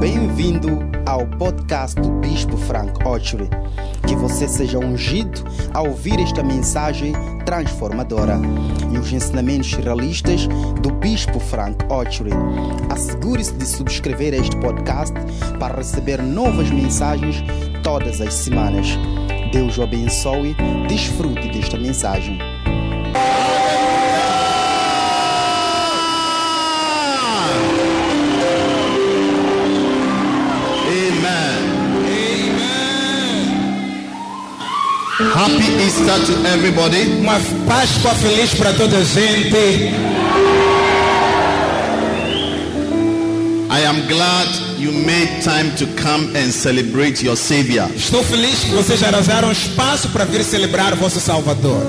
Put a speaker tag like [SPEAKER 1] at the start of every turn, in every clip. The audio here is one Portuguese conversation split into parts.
[SPEAKER 1] Bem-vindo ao podcast do Bispo Frank Ochery. Que você seja ungido a ouvir esta mensagem transformadora e os ensinamentos realistas do Bispo Frank Ochery. Assegure-se de subscrever este podcast para receber novas mensagens todas as semanas. Deus o abençoe. Desfrute desta mensagem.
[SPEAKER 2] Amen. Happy Easter to everybody.
[SPEAKER 3] Uma Páscoa feliz para toda a gente.
[SPEAKER 2] I am glad you made time to come and celebrate your Savior.
[SPEAKER 3] Estou feliz que vocês arrasaram espaço para vir celebrar o vosso Salvador.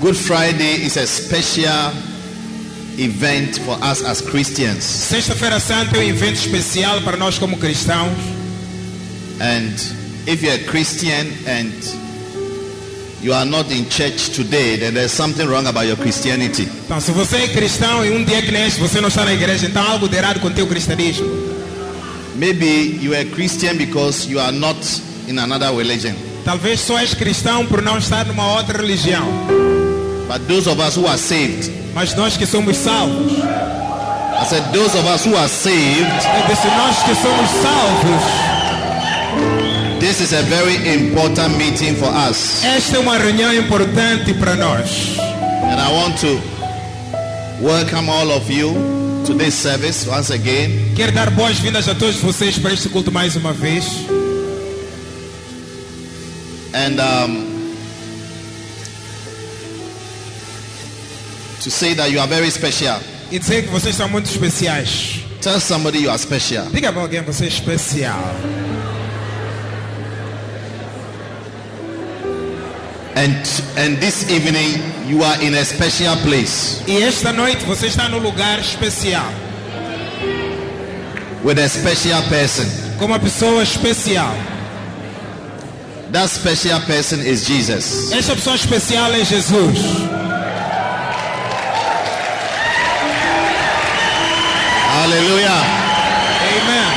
[SPEAKER 2] Good Friday is a special event for us as Christians,
[SPEAKER 3] Sexta-feira Santa é um evento especial para nós como cristãos.
[SPEAKER 2] and if you're a Christian and you are not in church today, then there's something wrong about your Christianity.
[SPEAKER 3] Então, se você é cristão e um dia que neste você não está na igreja, então há algo de errado com o teu cristianismo.
[SPEAKER 2] Maybe you are a Christian because you are not in another religion.
[SPEAKER 3] Talvez só és cristão por não estar numa outra religião.
[SPEAKER 2] But those of us who are saved,
[SPEAKER 3] Mas nós que somos salvos,
[SPEAKER 2] I said, those of us who are saved,
[SPEAKER 3] eu disse nós que somos salvos.
[SPEAKER 2] this is a very important meeting for us.
[SPEAKER 3] Esta é uma reunião importante para nós.
[SPEAKER 2] And I want to welcome all of you to this service once again.
[SPEAKER 3] Quero dar boas-vindas a todos vocês para este culto mais uma vez.
[SPEAKER 2] And um, to say that you are very special.
[SPEAKER 3] e dizer que vocês são muito especiais.
[SPEAKER 2] Tell somebody you are special.
[SPEAKER 3] Diga para alguém, você é especial.
[SPEAKER 2] And, and this evening, you are in a special place
[SPEAKER 3] E esta noite você está num lugar especial,
[SPEAKER 2] with a special person.
[SPEAKER 3] com uma pessoa especial.
[SPEAKER 2] That special person is Jesus.
[SPEAKER 3] Esta pessoa especial é Jesus.
[SPEAKER 2] Hallelujah.
[SPEAKER 3] Amém.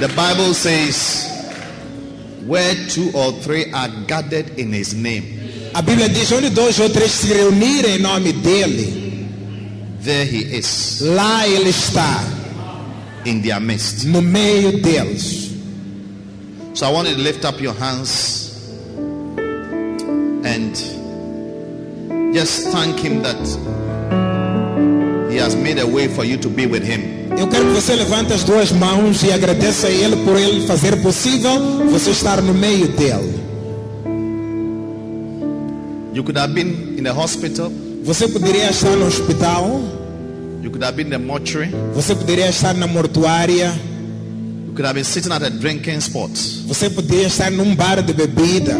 [SPEAKER 2] The Bible says, where two or three are gathered in his name,
[SPEAKER 3] A Bíblia diz: onde dois ou três se reunirem em nome dele,
[SPEAKER 2] there he is
[SPEAKER 3] lá ele está,
[SPEAKER 2] in their midst.
[SPEAKER 3] no meio deles.
[SPEAKER 2] So I want you to lift up your hands and just thank him that he has made a way for you to be with him.
[SPEAKER 3] Eu quero que você levante as duas mãos e agradeça a Ele por Ele fazer possível você estar no meio dele.
[SPEAKER 2] You could have been in the hospital,
[SPEAKER 3] Você poderia estar no hospital,
[SPEAKER 2] you could have been in the mortuary,
[SPEAKER 3] você poderia estar na mortuária.
[SPEAKER 2] you could have been sitting at a drinking spot,
[SPEAKER 3] Você podia estar num bar de bebida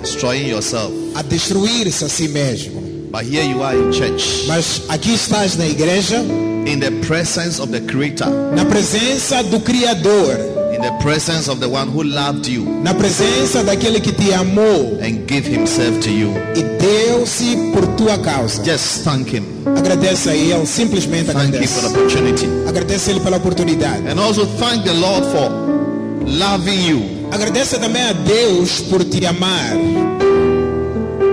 [SPEAKER 2] destroying yourself.
[SPEAKER 3] a destruir-se a si mesmo.
[SPEAKER 2] But here you are in church,
[SPEAKER 3] Mas aqui estás na igreja,
[SPEAKER 2] in the presence of the Creator,
[SPEAKER 3] na presença do Criador,
[SPEAKER 2] in the presence of the one who loved you.
[SPEAKER 3] na presença daquele que te amou
[SPEAKER 2] and give himself to you.
[SPEAKER 3] e deu-se por tua causa.
[SPEAKER 2] Just thank him.
[SPEAKER 3] Agradeça a Ele, simplesmente
[SPEAKER 2] Thank him for the
[SPEAKER 3] agradeça.
[SPEAKER 2] opportunity.
[SPEAKER 3] Agradeça a Ele pela oportunidade.
[SPEAKER 2] And also thank the Lord for loving you
[SPEAKER 3] Agradeça também a Deus por te amar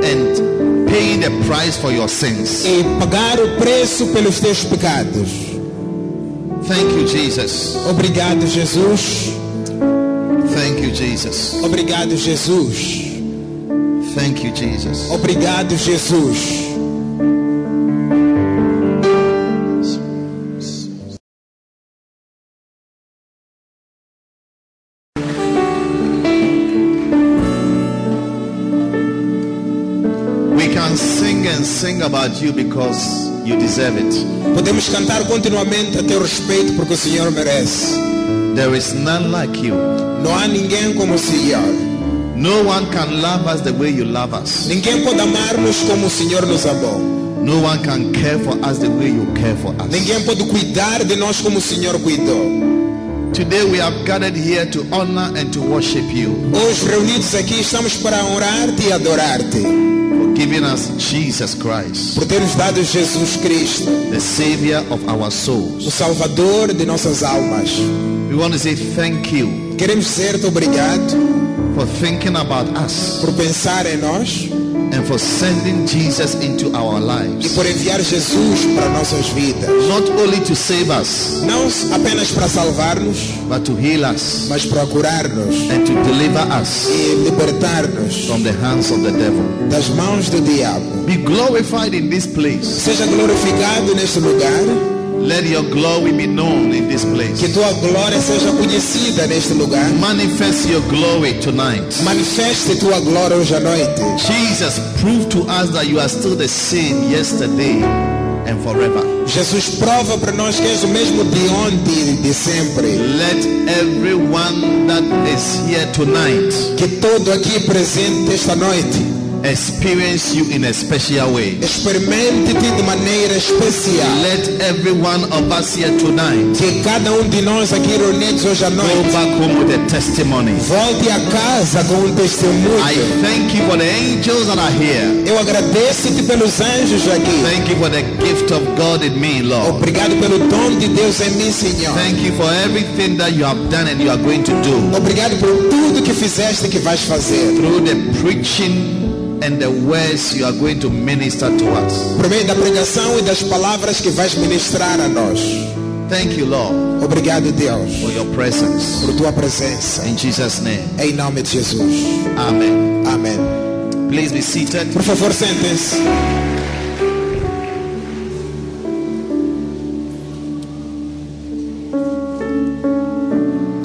[SPEAKER 2] and paying the price for your sins.
[SPEAKER 3] e pagar o preço pelos teus pecados.
[SPEAKER 2] Thank you, Jesus.
[SPEAKER 3] Obrigado, Jesus.
[SPEAKER 2] Thank you, Jesus.
[SPEAKER 3] Obrigado, Jesus.
[SPEAKER 2] Thank you, Jesus.
[SPEAKER 3] Obrigado, Jesus.
[SPEAKER 2] We can sing and sing about you because you deserve it.
[SPEAKER 3] Podemos cantar continuamente a teu respeito porque o Senhor merece.
[SPEAKER 2] There is none like you.
[SPEAKER 3] Não há ninguém como o Senhor.
[SPEAKER 2] No one can love us the way you love us.
[SPEAKER 3] Ninguém pode amar-nos como o Senhor nos amou.
[SPEAKER 2] No one can care for us the way you care for us.
[SPEAKER 3] Ninguém pode cuidar de nós como o Senhor cuidou.
[SPEAKER 2] Today we have gathered here to honor and to worship you.
[SPEAKER 3] Hoje reunidos aqui estamos para orar-te e adorar-te.
[SPEAKER 2] for giving us Jesus Christ,
[SPEAKER 3] por ter nos dado Jesus Cristo,
[SPEAKER 2] the Savior of our souls.
[SPEAKER 3] o Salvador de nossas almas.
[SPEAKER 2] We want to say thank you
[SPEAKER 3] Queremos dizer-te obrigado
[SPEAKER 2] for thinking about us
[SPEAKER 3] por pensar em nós
[SPEAKER 2] and for sending Jesus into our
[SPEAKER 3] e
[SPEAKER 2] lives.
[SPEAKER 3] por enviar Jesus para nossas vidas.
[SPEAKER 2] Not only to save us,
[SPEAKER 3] Não apenas para salvar-nos,
[SPEAKER 2] but to heal us
[SPEAKER 3] mas para curar-nos
[SPEAKER 2] and to deliver us
[SPEAKER 3] e libertar-nos
[SPEAKER 2] from the hands of the devil.
[SPEAKER 3] das mãos do diabo.
[SPEAKER 2] Be glorified in this place.
[SPEAKER 3] Seja glorificado neste lugar,
[SPEAKER 2] Let your glory be known in this
[SPEAKER 3] que
[SPEAKER 2] place.
[SPEAKER 3] tua glória seja conhecida neste lugar.
[SPEAKER 2] Manifest your glory tonight.
[SPEAKER 3] Manifeste tua glória hoje à noite.
[SPEAKER 2] Jesus, prove to us that you are still the same yesterday and forever.
[SPEAKER 3] Jesus prova para nós que és o mesmo de ontem e de sempre.
[SPEAKER 2] Let everyone that is here tonight
[SPEAKER 3] Que todo aqui presente esta noite
[SPEAKER 2] experience you in a special way.
[SPEAKER 3] experimente-te de maneira especial.
[SPEAKER 2] Let every one of us here tonight
[SPEAKER 3] Que cada um de nós aqui reunidos hoje à
[SPEAKER 2] go
[SPEAKER 3] noite
[SPEAKER 2] back home with a testimony.
[SPEAKER 3] volte a casa com um
[SPEAKER 2] I
[SPEAKER 3] testemunho.
[SPEAKER 2] thank you for the angels that are here.
[SPEAKER 3] Eu agradeço-te pelos anjos aqui.
[SPEAKER 2] Thank you for the gift of God in me, Lord.
[SPEAKER 3] Obrigado pelo dom de Deus em mim, Senhor.
[SPEAKER 2] Thank you for everything that you have done and you are going to do.
[SPEAKER 3] Obrigado por tudo que fizeste e que vais fazer.
[SPEAKER 2] through the preaching and the words you are going to minister to us.
[SPEAKER 3] Por meio da pregação e das palavras que vais ministrar a nós.
[SPEAKER 2] Thank you, Lord,
[SPEAKER 3] Obrigado, Deus,
[SPEAKER 2] for your presence.
[SPEAKER 3] por tua presença.
[SPEAKER 2] In Jesus' name,
[SPEAKER 3] Em nome de Jesus.
[SPEAKER 2] Amen.
[SPEAKER 3] Amém.
[SPEAKER 2] Please be seated.
[SPEAKER 3] Por favor, sentem-se.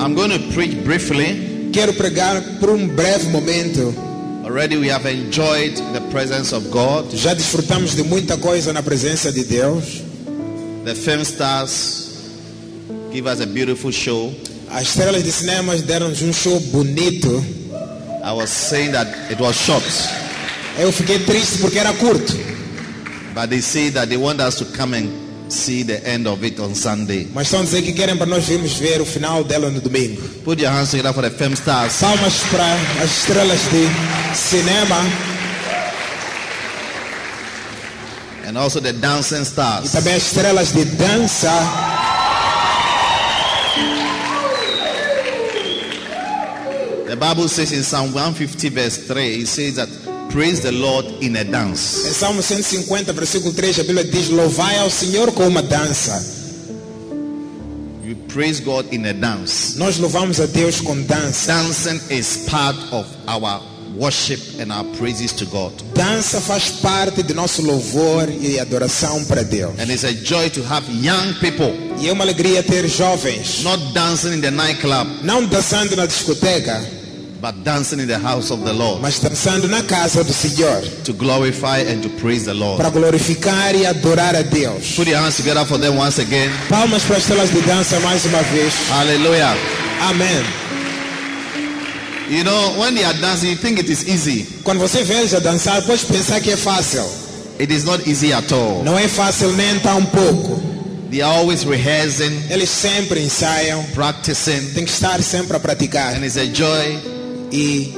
[SPEAKER 2] I'm going to preach briefly.
[SPEAKER 3] Quero pregar por um breve momento.
[SPEAKER 2] Already we have enjoyed the presence of God.
[SPEAKER 3] Já desfrutamos de muita coisa na presença de Deus.
[SPEAKER 2] The film stars give us a beautiful show.
[SPEAKER 3] As estrelas de cinema deram-nos um show bonito.
[SPEAKER 2] I was saying that it was short,
[SPEAKER 3] Eu fiquei triste porque era curto.
[SPEAKER 2] but they say that they want us to come and see the end of it on Sunday.
[SPEAKER 3] Mas estão a dizer que querem para nós virmos ver o final dela no domingo.
[SPEAKER 2] Put your hands together for the film stars.
[SPEAKER 3] Palmas para as estrelas de cinema
[SPEAKER 2] and also the dancing
[SPEAKER 3] e
[SPEAKER 2] stars.
[SPEAKER 3] também as estrelas de dança.
[SPEAKER 2] The Bible says in Psalm 150 verse 3, it says that praise the Lord in a dance.
[SPEAKER 3] Em Salmo 150, versículo 3, a Bíblia diz: Louvai ao Senhor com uma dança.
[SPEAKER 2] You praise God in a dance.
[SPEAKER 3] Nós louvamos a Deus com dança.
[SPEAKER 2] Dancing is part of our worship and our praises to God.
[SPEAKER 3] Dança faz parte de nosso louvor e adoração para Deus.
[SPEAKER 2] And it's a joy to have young people
[SPEAKER 3] E é uma alegria ter jovens
[SPEAKER 2] not dancing in the nightclub,
[SPEAKER 3] não dançando na discoteca,
[SPEAKER 2] but dancing in the house of the Lord
[SPEAKER 3] mas dançando na casa do Senhor
[SPEAKER 2] to glorify and to praise the Lord.
[SPEAKER 3] para glorificar e adorar a Deus.
[SPEAKER 2] Put your hands together for them once again.
[SPEAKER 3] Palmas para as telas de dança mais uma vez.
[SPEAKER 2] Hallelujah.
[SPEAKER 3] Amém.
[SPEAKER 2] You know, when they are dancing, you think it is easy.
[SPEAKER 3] Quando você veja dançar, pode pensar que é fácil.
[SPEAKER 2] It is not easy at all.
[SPEAKER 3] Não é fácil nem tão pouco.
[SPEAKER 2] They are always rehearsing,
[SPEAKER 3] Eles sempre ensaiam,
[SPEAKER 2] practicing,
[SPEAKER 3] tem que estar sempre a praticar. né?
[SPEAKER 2] And it's a joy
[SPEAKER 3] E,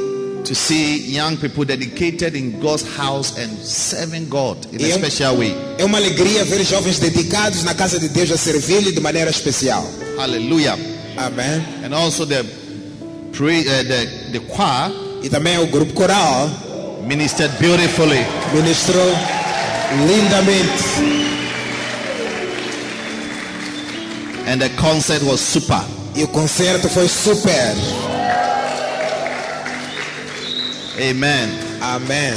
[SPEAKER 2] to see young people dedicated in God's house and serving God in a
[SPEAKER 3] Yeah.
[SPEAKER 2] special way.
[SPEAKER 3] é uma alegria ver jovens dedicados na casa de Deus a servir-lhe de maneira especial.
[SPEAKER 2] Hallelujah.
[SPEAKER 3] Amém.
[SPEAKER 2] And also the pray, uh, the, the choir
[SPEAKER 3] E também o grupo coral
[SPEAKER 2] ministered beautifully.
[SPEAKER 3] ministrou lindamente.
[SPEAKER 2] And the concert was super.
[SPEAKER 3] E o concerto foi super.
[SPEAKER 2] Amen.
[SPEAKER 3] Amém.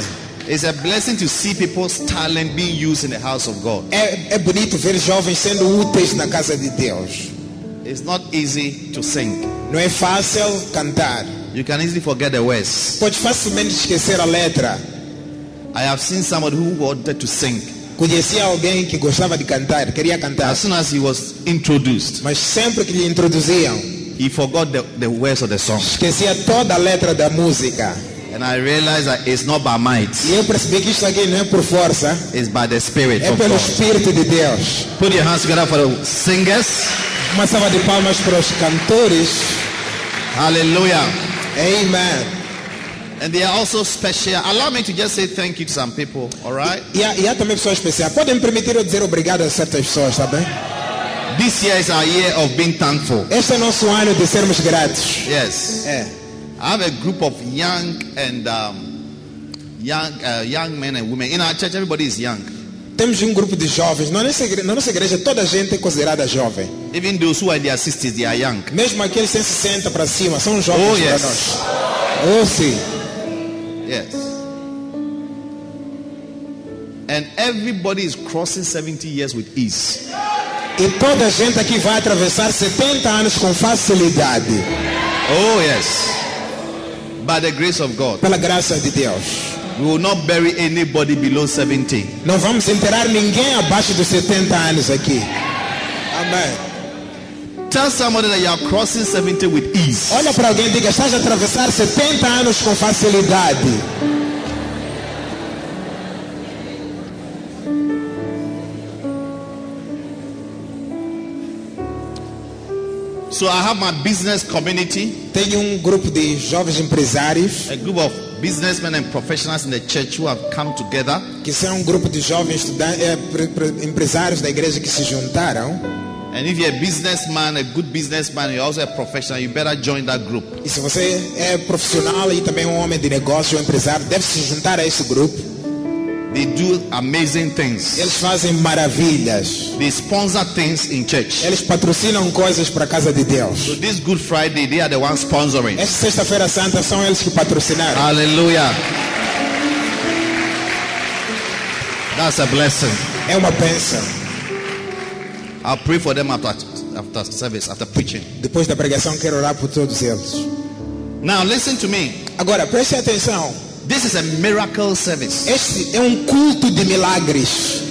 [SPEAKER 2] It's a blessing to see people's talent being used in the house of God.
[SPEAKER 3] É, é bonito ver jovens sendo úteis na casa de Deus.
[SPEAKER 2] It's not easy to sing.
[SPEAKER 3] Não é fácil cantar.
[SPEAKER 2] You can easily forget the words.
[SPEAKER 3] Pode facilmente esquecer a letra.
[SPEAKER 2] I have seen somebody who wanted to sing.
[SPEAKER 3] Conhecia alguém que gostava de cantar, queria cantar,
[SPEAKER 2] As soon as he was introduced,
[SPEAKER 3] mas sempre que lhe introduziam,
[SPEAKER 2] he forgot the, the words of the song.
[SPEAKER 3] esquecia toda a letra da música.
[SPEAKER 2] And I realized that it's not by might,
[SPEAKER 3] E eu percebi que isso aqui não é por força,
[SPEAKER 2] it's by the Spirit
[SPEAKER 3] é
[SPEAKER 2] of
[SPEAKER 3] pelo
[SPEAKER 2] God.
[SPEAKER 3] Espírito de Deus.
[SPEAKER 2] Put your hands together for the singers.
[SPEAKER 3] Uma salva de palmas para os cantores.
[SPEAKER 2] Hallelujah.
[SPEAKER 3] Amen.
[SPEAKER 2] And they are also special. Allow me to just say thank you to some people, all right?
[SPEAKER 3] E há, e há também pessoas especiais. Podem me permitir eu dizer obrigado a certas pessoas, está bem?
[SPEAKER 2] This year is our year of being thankful.
[SPEAKER 3] Este é nosso ano de sermos gratos.
[SPEAKER 2] Yes.
[SPEAKER 1] É.
[SPEAKER 2] I have a group of young and um, young uh, young men and women. In our church, everybody is young.
[SPEAKER 3] Temos um grupo de jovens. Na nossa igreja, na nossa igreja toda a gente é considerada jovem.
[SPEAKER 2] Even those who are in their 60s, they are young.
[SPEAKER 3] Mesmo aqueles que se senta para cima são jovens
[SPEAKER 2] Oh,
[SPEAKER 3] para
[SPEAKER 2] yes.
[SPEAKER 3] nós. Oh, sim.
[SPEAKER 2] Yes. And everybody is crossing 70 years with ease.
[SPEAKER 3] E toda a gente aqui vai atravessar 70 anos com facilidade.
[SPEAKER 2] Oh, yes. By the grace of God,
[SPEAKER 3] Pela graça de Deus.
[SPEAKER 2] we will not bury anybody below 70.
[SPEAKER 3] Não vamos enterrar ninguém abaixo dos 70 anos aqui. Amém.
[SPEAKER 2] Tell somebody that you are crossing 70 with ease.
[SPEAKER 3] Olha para alguém e diga, estás a atravessar 70 anos com facilidade.
[SPEAKER 2] So I have my business community,
[SPEAKER 3] Tenho um grupo de jovens empresários,
[SPEAKER 2] a group of businessmen and professionals in the church who have come together
[SPEAKER 3] que são um grupo de jovens estudan- eh, pre- pre- empresários da igreja que se juntaram.
[SPEAKER 2] And if you're a businessman, a good businessman, you're also a professional, you better join that group.
[SPEAKER 3] E se você é profissional e também um homem de negócio, um empresário, deve se juntar a esse grupo.
[SPEAKER 2] They do amazing
[SPEAKER 3] Eles
[SPEAKER 2] things.
[SPEAKER 3] fazem maravilhas.
[SPEAKER 2] They sponsor things in church.
[SPEAKER 3] Eles patrocinam coisas para a casa de
[SPEAKER 2] So
[SPEAKER 3] Deus.
[SPEAKER 2] this Good Friday, they are the ones sponsoring.
[SPEAKER 3] Esta sexta-feira santa são eles que patrocinaram.
[SPEAKER 2] Hallelujah. That's a blessing.
[SPEAKER 3] É uma bênção.
[SPEAKER 2] I'll pray for them after, after service, after preaching.
[SPEAKER 3] Depois da pregação, quero orar por todos eles.
[SPEAKER 2] Now listen to me.
[SPEAKER 3] Agora, preste atenção.
[SPEAKER 2] This is a miracle service.
[SPEAKER 3] Este é um culto de milagres.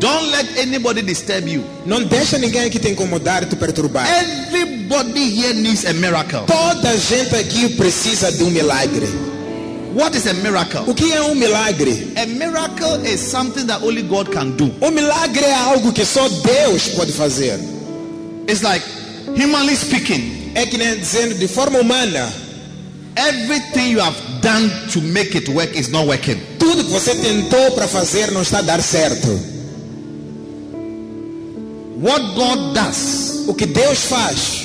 [SPEAKER 2] Don't let anybody disturb you.
[SPEAKER 3] Não deixa ninguém aqui te incomodar, te perturbar. É,
[SPEAKER 2] Everybody here needs a miracle.
[SPEAKER 3] Toda gente aqui precisa de um milagre.
[SPEAKER 2] What is a miracle?
[SPEAKER 3] O que é um milagre?
[SPEAKER 2] A miracle is something that only God can do.
[SPEAKER 3] Um milagre é algo que só Deus pode fazer.
[SPEAKER 2] It's like, humanly speaking,
[SPEAKER 3] É que nem dizendo de forma humana,
[SPEAKER 2] everything you have done to make it work is not working.
[SPEAKER 3] tudo que você tentou para fazer não está a dar certo.
[SPEAKER 2] What God does,
[SPEAKER 3] O que Deus faz,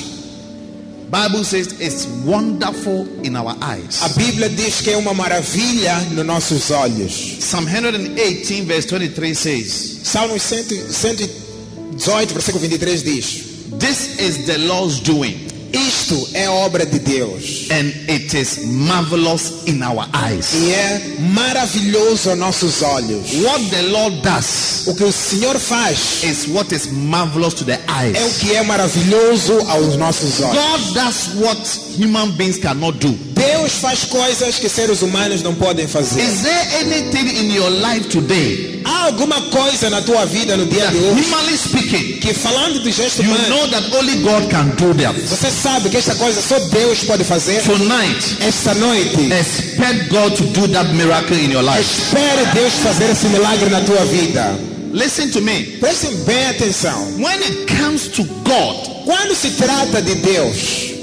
[SPEAKER 2] Bible says, is wonderful in our
[SPEAKER 3] a
[SPEAKER 2] eyes. Uh,
[SPEAKER 3] Bíblia diz que é uma maravilha nos nossos olhos.
[SPEAKER 2] Psalm 118 verse 23 says,
[SPEAKER 3] Salmos 100 118, versículo 23 diz:
[SPEAKER 2] "This is the Lord's doing,
[SPEAKER 3] Isto é obra de Deus
[SPEAKER 2] and it is marvelous in our eyes."
[SPEAKER 3] e é maravilhoso aos nossos olhos.
[SPEAKER 2] What the Lord does
[SPEAKER 3] O que o Senhor faz
[SPEAKER 2] is what is marvelous to the
[SPEAKER 3] é o
[SPEAKER 2] eyes.
[SPEAKER 3] que é maravilhoso aos nossos olhos.
[SPEAKER 2] God does what human beings cannot do.
[SPEAKER 3] Deus faz coisas que seres humanos não podem fazer.
[SPEAKER 2] Is there anything in your life today
[SPEAKER 3] Há alguma coisa na tua vida no dia
[SPEAKER 2] that
[SPEAKER 3] de hoje?
[SPEAKER 2] humanly speaking,
[SPEAKER 3] que falando do gesto
[SPEAKER 2] you
[SPEAKER 3] humano,
[SPEAKER 2] know that only God can do that?
[SPEAKER 3] você sabe que esta coisa só Deus pode fazer.
[SPEAKER 2] Tonight,
[SPEAKER 3] Esta
[SPEAKER 2] É.
[SPEAKER 3] noite,
[SPEAKER 2] expect God to do that miracle in your life.
[SPEAKER 3] espere Deus fazer esse milagre na tua vida.
[SPEAKER 2] Listen to me.
[SPEAKER 3] Prestem bem atenção.
[SPEAKER 2] When it comes to God,
[SPEAKER 3] Quando se trata de Deus,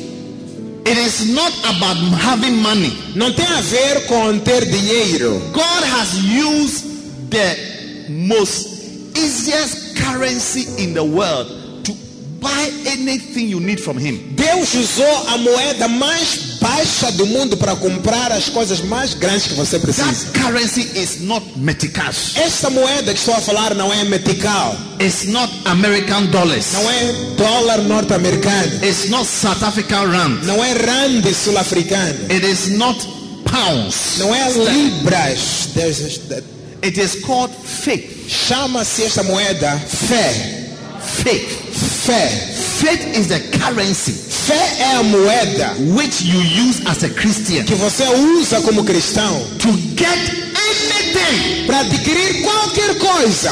[SPEAKER 2] it is not about having money.
[SPEAKER 3] não tem a ver com ter dinheiro.
[SPEAKER 2] God has used the most easiest currency in the world to buy anything you need from Him.
[SPEAKER 3] Deus usou a moeda mais baixa do mundo para comprar as coisas mais grandes que você precisa.
[SPEAKER 2] That currency is not Meticash.
[SPEAKER 3] Esta moeda que estou a falar não é metical,
[SPEAKER 2] It's not American dollars.
[SPEAKER 3] não é dólar norte-americano,
[SPEAKER 2] It's not South African rand.
[SPEAKER 3] não é rand sul-africano.
[SPEAKER 2] It is not pounds.
[SPEAKER 3] Não é libras. Deus-
[SPEAKER 2] It is called faith.
[SPEAKER 3] Chama-se esta moeda fé.
[SPEAKER 2] Faith.
[SPEAKER 3] Fé.
[SPEAKER 2] Faith is the currency
[SPEAKER 3] Fé é a moeda
[SPEAKER 2] which you use as a Christian
[SPEAKER 3] que você usa como cristão
[SPEAKER 2] to get anything,
[SPEAKER 3] para adquirir qualquer coisa,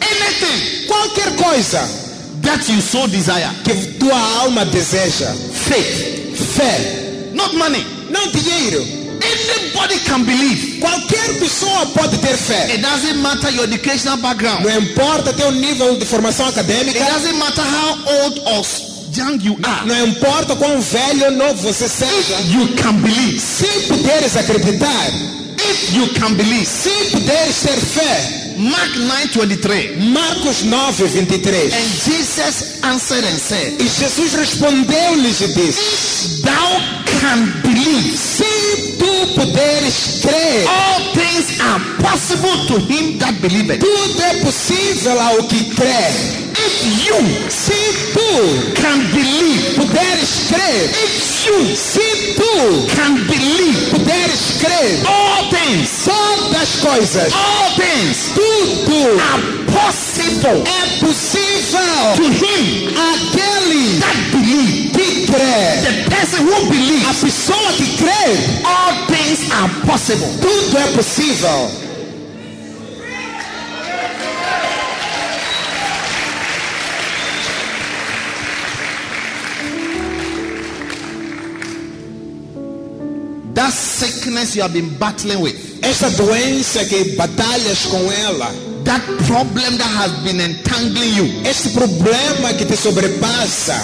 [SPEAKER 2] anything
[SPEAKER 3] qualquer coisa
[SPEAKER 2] that you so desire.
[SPEAKER 3] que tua alma deseja.
[SPEAKER 2] Faith,
[SPEAKER 3] Fé,
[SPEAKER 2] not money.
[SPEAKER 3] não dinheiro.
[SPEAKER 2] Anybody can believe.
[SPEAKER 3] Qualquer pessoa pode ter fé.
[SPEAKER 2] It doesn't matter your educational background.
[SPEAKER 3] Não importa teu nível de formação
[SPEAKER 2] It
[SPEAKER 3] acadêmica,
[SPEAKER 2] doesn't matter how old or s- young you are,
[SPEAKER 3] Não importa quão velho ou novo você seja,
[SPEAKER 2] you can believe.
[SPEAKER 3] se puderes acreditar,
[SPEAKER 2] If you can believe.
[SPEAKER 3] se puderes ter fé.
[SPEAKER 2] Mark 9:23.
[SPEAKER 3] Marcos 9, 23.
[SPEAKER 2] And Jesus answered and said,
[SPEAKER 3] E Jesus respondeu-lhes e disse:
[SPEAKER 2] Thou can believe.
[SPEAKER 3] Se tu puderes crer,
[SPEAKER 2] All things are possible to him that believeth.
[SPEAKER 3] tudo é possível ao que crê.
[SPEAKER 2] If you
[SPEAKER 3] Se tu
[SPEAKER 2] can believe,
[SPEAKER 3] puderes crer,
[SPEAKER 2] if you
[SPEAKER 3] se tu
[SPEAKER 2] can believe,
[SPEAKER 3] puderes crer,
[SPEAKER 2] all things,
[SPEAKER 3] todas as coisas,
[SPEAKER 2] all things
[SPEAKER 3] tudo
[SPEAKER 2] are possible
[SPEAKER 3] é possível
[SPEAKER 2] to him
[SPEAKER 3] àquele
[SPEAKER 2] that believe.
[SPEAKER 3] que crê.
[SPEAKER 2] The person who believes,
[SPEAKER 3] A pessoa que crê,
[SPEAKER 2] all things are possible.
[SPEAKER 3] tudo é possível.
[SPEAKER 2] That sickness you have been battling with,
[SPEAKER 3] Esta doença que batalhas com ela,
[SPEAKER 2] that problem that has been entangling you,
[SPEAKER 3] este problema que te sobrepassa,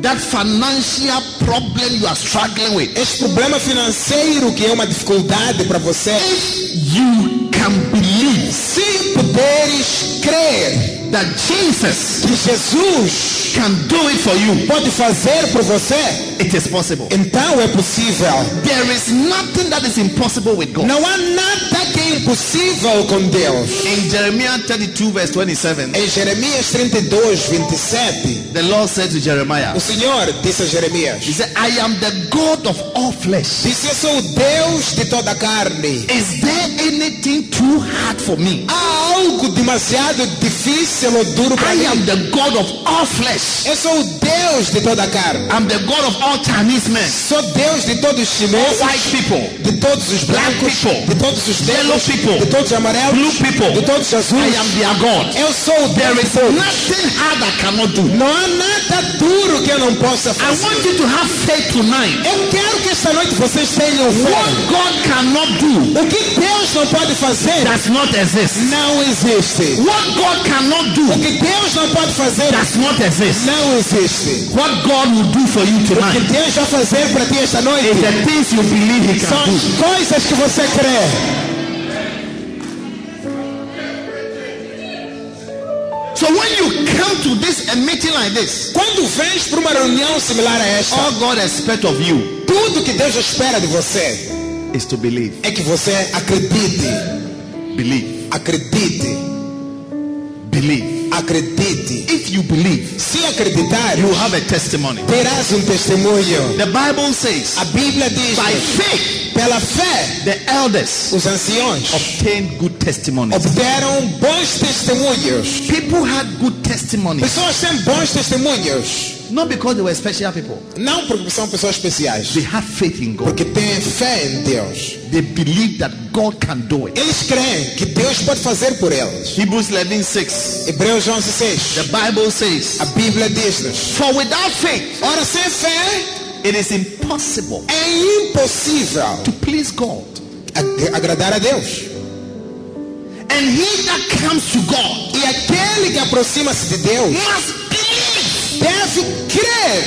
[SPEAKER 2] that financial problem you are struggling with,
[SPEAKER 3] Este problema financeiro que é uma dificuldade para você,
[SPEAKER 2] you can believe
[SPEAKER 3] se puderes crer
[SPEAKER 2] that Jesus
[SPEAKER 3] que Jesus
[SPEAKER 2] can do it for you.
[SPEAKER 3] pode fazer por você,
[SPEAKER 2] It is possible.
[SPEAKER 3] então é possível.
[SPEAKER 2] There is nothing that is impossible with God.
[SPEAKER 3] Não há nada que é impossível com Deus.
[SPEAKER 2] In Jeremiah 32, verse 27,
[SPEAKER 3] Em Jeremias 32, 27,
[SPEAKER 2] the Lord said to Jeremiah,
[SPEAKER 3] o Senhor disse a Jeremias:
[SPEAKER 2] He said, I am the God of all flesh.
[SPEAKER 3] Disse eu sou o Deus de toda a carne.
[SPEAKER 2] Is there anything too hard for me?
[SPEAKER 3] Há algo demasiado difícil ou duro
[SPEAKER 2] I
[SPEAKER 3] para mim.
[SPEAKER 2] am the God of all flesh.
[SPEAKER 3] Eu sou o Deus de toda a carne.
[SPEAKER 2] I'm the God of all Chinese men,
[SPEAKER 3] Sou Deus de todos os
[SPEAKER 2] all
[SPEAKER 3] chineses.
[SPEAKER 2] white people.
[SPEAKER 3] de todos os blancos,
[SPEAKER 2] Black people.
[SPEAKER 3] de todos os
[SPEAKER 2] Yellow
[SPEAKER 3] negros,
[SPEAKER 2] people.
[SPEAKER 3] de todos os
[SPEAKER 2] Blue
[SPEAKER 3] amarelos,
[SPEAKER 2] people.
[SPEAKER 3] de todos os
[SPEAKER 2] I
[SPEAKER 3] azuis.
[SPEAKER 2] am their God.
[SPEAKER 3] Eu sou o
[SPEAKER 2] There
[SPEAKER 3] Deus de
[SPEAKER 2] is
[SPEAKER 3] todos.
[SPEAKER 2] nothing hard I cannot do.
[SPEAKER 3] Não há nada duro que eu não possa
[SPEAKER 2] I want
[SPEAKER 3] fazer.
[SPEAKER 2] you to have faith tonight.
[SPEAKER 3] Eu quero que esta noite vocês tenham
[SPEAKER 2] What
[SPEAKER 3] fé.
[SPEAKER 2] God cannot do
[SPEAKER 3] O que Deus não pode fazer
[SPEAKER 2] does not exist.
[SPEAKER 3] não existe.
[SPEAKER 2] What God cannot do
[SPEAKER 3] O que Deus não pode fazer
[SPEAKER 2] does not exist.
[SPEAKER 3] não existe.
[SPEAKER 2] What God will do for you
[SPEAKER 3] O que
[SPEAKER 2] tonight
[SPEAKER 3] Deus vai fazer para ti esta noite
[SPEAKER 2] is the things you believe He
[SPEAKER 3] são
[SPEAKER 2] can do.
[SPEAKER 3] as coisas que você crê.
[SPEAKER 2] So when you come to this a meeting like this,
[SPEAKER 3] Quando vens para uma reunião similar a esta,
[SPEAKER 2] all God expects of you
[SPEAKER 3] tudo que Deus espera de você
[SPEAKER 2] is to believe.
[SPEAKER 3] é que você acredite.
[SPEAKER 2] Believe.
[SPEAKER 3] Acredite.
[SPEAKER 2] Believe.
[SPEAKER 3] Acredite.
[SPEAKER 2] If you believe,
[SPEAKER 3] Se acreditar,
[SPEAKER 2] you have a testimony.
[SPEAKER 3] terás um testemunho.
[SPEAKER 2] The Bible says,
[SPEAKER 3] A Bíblia diz:
[SPEAKER 2] by faith,
[SPEAKER 3] pela fé,
[SPEAKER 2] the elders
[SPEAKER 3] os anciões
[SPEAKER 2] obtained good testimonies.
[SPEAKER 3] obteram bons testemunhos.
[SPEAKER 2] People had good testimonies,
[SPEAKER 3] Pessoas têm bons testemunhos.
[SPEAKER 2] not because they were special people.
[SPEAKER 3] Não porque são pessoas especiais,
[SPEAKER 2] They had faith in God.
[SPEAKER 3] porque têm fé em Deus.
[SPEAKER 2] They believed that God can do it.
[SPEAKER 3] Eles creem que Deus pode fazer por eles.
[SPEAKER 2] Hebrews 11 6.
[SPEAKER 3] Hebreus 11, 6.
[SPEAKER 2] The Bible says,
[SPEAKER 3] A Bíblia diz-nos:
[SPEAKER 2] For without faith,
[SPEAKER 3] Ora, sem fé
[SPEAKER 2] it is impossible
[SPEAKER 3] é impossível
[SPEAKER 2] to please God.
[SPEAKER 3] ag- agradar a Deus.
[SPEAKER 2] And he that comes to God
[SPEAKER 3] E aquele que aproxima-se de Deus
[SPEAKER 2] must believe,
[SPEAKER 3] deve crer,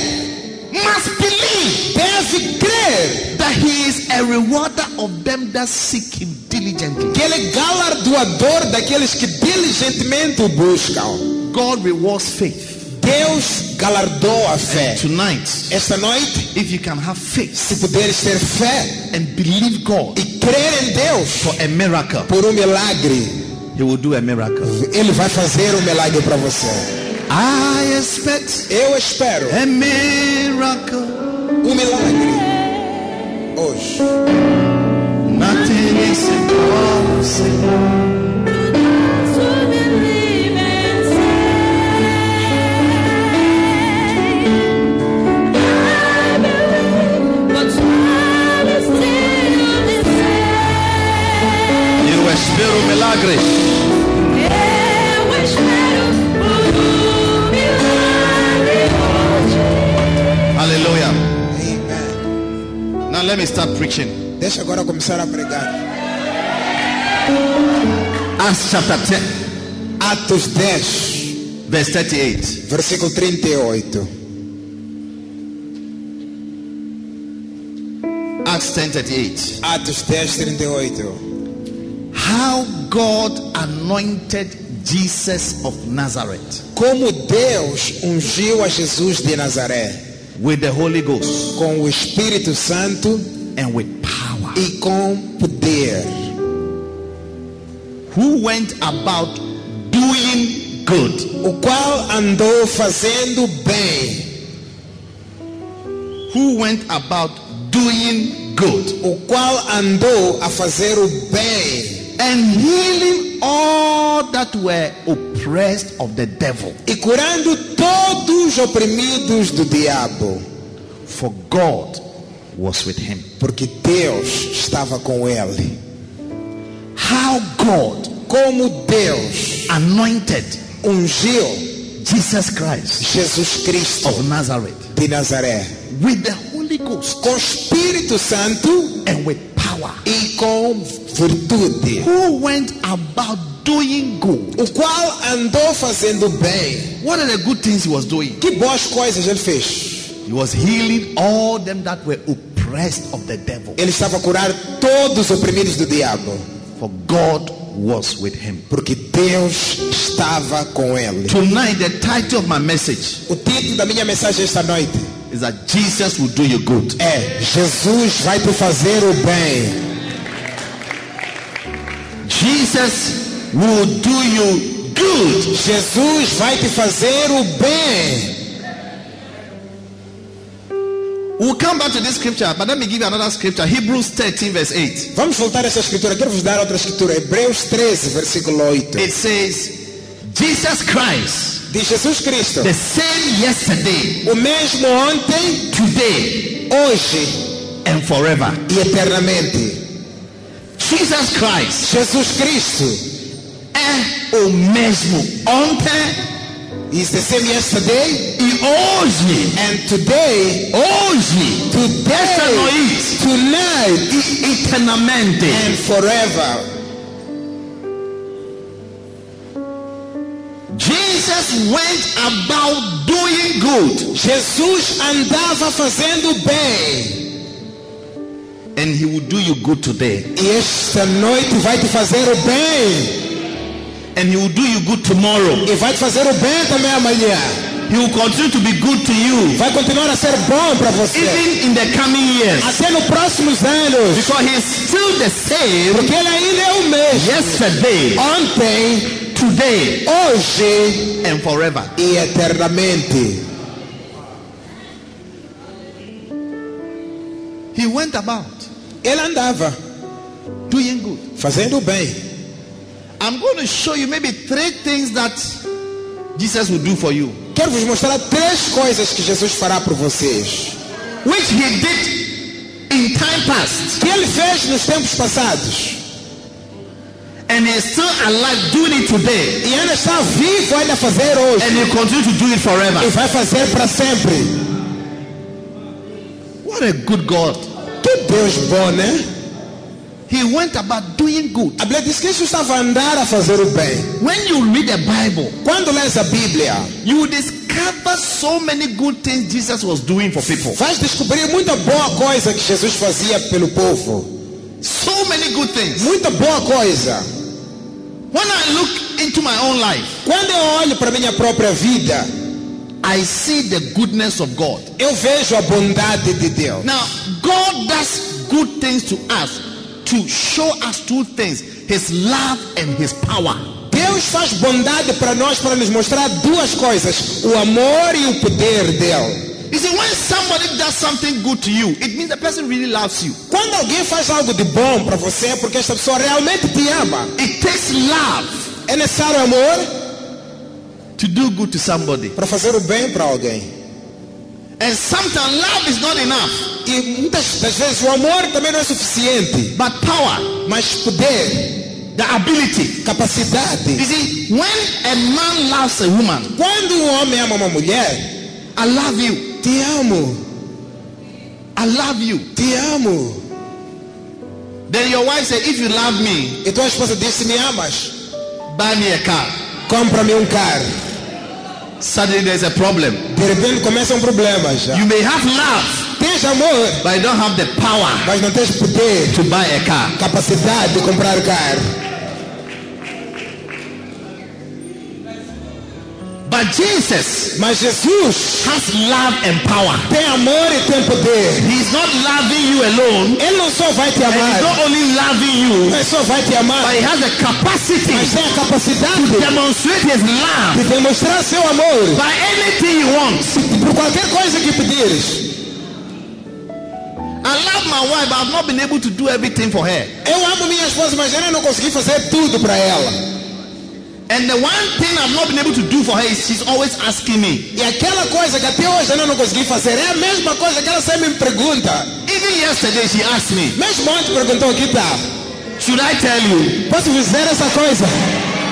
[SPEAKER 2] must believe
[SPEAKER 3] deve crer
[SPEAKER 2] that he is a rewarder of them that seek him diligently.
[SPEAKER 3] que ele é galardoador daqueles que diligentemente o buscam.
[SPEAKER 2] God rewards faith.
[SPEAKER 3] Deus galardoa a fé.
[SPEAKER 2] Tonight,
[SPEAKER 3] Esta noite,
[SPEAKER 2] if you can have faith
[SPEAKER 3] se puderes ter fé
[SPEAKER 2] and believe God
[SPEAKER 3] e crer em Deus
[SPEAKER 2] for a miracle,
[SPEAKER 3] por um milagre,
[SPEAKER 2] he will do a miracle.
[SPEAKER 3] ele vai fazer um milagre para você.
[SPEAKER 2] I expect
[SPEAKER 3] Eu espero
[SPEAKER 2] a miracle.
[SPEAKER 3] um milagre hoje.
[SPEAKER 2] Nothing is impossible. Eu espero um milagre. Hallelujah.
[SPEAKER 3] Amen.
[SPEAKER 2] Now let me start preaching.
[SPEAKER 3] Deixa agora eu começar a pregar.
[SPEAKER 2] Acts chapter 10,
[SPEAKER 3] Atos 10,
[SPEAKER 2] verse 38.
[SPEAKER 3] versículo 38.
[SPEAKER 2] Acts 10:38.
[SPEAKER 3] Atos 10, 38.
[SPEAKER 2] How God anointed Jesus of Nazareth
[SPEAKER 3] Como Deus ungiu a Jesus de Nazaré
[SPEAKER 2] with the Holy Ghost
[SPEAKER 3] com o Espírito Santo
[SPEAKER 2] and with power.
[SPEAKER 3] e com poder.
[SPEAKER 2] Who went about doing good.
[SPEAKER 3] O qual andou fazendo bem.
[SPEAKER 2] Who went about doing good
[SPEAKER 3] O qual andou a fazer o bem.
[SPEAKER 2] and healing all that were oppressed of the devil.
[SPEAKER 3] E curando todos os oprimidos do diabo.
[SPEAKER 2] For God was with him.
[SPEAKER 3] Porque Deus estava com ele.
[SPEAKER 2] How God
[SPEAKER 3] Como Deus
[SPEAKER 2] anointed
[SPEAKER 3] ungiu
[SPEAKER 2] Jesus Christ
[SPEAKER 3] Jesus Cristo
[SPEAKER 2] of Nazareth
[SPEAKER 3] de Nazaré
[SPEAKER 2] with the Holy Ghost
[SPEAKER 3] com o Espírito Santo
[SPEAKER 2] and with power.
[SPEAKER 3] e com virtude.
[SPEAKER 2] who went about doing good.
[SPEAKER 3] o qual andou fazendo bem.
[SPEAKER 2] What are the good things he was doing?
[SPEAKER 3] Que boas coisas ele fez.
[SPEAKER 2] He was healing all them that were oppressed of the devil.
[SPEAKER 3] Ele estava a curar todos os oprimidos do diabo,
[SPEAKER 2] For God was with him.
[SPEAKER 3] porque Deus estava com ele.
[SPEAKER 2] Tonight, the title of my message
[SPEAKER 3] O título da minha mensagem esta noite
[SPEAKER 2] is that Jesus will do you good.
[SPEAKER 3] é Jesus vai te fazer o bem.
[SPEAKER 2] Jesus will do you good.
[SPEAKER 3] Jesus vai te fazer o bem.
[SPEAKER 2] We'll come back to this scripture, but let me give you another scripture. Hebrews 13, verse 8.
[SPEAKER 3] Vamos voltar a essa escritura. Quero vos dar outra escritura. Hebreus 13, versículo 8.
[SPEAKER 2] It says, Jesus Christ,
[SPEAKER 3] De Jesus Cristo.
[SPEAKER 2] the same yesterday,
[SPEAKER 3] O mesmo ontem,
[SPEAKER 2] today,
[SPEAKER 3] hoje
[SPEAKER 2] and forever.
[SPEAKER 3] e eternamente.
[SPEAKER 2] Jesus Christ.
[SPEAKER 3] Jesus Cristo.
[SPEAKER 2] é o mesmo ontem
[SPEAKER 3] Is the same yesterday
[SPEAKER 2] e hoje.
[SPEAKER 3] and today,
[SPEAKER 2] Hoje, essa
[SPEAKER 3] today,
[SPEAKER 2] noite
[SPEAKER 3] tonight
[SPEAKER 2] e eternamente.
[SPEAKER 3] and forever.
[SPEAKER 2] Jesus went about doing good
[SPEAKER 3] Jesus andava fazendo bem
[SPEAKER 2] and he will do you good today
[SPEAKER 3] e esta noite vai te fazer o bem
[SPEAKER 2] and he will do you good tomorrow.
[SPEAKER 3] e vai te fazer o bem também amanhã.
[SPEAKER 2] He will continue to be good to you
[SPEAKER 3] Vai continuar a ser bom para você
[SPEAKER 2] even in the coming years
[SPEAKER 3] até nos próximos anos,
[SPEAKER 2] because he is still the same
[SPEAKER 3] porque ele ainda é o mesmo.
[SPEAKER 2] yesterday,
[SPEAKER 3] Ontem,
[SPEAKER 2] today
[SPEAKER 3] hoje
[SPEAKER 2] and forever.
[SPEAKER 3] e eternamente.
[SPEAKER 2] He went about
[SPEAKER 3] Ele andava
[SPEAKER 2] doing good.
[SPEAKER 3] fazendo o bem.
[SPEAKER 2] I'm going to show you maybe three things that Jesus will do for you,
[SPEAKER 3] Quero vos mostrar três coisas que Jesus fará por vocês.
[SPEAKER 2] which he did in time past,
[SPEAKER 3] que ele fez nos tempos passados.
[SPEAKER 2] and he is still alive doing it today,
[SPEAKER 3] E ainda está vivo ainda a fazer hoje.
[SPEAKER 2] and he continue to do it
[SPEAKER 3] E
[SPEAKER 2] forever.
[SPEAKER 3] vai fazer para sempre.
[SPEAKER 2] What a good God!
[SPEAKER 3] Que Deus bom, né?
[SPEAKER 2] He went about doing good.
[SPEAKER 3] A Bíblia diz que Jesus estava a andar a fazer o bem.
[SPEAKER 2] When you read the Bible,
[SPEAKER 3] Quando lês a Bíblia,
[SPEAKER 2] you will discover so many good things Jesus was doing for people.
[SPEAKER 3] vais descobrir muita boa coisa que Jesus fazia pelo povo.
[SPEAKER 2] So many good things.
[SPEAKER 3] Muita boa coisa.
[SPEAKER 2] When I look into my own life,
[SPEAKER 3] Quando eu olho para a minha própria vida,
[SPEAKER 2] I see the goodness of God.
[SPEAKER 3] eu vejo a bondade de Deus.
[SPEAKER 2] Now, God does good things to us to show us two things His love and His power.
[SPEAKER 3] Deus faz bondade para nós para nos mostrar duas coisas: o amor e o poder dele.
[SPEAKER 2] You see, when somebody does something good to you, it means the person really loves you.
[SPEAKER 3] Quando alguém faz algo de bom para você, é porque esta pessoa realmente te ama.
[SPEAKER 2] It takes love
[SPEAKER 3] É necessário amor
[SPEAKER 2] to do good to somebody.
[SPEAKER 3] para fazer o bem para alguém.
[SPEAKER 2] And sometimes love is not enough,
[SPEAKER 3] E muitas das vezes o amor também não é suficiente,
[SPEAKER 2] but power,
[SPEAKER 3] mas poder,
[SPEAKER 2] the ability. You
[SPEAKER 3] capacidade.
[SPEAKER 2] see, when a man loves a woman,
[SPEAKER 3] Quando um homem ama uma mulher,
[SPEAKER 2] I love you,
[SPEAKER 3] te amo,
[SPEAKER 2] I love you.
[SPEAKER 3] te amo.
[SPEAKER 2] Then your wife says, if you love me,
[SPEAKER 3] E tua esposa diz: se me amas,
[SPEAKER 2] buy me a car.
[SPEAKER 3] compra-me um carro.
[SPEAKER 2] Suddenly there's a problem.
[SPEAKER 3] De repente começa um problema já.
[SPEAKER 2] You may have love,
[SPEAKER 3] Tens amor,
[SPEAKER 2] but you don't have the power
[SPEAKER 3] mas não tens poder,
[SPEAKER 2] to buy a car.
[SPEAKER 3] capacidade de comprar o carro.
[SPEAKER 2] But Jesus
[SPEAKER 3] Mas Jesus
[SPEAKER 2] has love and power.
[SPEAKER 3] tem amor e tem poder.
[SPEAKER 2] He's not loving you alone,
[SPEAKER 3] Ele não só vai te
[SPEAKER 2] and He's
[SPEAKER 3] amar,
[SPEAKER 2] not only loving you,
[SPEAKER 3] não só vai te amar,
[SPEAKER 2] but He has the
[SPEAKER 3] mas
[SPEAKER 2] capacity
[SPEAKER 3] tem a capacidade
[SPEAKER 2] to demonstrate His love
[SPEAKER 3] de demonstrar seu amor
[SPEAKER 2] by anything He wants.
[SPEAKER 3] por qualquer coisa que pedires.
[SPEAKER 2] I love my wife, but I've not been able to do everything for her.
[SPEAKER 3] Eu amo minha esposa, mas eu não consegui fazer tudo para ela.
[SPEAKER 2] And the one thing I've not been able to do for her is she's always asking me.
[SPEAKER 3] E aquela coisa que até hoje eu não consegui fazer é a mesma coisa que ela sempre me pergunta.
[SPEAKER 2] Even yesterday, she asked me,
[SPEAKER 3] Mesmo ontem perguntou aqui, tá?
[SPEAKER 2] Should I tell you?
[SPEAKER 3] Posso vos dizer essa coisa?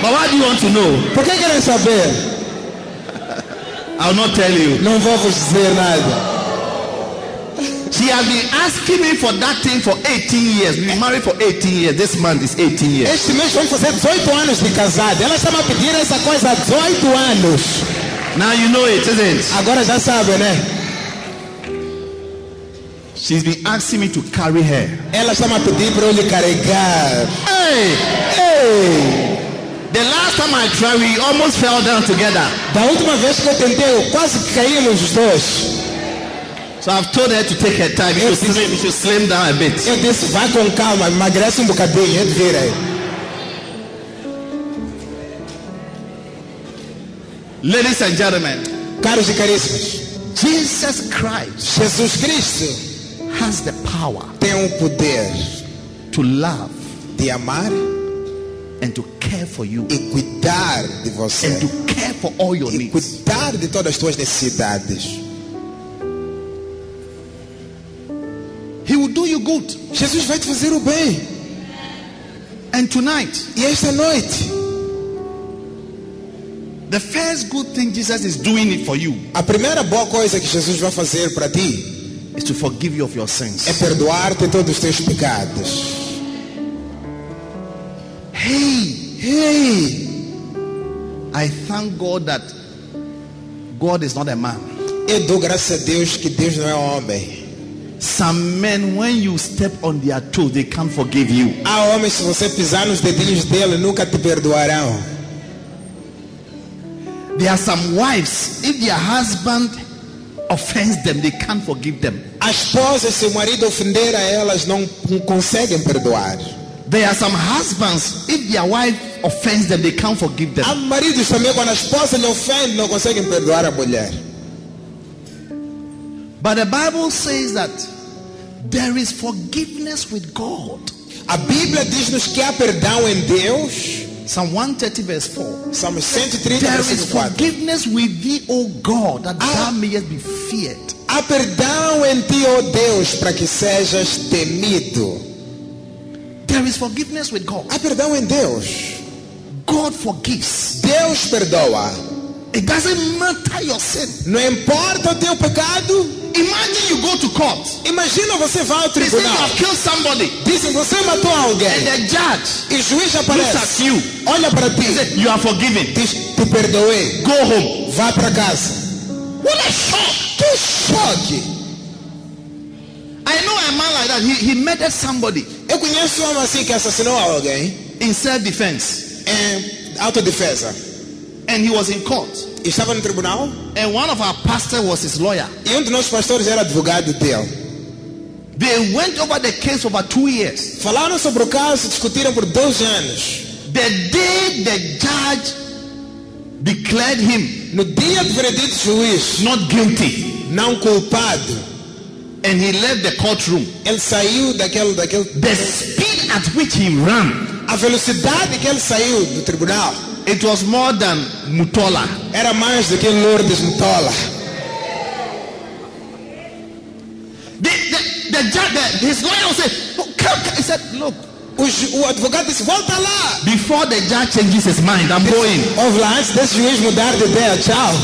[SPEAKER 2] But what do you want to know?
[SPEAKER 3] Por que querem saber?
[SPEAKER 2] I'll not tell you.
[SPEAKER 3] Não vou vos dizer nada.
[SPEAKER 2] She has been asking me for that thing for 18 years. We've been married for 18 years. This month is 18 years.
[SPEAKER 3] Este mês vamos fazer 18 anos de casado. Ela estava a pedir essa coisa há 18 anos.
[SPEAKER 2] Now you know it, isn't it?
[SPEAKER 3] Agora já sabem, né?
[SPEAKER 2] She's been asking me to carry her.
[SPEAKER 3] Ela está a pedir para eu lhe carregar.
[SPEAKER 2] Hey!
[SPEAKER 3] Ei!
[SPEAKER 2] The last time I tried, we almost fell down together.
[SPEAKER 3] Da última vez que eu tentei, eu quase que caímos os dois.
[SPEAKER 2] So I've told her to take her time. You should slim, you should slim down a bit.
[SPEAKER 3] Eu disse, vai com calma, emagrece um bocadinho, ele vira aí.
[SPEAKER 2] Ladies and gentlemen,
[SPEAKER 3] Caros e caríssimos,
[SPEAKER 2] Jesus Christ
[SPEAKER 3] Jesus Cristo
[SPEAKER 2] has the power
[SPEAKER 3] tem o poder
[SPEAKER 2] to love
[SPEAKER 3] de amar
[SPEAKER 2] and to care for you
[SPEAKER 3] e cuidar de
[SPEAKER 2] and
[SPEAKER 3] você.
[SPEAKER 2] to care for all your
[SPEAKER 3] E
[SPEAKER 2] needs.
[SPEAKER 3] cuidar de todas as tuas necessidades.
[SPEAKER 2] He will do you good.
[SPEAKER 3] Jesus vai te fazer o bem.
[SPEAKER 2] And tonight,
[SPEAKER 3] E esta noite,
[SPEAKER 2] the first good thing Jesus is doing it for you
[SPEAKER 3] a primeira boa coisa que Jesus vai fazer para ti
[SPEAKER 2] is to forgive you of your
[SPEAKER 3] é
[SPEAKER 2] sins.
[SPEAKER 3] perdoar-te todos os teus pecados.
[SPEAKER 2] Hey,
[SPEAKER 3] Ei,
[SPEAKER 2] I thank God that God is not a man.
[SPEAKER 3] eu dou graças a Deus que Deus não é homem.
[SPEAKER 2] Some men, when you step on their toe, they can't forgive you.
[SPEAKER 3] Há homens, se você pisar nos dedinhos dele, nunca te perdoarão.
[SPEAKER 2] There are some wives, if their husband offends them, they can't forgive them.
[SPEAKER 3] As esposas, se o marido ofender a elas, não conseguem perdoar.
[SPEAKER 2] There are some husbands, if their wife offends them, they can't forgive them.
[SPEAKER 3] Há maridos também, quando a esposa lhe ofende, não conseguem perdoar a mulher.
[SPEAKER 2] But the Bible says that there is forgiveness with God.
[SPEAKER 3] A Bíblia diz-nos que há perdão em Deus.
[SPEAKER 2] Psalm 130 verse 4.
[SPEAKER 3] Salmos 130,
[SPEAKER 2] There is
[SPEAKER 3] versículo 4.
[SPEAKER 2] forgiveness with thee, O God, that
[SPEAKER 3] Ah.
[SPEAKER 2] thou mayest be feared.
[SPEAKER 3] Há perdão em ti, ó Deus, para que sejas temido.
[SPEAKER 2] There is forgiveness with God.
[SPEAKER 3] Há perdão em Deus.
[SPEAKER 2] God forgives.
[SPEAKER 3] Deus perdoa.
[SPEAKER 2] It doesn't matter your sin.
[SPEAKER 3] Não importa o teu pecado.
[SPEAKER 2] Imagine you go to court.
[SPEAKER 3] Imagina você vai ao
[SPEAKER 2] They say you
[SPEAKER 3] tribunal,
[SPEAKER 2] have killed somebody.
[SPEAKER 3] dizem você matou
[SPEAKER 2] And
[SPEAKER 3] alguém,
[SPEAKER 2] the judge
[SPEAKER 3] e o juiz
[SPEAKER 2] looks
[SPEAKER 3] aparece,
[SPEAKER 2] at you.
[SPEAKER 3] olha para
[SPEAKER 2] He
[SPEAKER 3] ti,
[SPEAKER 2] said, You are forgiven.
[SPEAKER 3] diz te perdoei,
[SPEAKER 2] Go home.
[SPEAKER 3] vá para casa.
[SPEAKER 2] What a shock.
[SPEAKER 3] Que choque!
[SPEAKER 2] I know a man like that. He, he murdered somebody
[SPEAKER 3] Eu conheço um homem assim que assassinou alguém
[SPEAKER 2] in self-defense.
[SPEAKER 3] em autodefesa.
[SPEAKER 2] And he was in court.
[SPEAKER 3] Estava no tribunal
[SPEAKER 2] And one of our pastors was his lawyer.
[SPEAKER 3] e um de nossos pastores era advogado dele.
[SPEAKER 2] They went over the case over two years.
[SPEAKER 3] Falaram sobre o caso, discutiram por 12 anos.
[SPEAKER 2] The day the judge declared him
[SPEAKER 3] No dia do veredito, juiz,
[SPEAKER 2] not guilty
[SPEAKER 3] não culpado,
[SPEAKER 2] and he left the courtroom,
[SPEAKER 3] ele saiu daquele, daquele.
[SPEAKER 2] the speed at which he ran,
[SPEAKER 3] A velocidade que ele saiu do tribunal
[SPEAKER 2] it was more than Mutola.
[SPEAKER 3] era mais do que Lourdes Mutola.
[SPEAKER 2] The, the, the judge, the, his lawyer said, "Oh, come, come." He said, Look,
[SPEAKER 3] O, ju- o advogado disse, volta lá.
[SPEAKER 2] before the judge changes his mind, I'm going.
[SPEAKER 3] Ouve lá, antes desse juiz mudar de ideia, tchau.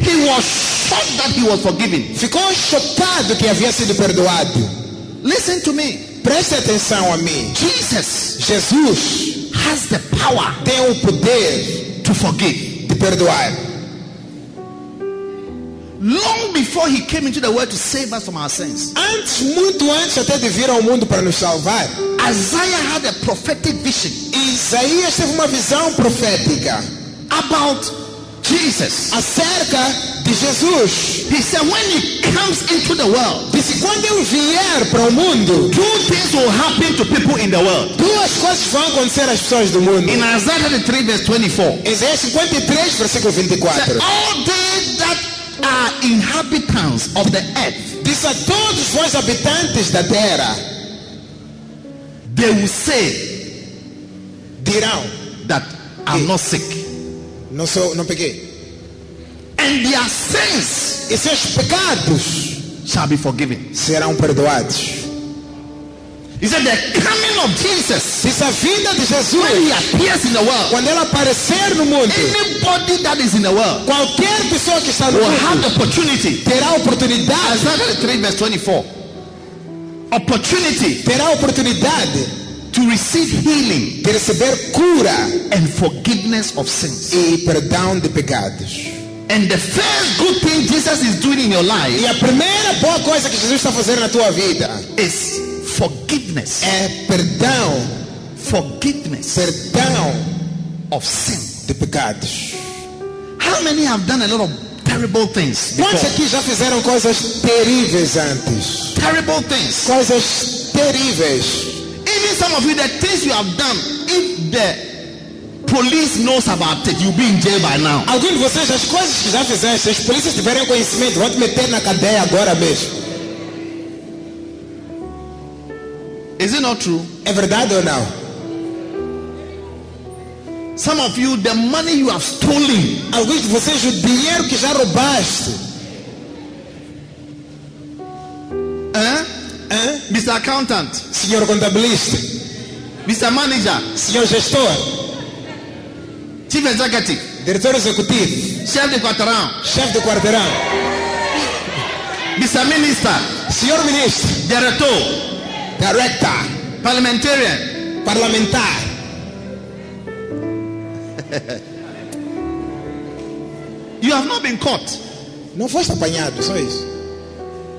[SPEAKER 2] He was shocked that he was forgiven.
[SPEAKER 3] Ficou chocado que havia sido perdoado.
[SPEAKER 2] Listen to me.
[SPEAKER 3] Preste atenção a mim.
[SPEAKER 2] Jesus
[SPEAKER 3] Jesus
[SPEAKER 2] has the power
[SPEAKER 3] tem o poder
[SPEAKER 2] to forgive.
[SPEAKER 3] de perdoar.
[SPEAKER 2] long before he came into the world to save us from our sins.
[SPEAKER 3] Antes, muito antes até de vir ao mundo para nos salvar,
[SPEAKER 2] Isaiah had a prophetic vision
[SPEAKER 3] Isaías teve uma visão profética
[SPEAKER 2] about Jesus.
[SPEAKER 3] acerca de Jesus.
[SPEAKER 2] He said, when he comes into the world,
[SPEAKER 3] Disse: quando eu vier para o mundo,
[SPEAKER 2] two things will happen to people in the world.
[SPEAKER 3] duas coisas vão acontecer às pessoas do mundo.
[SPEAKER 2] In Isaiah 33, verse 24,
[SPEAKER 3] Isaías 53, versículo
[SPEAKER 2] said,
[SPEAKER 3] 24.
[SPEAKER 2] all they that are inhabitants of the earth,
[SPEAKER 3] Diz a todos vós habitantes da terra,
[SPEAKER 2] they will say
[SPEAKER 3] dirão,
[SPEAKER 2] that I'm not sick.
[SPEAKER 3] não sou, não peguei.
[SPEAKER 2] And their sins
[SPEAKER 3] E seus pecados
[SPEAKER 2] shall be forgiven.
[SPEAKER 3] serão perdoados.
[SPEAKER 2] He said, the coming of Jesus,
[SPEAKER 3] Diz a vinda de
[SPEAKER 2] when he
[SPEAKER 3] Jesus,
[SPEAKER 2] appears in the world,
[SPEAKER 3] quando ela aparecer no mundo,
[SPEAKER 2] Anybody that is in the world
[SPEAKER 3] qualquer pessoa que está no
[SPEAKER 2] will have
[SPEAKER 3] mundo
[SPEAKER 2] the opportunity.
[SPEAKER 3] terá oportunidade,
[SPEAKER 2] Isaiah 3 verse 24. Opportunity
[SPEAKER 3] terá oportunidade
[SPEAKER 2] to receive healing
[SPEAKER 3] de receber cura
[SPEAKER 2] and forgiveness of sins.
[SPEAKER 3] e perdão de pecados.
[SPEAKER 2] And the first good thing Jesus is doing in your
[SPEAKER 3] E
[SPEAKER 2] life
[SPEAKER 3] a primeira boa coisa que Jesus está a fazer na tua vida
[SPEAKER 2] is forgiveness.
[SPEAKER 3] é perdão,
[SPEAKER 2] Forgiveness
[SPEAKER 3] perdão
[SPEAKER 2] of sin.
[SPEAKER 3] de pecados.
[SPEAKER 2] How many have done a lot of terrible things
[SPEAKER 3] Quantos
[SPEAKER 2] before?
[SPEAKER 3] aqui já fizeram coisas terríveis antes?
[SPEAKER 2] Terrible things.
[SPEAKER 3] Coisas terríveis.
[SPEAKER 2] Even some of you, the things you have done, if the police knows about it, you'll be in jail by now.
[SPEAKER 3] Alguns de vocês, as coisas que já fizeram, se as polícias tiverem conhecimento, vão te meter na cadeia agora mesmo.
[SPEAKER 2] Is it not true?
[SPEAKER 3] É verdade ou não?
[SPEAKER 2] Some of you, the money you have stolen,
[SPEAKER 3] Alguns de vocês, o dinheiro que já roubaste,
[SPEAKER 2] eh?
[SPEAKER 3] hã?
[SPEAKER 2] Mr. Accountant,
[SPEAKER 3] senhor contabilista,
[SPEAKER 2] Mr. Manager,
[SPEAKER 3] senhor gestor,
[SPEAKER 2] Chief Executive,
[SPEAKER 3] diretor executivo,
[SPEAKER 2] Chef de Quaterão,
[SPEAKER 3] chefe do quarteirão,
[SPEAKER 2] Mr. Minister,
[SPEAKER 3] senhor ministro,
[SPEAKER 2] Diretor,
[SPEAKER 3] director,
[SPEAKER 2] Parliamentarian,
[SPEAKER 3] parlamentar,
[SPEAKER 2] you have not been caught.
[SPEAKER 3] não foste apanhado, só isso.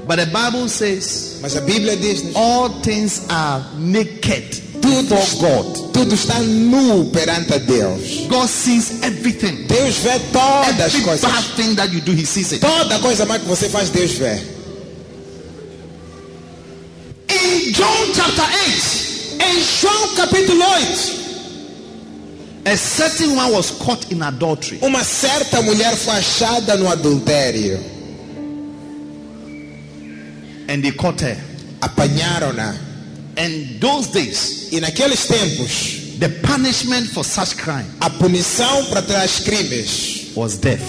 [SPEAKER 2] But the Bible says,
[SPEAKER 3] Mas a Bíblia diz: né?
[SPEAKER 2] all things are naked.
[SPEAKER 3] tudo, tudo está nu perante a Deus.
[SPEAKER 2] God sees everything.
[SPEAKER 3] Deus vê todas as
[SPEAKER 2] Every
[SPEAKER 3] coisas.
[SPEAKER 2] bad thing that you do, He sees it.
[SPEAKER 3] Toda coisa má que você faz, Deus vê.
[SPEAKER 2] In John chapter 8,
[SPEAKER 3] Em João capítulo 8,
[SPEAKER 2] a certain one was caught in adultery.
[SPEAKER 3] uma certa mulher foi achada no adultério.
[SPEAKER 2] And they caught her.
[SPEAKER 3] Apanharam-na.
[SPEAKER 2] And those days,
[SPEAKER 3] E naqueles tempos,
[SPEAKER 2] the punishment for such crime
[SPEAKER 3] a punição para tais crimes
[SPEAKER 2] was death.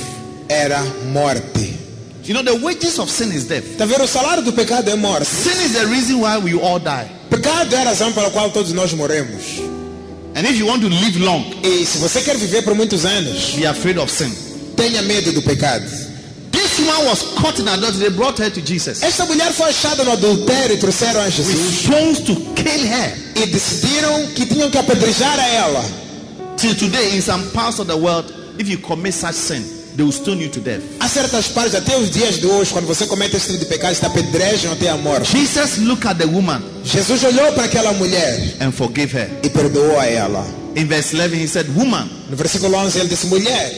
[SPEAKER 3] era morte.
[SPEAKER 2] You know, the wages of sin is death.
[SPEAKER 3] Está vendo? O salário do pecado é morte.
[SPEAKER 2] Sin is the reason why we all die.
[SPEAKER 3] Pecado é a razão pela qual todos nós morremos.
[SPEAKER 2] And if you want to live long,
[SPEAKER 3] E se você quer viver por muitos anos,
[SPEAKER 2] be afraid of sin.
[SPEAKER 3] tenha medo do pecado.
[SPEAKER 2] This woman was caught in adultery. They brought her to Jesus.
[SPEAKER 3] Esta mulher foi achada no adultério e trouxeram a
[SPEAKER 2] With
[SPEAKER 3] Jesus.
[SPEAKER 2] stones to kill her.
[SPEAKER 3] E decidiram que tinham que apedrejar a ela.
[SPEAKER 2] Till today, in some parts of the world, if you commit such sin, they will stone you to death.
[SPEAKER 3] Há certas partes, até os dias de hoje, quando você comete esse tipo de pecado, te apedrejam até a morte.
[SPEAKER 2] Jesus looked at the woman
[SPEAKER 3] Jesus olhou para aquela mulher
[SPEAKER 2] and forgave her.
[SPEAKER 3] e perdoou a ela.
[SPEAKER 2] In verse 11, he said, Woman,
[SPEAKER 3] No versículo 11, ele disse: Mulher,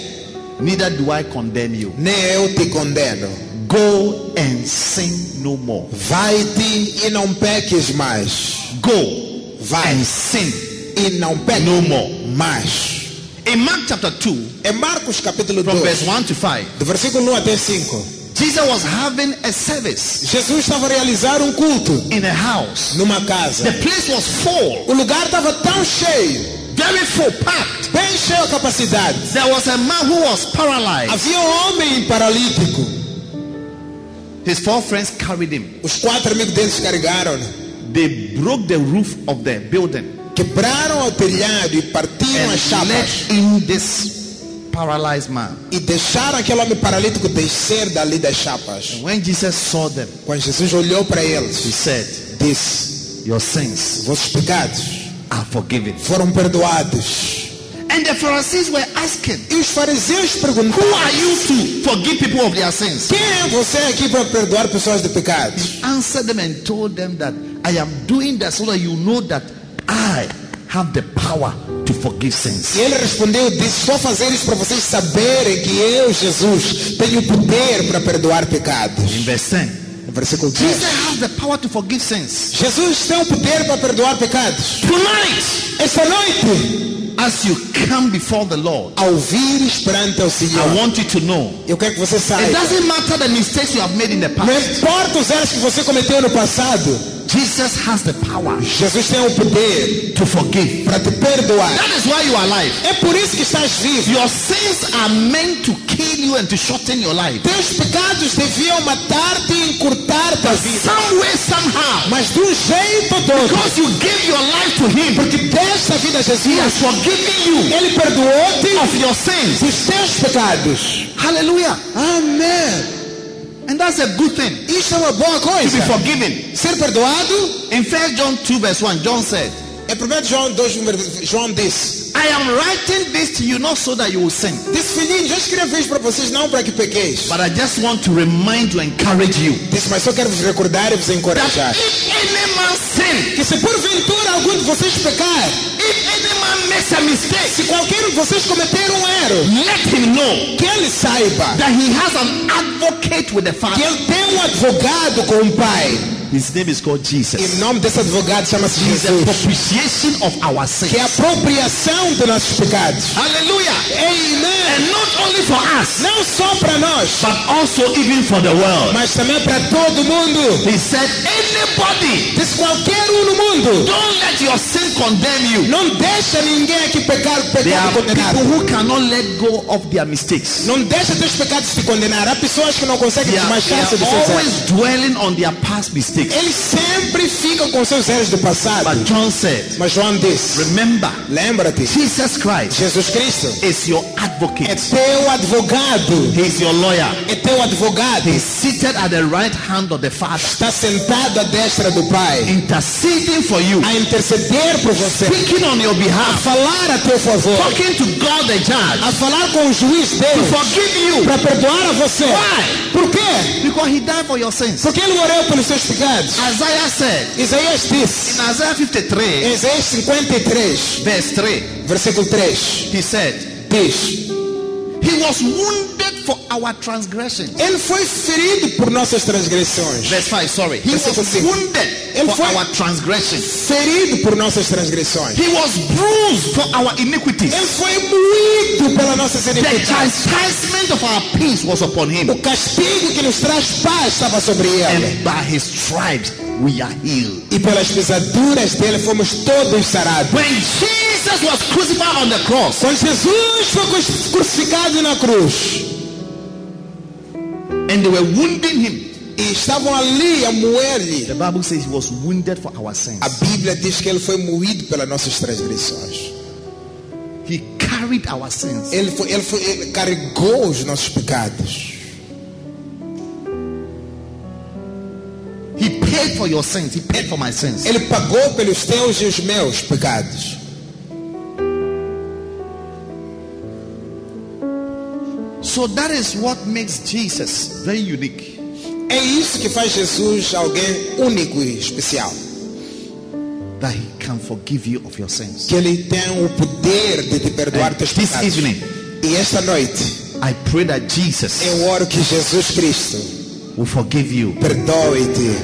[SPEAKER 2] neither do I condemn you.
[SPEAKER 3] nem eu te condeno.
[SPEAKER 2] Go and sin no more.
[SPEAKER 3] Vai-te e não peques mais.
[SPEAKER 2] Go
[SPEAKER 3] Vai
[SPEAKER 2] and sin
[SPEAKER 3] e não peques
[SPEAKER 2] no more.
[SPEAKER 3] mais.
[SPEAKER 2] In Mark chapter 2,
[SPEAKER 3] É Marcos capítulo
[SPEAKER 2] from
[SPEAKER 3] 2,
[SPEAKER 2] verse 1 to 5
[SPEAKER 3] do versículo 1 até 5.
[SPEAKER 2] jesus was having a service
[SPEAKER 3] Jesus estava a realizar um culto
[SPEAKER 2] in a house
[SPEAKER 3] numa
[SPEAKER 2] the
[SPEAKER 3] casa.
[SPEAKER 2] place was full
[SPEAKER 3] O lugar estava tão cheio,
[SPEAKER 2] very full packed
[SPEAKER 3] bem cheio a capacidade.
[SPEAKER 2] there was a man who was paralyzed
[SPEAKER 3] Havia um homem paralítico.
[SPEAKER 2] his four friends carried him
[SPEAKER 3] Os quatro amigos deles carregaram
[SPEAKER 2] they broke the roof of the building
[SPEAKER 3] quebraram o telhado e partiram as
[SPEAKER 2] and
[SPEAKER 3] chapas
[SPEAKER 2] let in this paralyzed man
[SPEAKER 3] e deixaram aquele homem paralítico descer dali das chapas.
[SPEAKER 2] when jesus saw them
[SPEAKER 3] Quando Jesus olhou para
[SPEAKER 2] he
[SPEAKER 3] eles,
[SPEAKER 2] said
[SPEAKER 3] disse:
[SPEAKER 2] your sins
[SPEAKER 3] Vossos pecados
[SPEAKER 2] are forgiven
[SPEAKER 3] foram perdoados.
[SPEAKER 2] and And the Pharisees were asking,
[SPEAKER 3] E os fariseus
[SPEAKER 2] Who
[SPEAKER 3] perguntaram:
[SPEAKER 2] are you to forgive people of their sins?
[SPEAKER 3] Quem é você aqui para perdoar pessoas de pecados?
[SPEAKER 2] Answered them and told them that I am doing that so that you know that I have the power to forgive
[SPEAKER 3] E
[SPEAKER 2] sins.
[SPEAKER 3] ele respondeu e disse: Vou fazer isso para vocês saberem que eu, Jesus, tenho poder para perdoar pecados.
[SPEAKER 2] In verse 10,
[SPEAKER 3] Versículo 10.
[SPEAKER 2] Jesus has the power to forgive sins.
[SPEAKER 3] Jesus tem o poder para perdoar pecados.
[SPEAKER 2] Tonight,
[SPEAKER 3] Esta noite,
[SPEAKER 2] as you come before the Lord,
[SPEAKER 3] ao vires perante ao Senhor,
[SPEAKER 2] I want you to know
[SPEAKER 3] eu quero que você
[SPEAKER 2] it
[SPEAKER 3] saiba.
[SPEAKER 2] doesn't matter the mistakes you have made in the
[SPEAKER 3] Não
[SPEAKER 2] past,
[SPEAKER 3] importa os erros que você cometeu no passado,
[SPEAKER 2] Jesus has the power
[SPEAKER 3] Jesus tem o poder
[SPEAKER 2] to forgive.
[SPEAKER 3] para te perdoar.
[SPEAKER 2] That is why you are alive.
[SPEAKER 3] É por isso que estás vivo.
[SPEAKER 2] Your sins are meant to kill you and to shorten your life.
[SPEAKER 3] Teus pecados deviam matar-te e encurtar-te a vida.
[SPEAKER 2] Some way, somehow,
[SPEAKER 3] Mas de um jeito ou de outro,
[SPEAKER 2] because you gave your life to Him,
[SPEAKER 3] porque desta vida a
[SPEAKER 2] He
[SPEAKER 3] Jesus,
[SPEAKER 2] has forgiven you
[SPEAKER 3] Ele perdoou-te
[SPEAKER 2] of your sins.
[SPEAKER 3] dos teus pecados.
[SPEAKER 2] Hallelujah.
[SPEAKER 3] Amém.
[SPEAKER 2] And that's a good thing
[SPEAKER 3] Isto é uma boa
[SPEAKER 2] to be
[SPEAKER 3] coisa.
[SPEAKER 2] forgiven.
[SPEAKER 3] Ser perdoado
[SPEAKER 2] In 1 John 2, verse 1, John said,
[SPEAKER 3] é primeiro João 2, número- João disse.
[SPEAKER 2] I am writing this to you not so that you will sin,
[SPEAKER 3] Disse, filhinho, já escrevi isto para vocês não para que pequeis.
[SPEAKER 2] but I just want to remind you, encourage you
[SPEAKER 3] Disse, mas só quero vos recordar e vos
[SPEAKER 2] that
[SPEAKER 3] encorajar.
[SPEAKER 2] if any man sin,
[SPEAKER 3] Que se porventura algum de vocês pecar,
[SPEAKER 2] if any man makes a
[SPEAKER 3] se
[SPEAKER 2] mistake,
[SPEAKER 3] qualquer um de vocês cometer um erro,
[SPEAKER 2] let him know
[SPEAKER 3] que ele saiba
[SPEAKER 2] that he has an advocate with the
[SPEAKER 3] que
[SPEAKER 2] Father.
[SPEAKER 3] ele tem um advogado com o Pai.
[SPEAKER 2] His name is called
[SPEAKER 3] E
[SPEAKER 2] Jesus.
[SPEAKER 3] o nome desse advogado chama-se
[SPEAKER 2] He's the
[SPEAKER 3] Jesus.
[SPEAKER 2] propitiation of our
[SPEAKER 3] Que é a
[SPEAKER 2] sins.
[SPEAKER 3] apropriação de nossos pecados.
[SPEAKER 2] Hallelujah.
[SPEAKER 3] Amém.
[SPEAKER 2] And É not only for us,
[SPEAKER 3] Não só para nós,
[SPEAKER 2] but also even for the world.
[SPEAKER 3] mas também para todo mundo.
[SPEAKER 2] He said, anybody,
[SPEAKER 3] Disse qualquer um no mundo.
[SPEAKER 2] don't let your sin condemn you.
[SPEAKER 3] Não deixa ninguém aqui pecar o
[SPEAKER 2] There are
[SPEAKER 3] pecado
[SPEAKER 2] people
[SPEAKER 3] condenado.
[SPEAKER 2] who cannot let go of their mistakes.
[SPEAKER 3] Não deixa teus pecados te condenar. Há pessoas que não conseguem
[SPEAKER 2] They are,
[SPEAKER 3] tomar
[SPEAKER 2] they
[SPEAKER 3] chance de
[SPEAKER 2] are
[SPEAKER 3] seus erros.
[SPEAKER 2] always dwelling on their past mistakes.
[SPEAKER 3] Eles sempre ficam com seus erros do
[SPEAKER 2] But
[SPEAKER 3] passado.
[SPEAKER 2] John said,
[SPEAKER 3] Mas João disse:
[SPEAKER 2] remember,
[SPEAKER 3] Lembra-te,
[SPEAKER 2] Jesus Christ
[SPEAKER 3] Jesus Cristo
[SPEAKER 2] is your
[SPEAKER 3] é
[SPEAKER 2] advocate.
[SPEAKER 3] teu advogado.
[SPEAKER 2] He is your lawyer.
[SPEAKER 3] É teu advogado.
[SPEAKER 2] He's seated at the right hand of the Father,
[SPEAKER 3] Está sentado à destra do Pai
[SPEAKER 2] interceding for you,
[SPEAKER 3] a interceder por você,
[SPEAKER 2] speaking on your
[SPEAKER 3] a
[SPEAKER 2] behalf,
[SPEAKER 3] falar a teu favor,
[SPEAKER 2] talking to God the judge,
[SPEAKER 3] a falar com o juiz
[SPEAKER 2] to
[SPEAKER 3] Deus
[SPEAKER 2] forgive you.
[SPEAKER 3] para perdoar a você.
[SPEAKER 2] Why?
[SPEAKER 3] Por quê?
[SPEAKER 2] Because he died for your sins.
[SPEAKER 3] Porque ele morreu pelos seus pecados.
[SPEAKER 2] Isaiah said
[SPEAKER 3] Isaías disse,
[SPEAKER 2] in Isaiah 53,
[SPEAKER 3] em Isaías 53,
[SPEAKER 2] verse 3,
[SPEAKER 3] versículo 3,
[SPEAKER 2] he said,
[SPEAKER 3] diz:
[SPEAKER 2] He was wounded for our transgression.
[SPEAKER 3] Ele foi ferido por nossas transgressões.
[SPEAKER 2] Verse 5, sorry. He
[SPEAKER 3] Verse
[SPEAKER 2] was
[SPEAKER 3] six.
[SPEAKER 2] wounded
[SPEAKER 3] And
[SPEAKER 2] for
[SPEAKER 3] for-
[SPEAKER 2] our transgression.
[SPEAKER 3] ferido por nossas transgressões.
[SPEAKER 2] He was bruised for our iniquities.
[SPEAKER 3] Ele foi moído pelas nossas
[SPEAKER 2] The
[SPEAKER 3] iniquidades.
[SPEAKER 2] chastisement of our peace was upon him.
[SPEAKER 3] O castigo que nos traz paz estava sobre ele.
[SPEAKER 2] And by his stripes we are healed.
[SPEAKER 3] E pelas pisaduras dele fomos todos sarados.
[SPEAKER 2] When Jesus was crucified on the cross,
[SPEAKER 3] Quando Jesus foi cru- crucificado na cruz
[SPEAKER 2] and they were wounding him,
[SPEAKER 3] e estavam ali a moer-lhe,
[SPEAKER 2] the Bible says he was wounded for our
[SPEAKER 3] a
[SPEAKER 2] sins.
[SPEAKER 3] Bíblia diz que ele foi moído pelas nossas transgressões.
[SPEAKER 2] He carried our sins.
[SPEAKER 3] Ele, foi, ele, foi, ele carregou os nossos pecados.
[SPEAKER 2] He paid for your sins. He paid for my sins.
[SPEAKER 3] Ele pagou pelos teus e os meus pecados.
[SPEAKER 2] So that is what makes Jesus very unique.
[SPEAKER 3] É isso que faz Jesus alguém único e especial.
[SPEAKER 2] That he can forgive you of your sins.
[SPEAKER 3] que Ele tem o poder de te perdoar
[SPEAKER 2] And
[SPEAKER 3] teus
[SPEAKER 2] this
[SPEAKER 3] pecados.
[SPEAKER 2] evening,
[SPEAKER 3] E esta noite,
[SPEAKER 2] I pray that Jesus
[SPEAKER 3] eu oro que Jesus Cristo
[SPEAKER 2] will forgive you
[SPEAKER 3] perdoe-te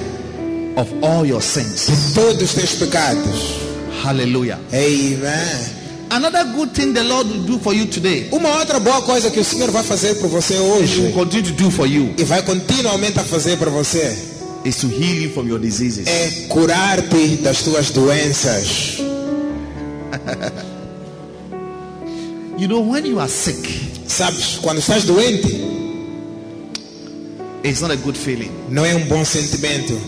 [SPEAKER 2] of all your sins.
[SPEAKER 3] todos os teus pecados.
[SPEAKER 2] Hallelujah.
[SPEAKER 3] Amém.
[SPEAKER 2] Another good thing the Lord will do for you today,
[SPEAKER 3] Uma outra boa coisa que o Senhor vai fazer por você
[SPEAKER 2] He will
[SPEAKER 3] hoje
[SPEAKER 2] continue to do for you,
[SPEAKER 3] e vai continuamente a fazer para você
[SPEAKER 2] is to heal you from your diseases.
[SPEAKER 3] é curar-te das tuas doenças.
[SPEAKER 2] You know, when you are sick,
[SPEAKER 3] Sabes, quando estás doente,
[SPEAKER 2] it's not a good feeling.
[SPEAKER 3] não é um bom sentimento.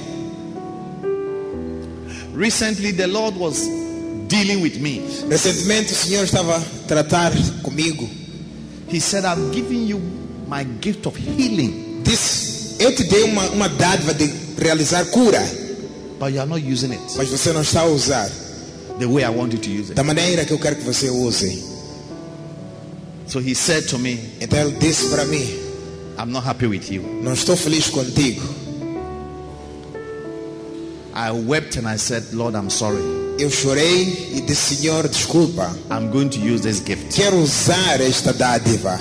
[SPEAKER 2] Recently, the Lord was dealing with me.
[SPEAKER 3] Recentemente o Senhor estava a tratar comigo.
[SPEAKER 2] He said, I'm giving you my gift of healing,
[SPEAKER 3] Disse, eu te dei uma, uma dádiva de realizar cura.
[SPEAKER 2] but you are not using it
[SPEAKER 3] mas você não está a usar
[SPEAKER 2] the way I want you to use it.
[SPEAKER 3] da maneira que eu quero que você use.
[SPEAKER 2] So he said to me,
[SPEAKER 3] Então ele disse para mim:
[SPEAKER 2] I'm not happy with you.
[SPEAKER 3] Não estou feliz contigo.
[SPEAKER 2] I wept and I said, Lord, I'm sorry.
[SPEAKER 3] Eu chorei e disse: Senhor, desculpa.
[SPEAKER 2] I'm going to use this gift.
[SPEAKER 3] Quero usar esta dádiva.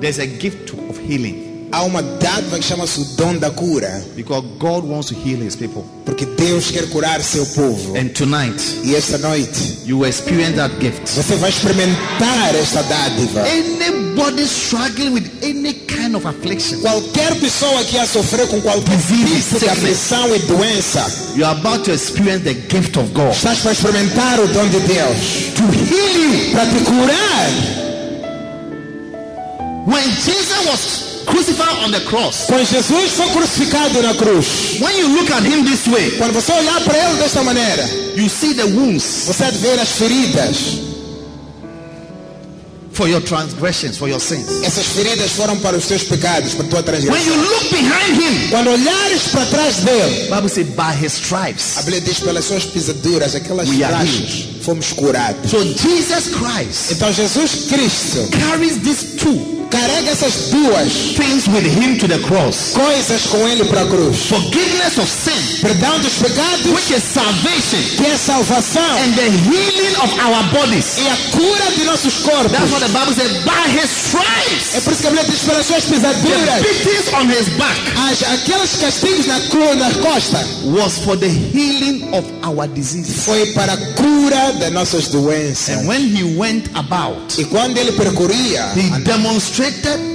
[SPEAKER 2] There's a gift of healing
[SPEAKER 3] Há uma dádiva que chama-se o dom da cura.
[SPEAKER 2] because God wants to heal his people.
[SPEAKER 3] Porque Deus quer curar seu povo.
[SPEAKER 2] And tonight,
[SPEAKER 3] E esta noite
[SPEAKER 2] you will experience that gift.
[SPEAKER 3] você vai experimentar esta dádiva.
[SPEAKER 2] Anybody struggling with any kind of affliction,
[SPEAKER 3] Qualquer pessoa que ia sofrer com qualquer tipo de aflição e doença,
[SPEAKER 2] you are about to experience the gift of God
[SPEAKER 3] estás para experimentar o dom de Deus.
[SPEAKER 2] to heal you.
[SPEAKER 3] Para te curar.
[SPEAKER 2] When Jesus was crucified on the cross,
[SPEAKER 3] Quando Jesus foi crucificado na cruz,
[SPEAKER 2] when you look at him this way,
[SPEAKER 3] quando você olhar para ele desta maneira,
[SPEAKER 2] you see the wounds
[SPEAKER 3] você há de ver as feridas.
[SPEAKER 2] for your transgressions, for your sins.
[SPEAKER 3] Essas feridas foram para os seus pecados, para a tua transgressão.
[SPEAKER 2] When you look behind him,
[SPEAKER 3] Quando olhares para trás dele,
[SPEAKER 2] Bible says, by his
[SPEAKER 3] a
[SPEAKER 2] stripes.
[SPEAKER 3] Bíblia diz pelas suas pisaduras, aquelas
[SPEAKER 2] We are
[SPEAKER 3] trachas, fomos curados.
[SPEAKER 2] So Jesus Christ
[SPEAKER 3] Então Jesus Cristo
[SPEAKER 2] carries these two
[SPEAKER 3] carrega essas duas
[SPEAKER 2] things with him to the cross.
[SPEAKER 3] coisas com ele para a cruz.
[SPEAKER 2] Forgiveness of sin,
[SPEAKER 3] Perdão dos pecados,
[SPEAKER 2] which is salvation,
[SPEAKER 3] que é salvação,
[SPEAKER 2] and the healing of our bodies.
[SPEAKER 3] e a cura de nossos
[SPEAKER 2] That's
[SPEAKER 3] corpos.
[SPEAKER 2] what the Bible says, by his stripes.
[SPEAKER 3] É por isso que a Bíblia diz pelas suas
[SPEAKER 2] The
[SPEAKER 3] pisaduras,
[SPEAKER 2] beatings on his back
[SPEAKER 3] as, aqueles castigos na, cru, na costa,
[SPEAKER 2] was for the healing of our disease.
[SPEAKER 3] foi para a cura das nossas doenças.
[SPEAKER 2] And when he went about,
[SPEAKER 3] E quando ele percorria,
[SPEAKER 2] he demonstrated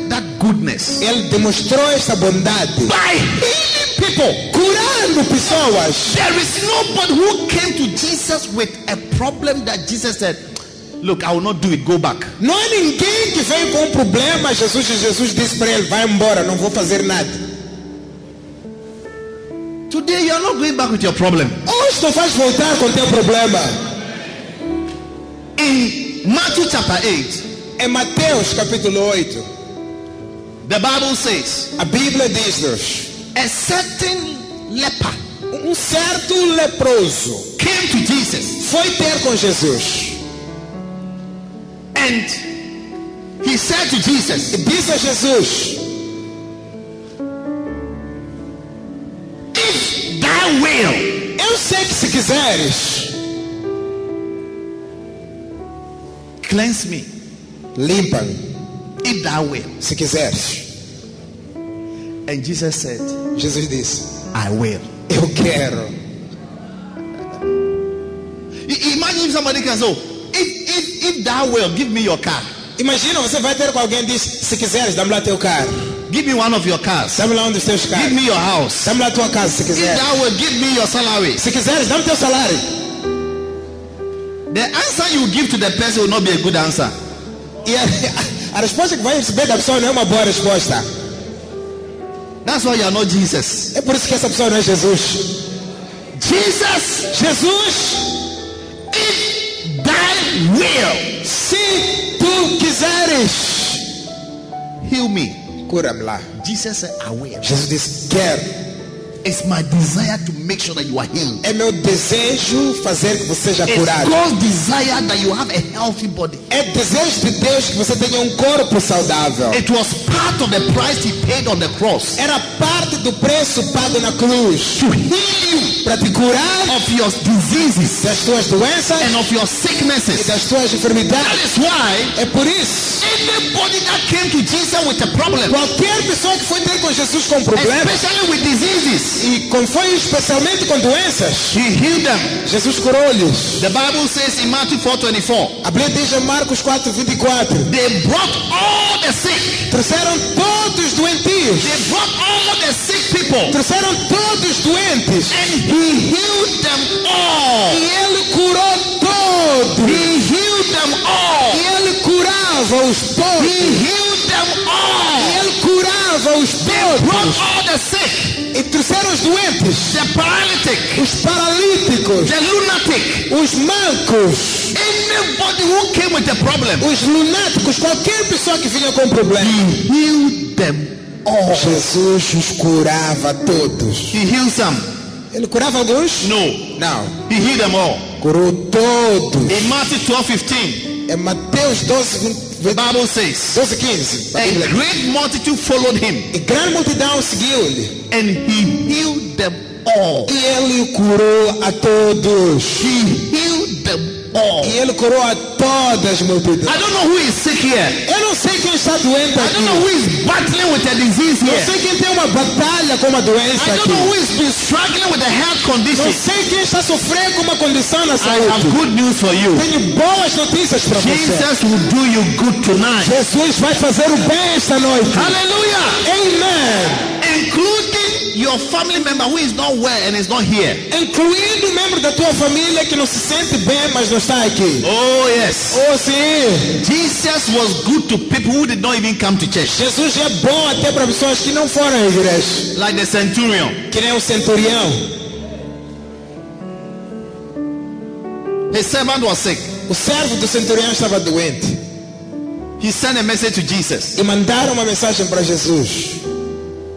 [SPEAKER 2] that goodness
[SPEAKER 3] ele demonstrou esta bondade,
[SPEAKER 2] by healing people.
[SPEAKER 3] curando pessoas.
[SPEAKER 2] There is nobody who came to Jesus with a problem that Jesus said, Look, I will not do it, go back.
[SPEAKER 3] Não há ninguém que veio com um problema. Jesus, Jesus disse para ele: vai embora, não vou fazer nada.
[SPEAKER 2] Today you are not going back with your problem.
[SPEAKER 3] Hoje tu vais voltar com o teu problema.
[SPEAKER 2] In Matthew chapter 8,
[SPEAKER 3] Em É Mateus capítulo 8,
[SPEAKER 2] the Bible says,
[SPEAKER 3] a Bíblia diz-nos:
[SPEAKER 2] A certain leper
[SPEAKER 3] um certo leproso
[SPEAKER 2] came to Jesus
[SPEAKER 3] foi ter com Jesus
[SPEAKER 2] and he said to Jesus,
[SPEAKER 3] e disse a Jesus:
[SPEAKER 2] If thou will,
[SPEAKER 3] Eu sei que se quiseres,
[SPEAKER 2] cleanse me.
[SPEAKER 3] limpa-me,
[SPEAKER 2] If thou will.
[SPEAKER 3] se quiseres.
[SPEAKER 2] And Jesus said,
[SPEAKER 3] Jesus disse:
[SPEAKER 2] I will.
[SPEAKER 3] Eu quero.
[SPEAKER 2] I- Imagine if somebody can say, "Oh, if, if, if thou will, give me your car.
[SPEAKER 3] Imagina, você vai ter com alguém e diz: Se quiseres, dá-me lá teu carro,
[SPEAKER 2] Give me one of your cars.
[SPEAKER 3] dá-me lá um dos teus
[SPEAKER 2] Give
[SPEAKER 3] carros,
[SPEAKER 2] me your house.
[SPEAKER 3] dá-me lá a tua casa, se
[SPEAKER 2] If
[SPEAKER 3] quiseres.
[SPEAKER 2] thou will, give me your salary.
[SPEAKER 3] Se quiseres, dá-me teu salário.
[SPEAKER 2] The answer you give to the person will not be a good answer.
[SPEAKER 3] E a, a resposta que vai receber da pessoa não é uma boa resposta.
[SPEAKER 2] That's why you are not Jesus.
[SPEAKER 3] É por isso que essa pessoa não é Jesus.
[SPEAKER 2] Jesus,
[SPEAKER 3] Jesus,
[SPEAKER 2] if thy will,
[SPEAKER 3] se tu quiseres,
[SPEAKER 2] heal me.
[SPEAKER 3] cura-me lá.
[SPEAKER 2] Jesus said, I will.
[SPEAKER 3] Jesus disse, quero.
[SPEAKER 2] It's my desire to make sure that you are healed.
[SPEAKER 3] É meu desejo fazer que você seja
[SPEAKER 2] It's
[SPEAKER 3] curado.
[SPEAKER 2] God's desire that you have a healthy body.
[SPEAKER 3] É desejo de Deus que você tenha um corpo saudável.
[SPEAKER 2] It was part of the price he paid on the cross
[SPEAKER 3] Era parte do preço pago na cruz
[SPEAKER 2] to heal you
[SPEAKER 3] para te curar
[SPEAKER 2] of your diseases
[SPEAKER 3] das tuas doenças
[SPEAKER 2] and of your
[SPEAKER 3] e
[SPEAKER 2] sicknesses.
[SPEAKER 3] das tuas
[SPEAKER 2] É That
[SPEAKER 3] enfermidades.
[SPEAKER 2] is why
[SPEAKER 3] É por isso.
[SPEAKER 2] anybody that came to Jesus with a problem,
[SPEAKER 3] Qualquer pessoa que foi ter com Jesus com problemas,
[SPEAKER 2] especially with diseases,
[SPEAKER 3] E com, foi especialmente com doenças.
[SPEAKER 2] he healed them.
[SPEAKER 3] Jesus curou-lhes.
[SPEAKER 2] The Bible says in Matthew 4:24,
[SPEAKER 3] A Bíblia diz em Marcos 4, 24.
[SPEAKER 2] they brought all the sick.
[SPEAKER 3] Trouxeram todos os doentios.
[SPEAKER 2] They brought all the sick people
[SPEAKER 3] Trouxeram todos os doentes.
[SPEAKER 2] and he healed them
[SPEAKER 3] E
[SPEAKER 2] all.
[SPEAKER 3] ele curou todos.
[SPEAKER 2] He healed them all.
[SPEAKER 3] E ele curava os
[SPEAKER 2] He
[SPEAKER 3] pobres.
[SPEAKER 2] healed them
[SPEAKER 3] E
[SPEAKER 2] all.
[SPEAKER 3] ele curava os
[SPEAKER 2] Brought
[SPEAKER 3] pobres.
[SPEAKER 2] all the sick,
[SPEAKER 3] E trouxeram os doentes.
[SPEAKER 2] the paralytic,
[SPEAKER 3] Os paralíticos.
[SPEAKER 2] the lunatic,
[SPEAKER 3] Os mancos.
[SPEAKER 2] anybody who came with a problem.
[SPEAKER 3] Os lunáticos. Qualquer pessoa que vinha com problema.
[SPEAKER 2] He healed them all.
[SPEAKER 3] Jesus os curava todos.
[SPEAKER 2] He healed some.
[SPEAKER 3] Ele curava alguns?
[SPEAKER 2] No.
[SPEAKER 3] Não.
[SPEAKER 2] He healed them all.
[SPEAKER 3] Curou todos.
[SPEAKER 2] In Matthew 12 15,
[SPEAKER 3] É Mateus 12, 20,
[SPEAKER 2] The Bible says,
[SPEAKER 3] 12 15. A
[SPEAKER 2] a
[SPEAKER 3] Bíblia diz,
[SPEAKER 2] great multitude followed him,
[SPEAKER 3] E grande multidão seguiu-lhe.
[SPEAKER 2] and he healed them all.
[SPEAKER 3] E ele curou a todos.
[SPEAKER 2] He healed them all.
[SPEAKER 3] E ele curou a todas as multidões.
[SPEAKER 2] I don't know who is sick here.
[SPEAKER 3] Eu não sei quem está doente
[SPEAKER 2] I don't know
[SPEAKER 3] aqui.
[SPEAKER 2] who is battling with a disease
[SPEAKER 3] Não
[SPEAKER 2] here.
[SPEAKER 3] sei quem tem uma batalha com uma doença
[SPEAKER 2] I don't know who
[SPEAKER 3] aqui.
[SPEAKER 2] is been struggling with a health
[SPEAKER 3] Não
[SPEAKER 2] condition.
[SPEAKER 3] sei quem está sofrendo com uma condição na
[SPEAKER 2] I have
[SPEAKER 3] saúde.
[SPEAKER 2] good news for you.
[SPEAKER 3] Tenho boas notícias para você.
[SPEAKER 2] Jesus will do you good tonight.
[SPEAKER 3] Jesus vai fazer o bem esta noite.
[SPEAKER 2] Hallelujah.
[SPEAKER 3] Amen.
[SPEAKER 2] Including your family member who is not well and is not here.
[SPEAKER 3] Incluindo o membro da tua família que não se sente bem, mas não está aqui.
[SPEAKER 2] Oh, yes.
[SPEAKER 3] Oh, sim.
[SPEAKER 2] Jesus was good to people who did not even come to church.
[SPEAKER 3] Jesus é bom até para pessoas que não foram à igreja.
[SPEAKER 2] Like the centurion.
[SPEAKER 3] Que nem o centurião.
[SPEAKER 2] His servant was sick.
[SPEAKER 3] O servo do centurião estava doente.
[SPEAKER 2] He sent a message to Jesus.
[SPEAKER 3] E mandaram uma mensagem para Jesus.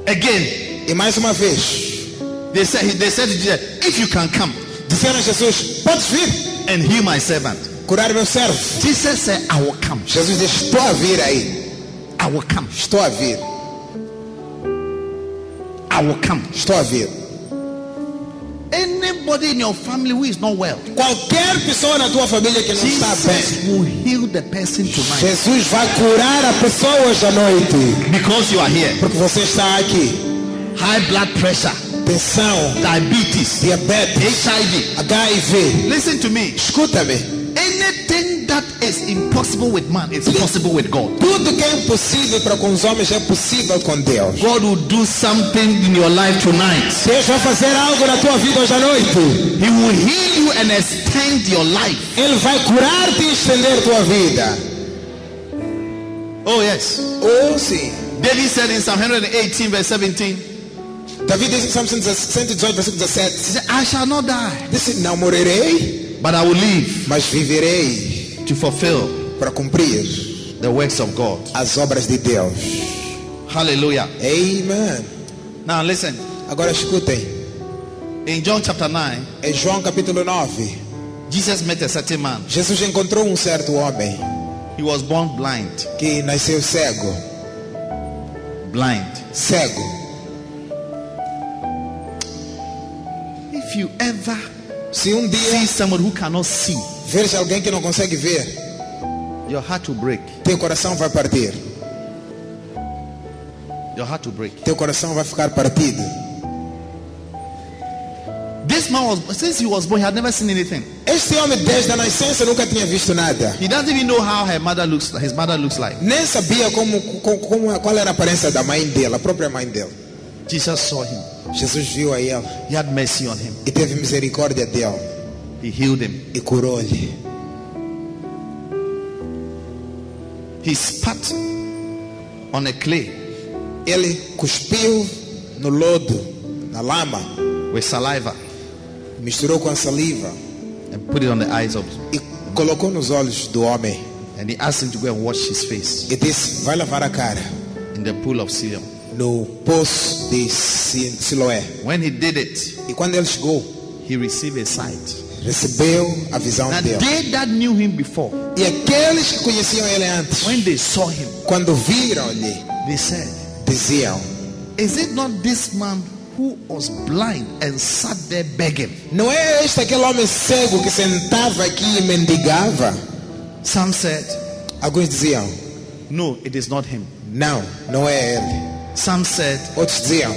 [SPEAKER 2] Again,
[SPEAKER 3] E mais uma vez,
[SPEAKER 2] they said, they said to Jesus, if you can come
[SPEAKER 3] Disseram a Jesus, podes vir
[SPEAKER 2] and heal my servant.
[SPEAKER 3] curar meu servo.
[SPEAKER 2] Jesus said, I will come.
[SPEAKER 3] Jesus disse, estou a vir aí,
[SPEAKER 2] I will come.
[SPEAKER 3] estou a vir,
[SPEAKER 2] I will come.
[SPEAKER 3] estou a vir.
[SPEAKER 2] Anybody in your family who is not well,
[SPEAKER 3] Qualquer pessoa na tua família que não está bem,
[SPEAKER 2] Jesus will heal the person tonight
[SPEAKER 3] Jesus vai curar a pessoa hoje à noite.
[SPEAKER 2] because you are here.
[SPEAKER 3] Porque você está aqui.
[SPEAKER 2] High blood pressure,
[SPEAKER 3] Tensão,
[SPEAKER 2] diabetes,
[SPEAKER 3] diabetes,
[SPEAKER 2] HIV.
[SPEAKER 3] HIV.
[SPEAKER 2] Listen to me.
[SPEAKER 3] Escuta-me.
[SPEAKER 2] Anything that is impossible with man is possible with God.
[SPEAKER 3] Tudo que é impossível para com os homens é possível com Deus.
[SPEAKER 2] God will do something in your life tonight.
[SPEAKER 3] Deus vai fazer algo na tua vida hoje à noite.
[SPEAKER 2] He will heal you and extend your life.
[SPEAKER 3] Ele vai curar-te e estender tua vida.
[SPEAKER 2] Oh, yes.
[SPEAKER 3] Ou sim.
[SPEAKER 2] David said in Psalm 118, verse 17, He
[SPEAKER 3] Davi diz em Salmo 118, versículo 17.
[SPEAKER 2] said, I shall not die,
[SPEAKER 3] Disse, não morrerei,
[SPEAKER 2] but I will live
[SPEAKER 3] mas viverei
[SPEAKER 2] to fulfill
[SPEAKER 3] para cumprir
[SPEAKER 2] the works of God.
[SPEAKER 3] as obras de Deus.
[SPEAKER 2] Hallelujah.
[SPEAKER 3] Amen.
[SPEAKER 2] Now, listen.
[SPEAKER 3] Agora escutem.
[SPEAKER 2] In John chapter 9,
[SPEAKER 3] Em João capítulo 9,
[SPEAKER 2] Jesus met a certain man.
[SPEAKER 3] Jesus encontrou um certo homem
[SPEAKER 2] He was born blind.
[SPEAKER 3] que nasceu cego.
[SPEAKER 2] Blind.
[SPEAKER 3] Cego.
[SPEAKER 2] If you ever
[SPEAKER 3] Se um
[SPEAKER 2] see
[SPEAKER 3] dia
[SPEAKER 2] someone who cannot see,
[SPEAKER 3] veres alguém que não consegue ver,
[SPEAKER 2] your heart will break.
[SPEAKER 3] teu coração vai partir.
[SPEAKER 2] Your heart will break.
[SPEAKER 3] Teu coração vai ficar partido.
[SPEAKER 2] This man was since he was born, he had never seen anything.
[SPEAKER 3] Este homem desde a nascença nunca tinha visto nada.
[SPEAKER 2] He doesn't even know how her mother looks. His mother looks like.
[SPEAKER 3] Nem sabia como, como- como- qual era a aparência da mãe dele, a própria mãe dele.
[SPEAKER 2] Jesus saw him.
[SPEAKER 3] Jesus viu a ela
[SPEAKER 2] He had mercy on him.
[SPEAKER 3] e teve misericórdia dele
[SPEAKER 2] He healed him.
[SPEAKER 3] e curou-lhe.
[SPEAKER 2] He spat on a clay
[SPEAKER 3] Ele cuspiu no lodo, na lama,
[SPEAKER 2] with saliva
[SPEAKER 3] misturou com a saliva
[SPEAKER 2] and put it on the eyes of.
[SPEAKER 3] e colocou nos olhos do homem
[SPEAKER 2] And he asked him to go and wash his face
[SPEAKER 3] e disse: Vai lavar a cara
[SPEAKER 2] in the pool of Siloam.
[SPEAKER 3] no poço de Si- Siloé.
[SPEAKER 2] When he did it,
[SPEAKER 3] E quando ele chegou,
[SPEAKER 2] he received a sight.
[SPEAKER 3] recebeu a visão
[SPEAKER 2] Now
[SPEAKER 3] dele.
[SPEAKER 2] they that knew him before,
[SPEAKER 3] E aqueles que conheciam ele antes,
[SPEAKER 2] when they saw him,
[SPEAKER 3] quando viram-lhe,
[SPEAKER 2] they said,
[SPEAKER 3] diziam:
[SPEAKER 2] Is it not this man who was blind and sat there begging?
[SPEAKER 3] Não é este aquele homem cego que sentava aqui e mendigava?
[SPEAKER 2] Some said,
[SPEAKER 3] Alguns diziam:
[SPEAKER 2] No, it is not him.
[SPEAKER 3] Não, não é ele.
[SPEAKER 2] Some said,
[SPEAKER 3] Outros diziam: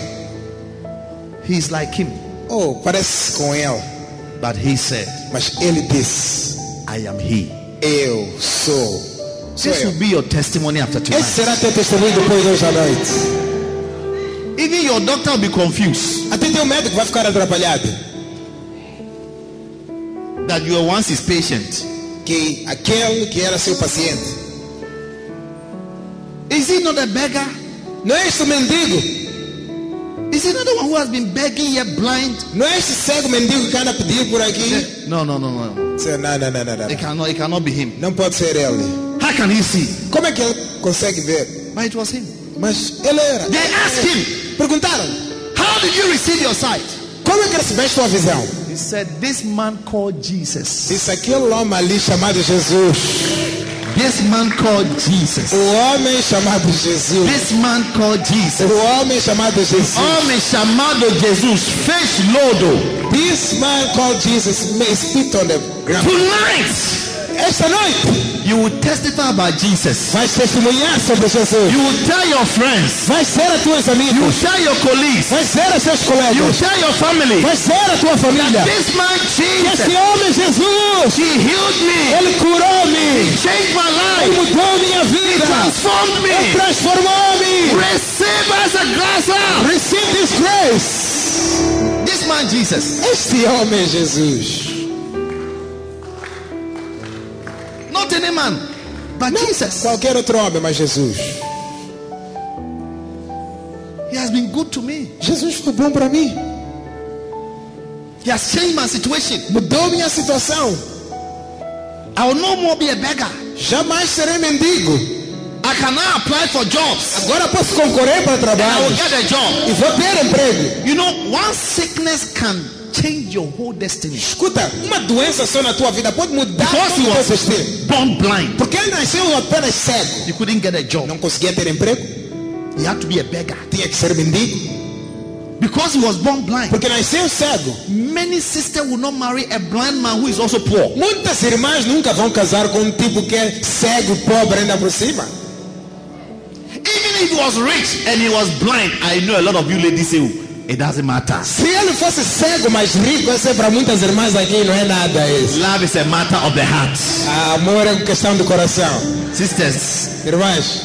[SPEAKER 2] He is like him.
[SPEAKER 3] Oh, parece com ele.
[SPEAKER 2] But he said,
[SPEAKER 3] Mas ele disse:
[SPEAKER 2] I am he.
[SPEAKER 3] Eu sou. Sou
[SPEAKER 2] This
[SPEAKER 3] eu.
[SPEAKER 2] will be your testimony after
[SPEAKER 3] Esse
[SPEAKER 2] tonight.
[SPEAKER 3] será teu testemunho depois de hoje à noite.
[SPEAKER 2] Even your doctor will be confused
[SPEAKER 3] Até teu médico vai ficar atrapalhado.
[SPEAKER 2] that you were once his patient.
[SPEAKER 3] Que aquele que era seu paciente.
[SPEAKER 2] Is he not a beggar?
[SPEAKER 3] Não é este o mendigo.
[SPEAKER 2] Is he not the one who has been begging yet blind?
[SPEAKER 3] Não é este cego mendigo que anda a pedir por aqui.
[SPEAKER 2] No, no, no, no, no.
[SPEAKER 3] Senhor, Não, não, não, não, não.
[SPEAKER 2] It cannot, it cannot be him.
[SPEAKER 3] Não pode ser ele.
[SPEAKER 2] How can he see?
[SPEAKER 3] Como é que ele consegue ver?
[SPEAKER 2] But it was him.
[SPEAKER 3] Mas ele era.
[SPEAKER 2] They asked him,
[SPEAKER 3] Perguntaram.
[SPEAKER 2] How did you receive your sight?
[SPEAKER 3] Como é que recebeste tua visão?
[SPEAKER 2] He said, This man called Jesus.
[SPEAKER 3] Disse aquele homem ali chamado Jesus.
[SPEAKER 2] This man called Jesus.
[SPEAKER 3] O homem chamado Jesus.
[SPEAKER 2] This man called Jesus.
[SPEAKER 3] O homem chamado Jesus.
[SPEAKER 2] Homem chamado Jesus fez lodo.
[SPEAKER 3] This man called Jesus may spit on the ground.
[SPEAKER 2] Tonight,
[SPEAKER 3] Esta noite
[SPEAKER 2] you will testify about Jesus.
[SPEAKER 3] vais testemunhar sobre Jesus.
[SPEAKER 2] You will tell your friends.
[SPEAKER 3] Vais ser a teus
[SPEAKER 2] You will
[SPEAKER 3] amigos.
[SPEAKER 2] tell your colleagues.
[SPEAKER 3] Vais ser a seus
[SPEAKER 2] You will
[SPEAKER 3] colegas.
[SPEAKER 2] tell your family.
[SPEAKER 3] Vais ser a tua família.
[SPEAKER 2] This man
[SPEAKER 3] Esse
[SPEAKER 2] Jesus,
[SPEAKER 3] homem Jesus,
[SPEAKER 2] he healed me.
[SPEAKER 3] ele curou-me.
[SPEAKER 2] Changed my
[SPEAKER 3] Ele
[SPEAKER 2] life.
[SPEAKER 3] mudou minha vida.
[SPEAKER 2] Transformed
[SPEAKER 3] Ele
[SPEAKER 2] me.
[SPEAKER 3] transformou-me.
[SPEAKER 2] Receive as a glass up.
[SPEAKER 3] Receive this grace.
[SPEAKER 2] This man Jesus.
[SPEAKER 3] Este homem Jesus.
[SPEAKER 2] Not any man, but Jesus.
[SPEAKER 3] Qualquer outro homem, mas Jesus.
[SPEAKER 2] He has been good to me.
[SPEAKER 3] Jesus foi bom para mim.
[SPEAKER 2] He has changed my situation.
[SPEAKER 3] Mudou minha situação.
[SPEAKER 2] I will no more be a beggar.
[SPEAKER 3] Jamais serei mendigo.
[SPEAKER 2] I can now apply for jobs.
[SPEAKER 3] Agora posso concorrer para
[SPEAKER 2] And I will
[SPEAKER 3] trabalho.
[SPEAKER 2] get a job.
[SPEAKER 3] E vou ter emprego.
[SPEAKER 2] You know, one sickness can change your whole destiny.
[SPEAKER 3] Escuta, uma doença só na tua vida pode mudar
[SPEAKER 2] Because
[SPEAKER 3] todo
[SPEAKER 2] you
[SPEAKER 3] o
[SPEAKER 2] was
[SPEAKER 3] teu destino.
[SPEAKER 2] born blind.
[SPEAKER 3] Porque ele nasceu apenas cego.
[SPEAKER 2] You couldn't get a job.
[SPEAKER 3] Não conseguia ter emprego.
[SPEAKER 2] You had to be a beggar.
[SPEAKER 3] Tinha que ser mendigo.
[SPEAKER 2] Because he was born blind.
[SPEAKER 3] Porque nasceu cego.
[SPEAKER 2] Many sisters will not marry a blind man who is also poor.
[SPEAKER 3] Muitas irmãs nunca vão casar com um tipo que é cego, pobre ainda por cima.
[SPEAKER 2] Even if he was rich and he was blind, I know a lot of you ladies say, "Oh, it doesn't matter.
[SPEAKER 3] Se ele fosse cego, mas rico, esse é para muitas irmãs aqui não é nada isso.
[SPEAKER 2] Love is a matter of the heart.
[SPEAKER 3] Amor é questão do coração.
[SPEAKER 2] Sisters,
[SPEAKER 3] Irmãs,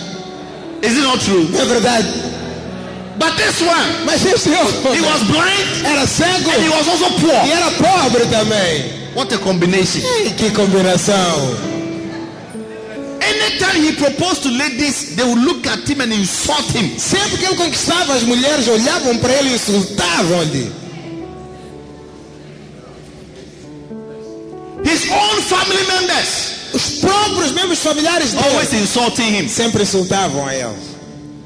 [SPEAKER 2] is it not true?
[SPEAKER 3] é verdade.
[SPEAKER 2] But this one,
[SPEAKER 3] Mas esse
[SPEAKER 2] he
[SPEAKER 3] homem
[SPEAKER 2] was blind and
[SPEAKER 3] era
[SPEAKER 2] he
[SPEAKER 3] cego
[SPEAKER 2] was also
[SPEAKER 3] e
[SPEAKER 2] poor.
[SPEAKER 3] era pobre também.
[SPEAKER 2] What a combination.
[SPEAKER 3] Ei, que combinação.
[SPEAKER 2] Anytime he proposed to ladies, they would look at him and insult him.
[SPEAKER 3] Sempre que ele conquistava, as mulheres olhavam para ele e insultavam-lhe.
[SPEAKER 2] His own family members
[SPEAKER 3] Os próprios membros familiares
[SPEAKER 2] always
[SPEAKER 3] dele
[SPEAKER 2] insulting him.
[SPEAKER 3] sempre insultavam a ele.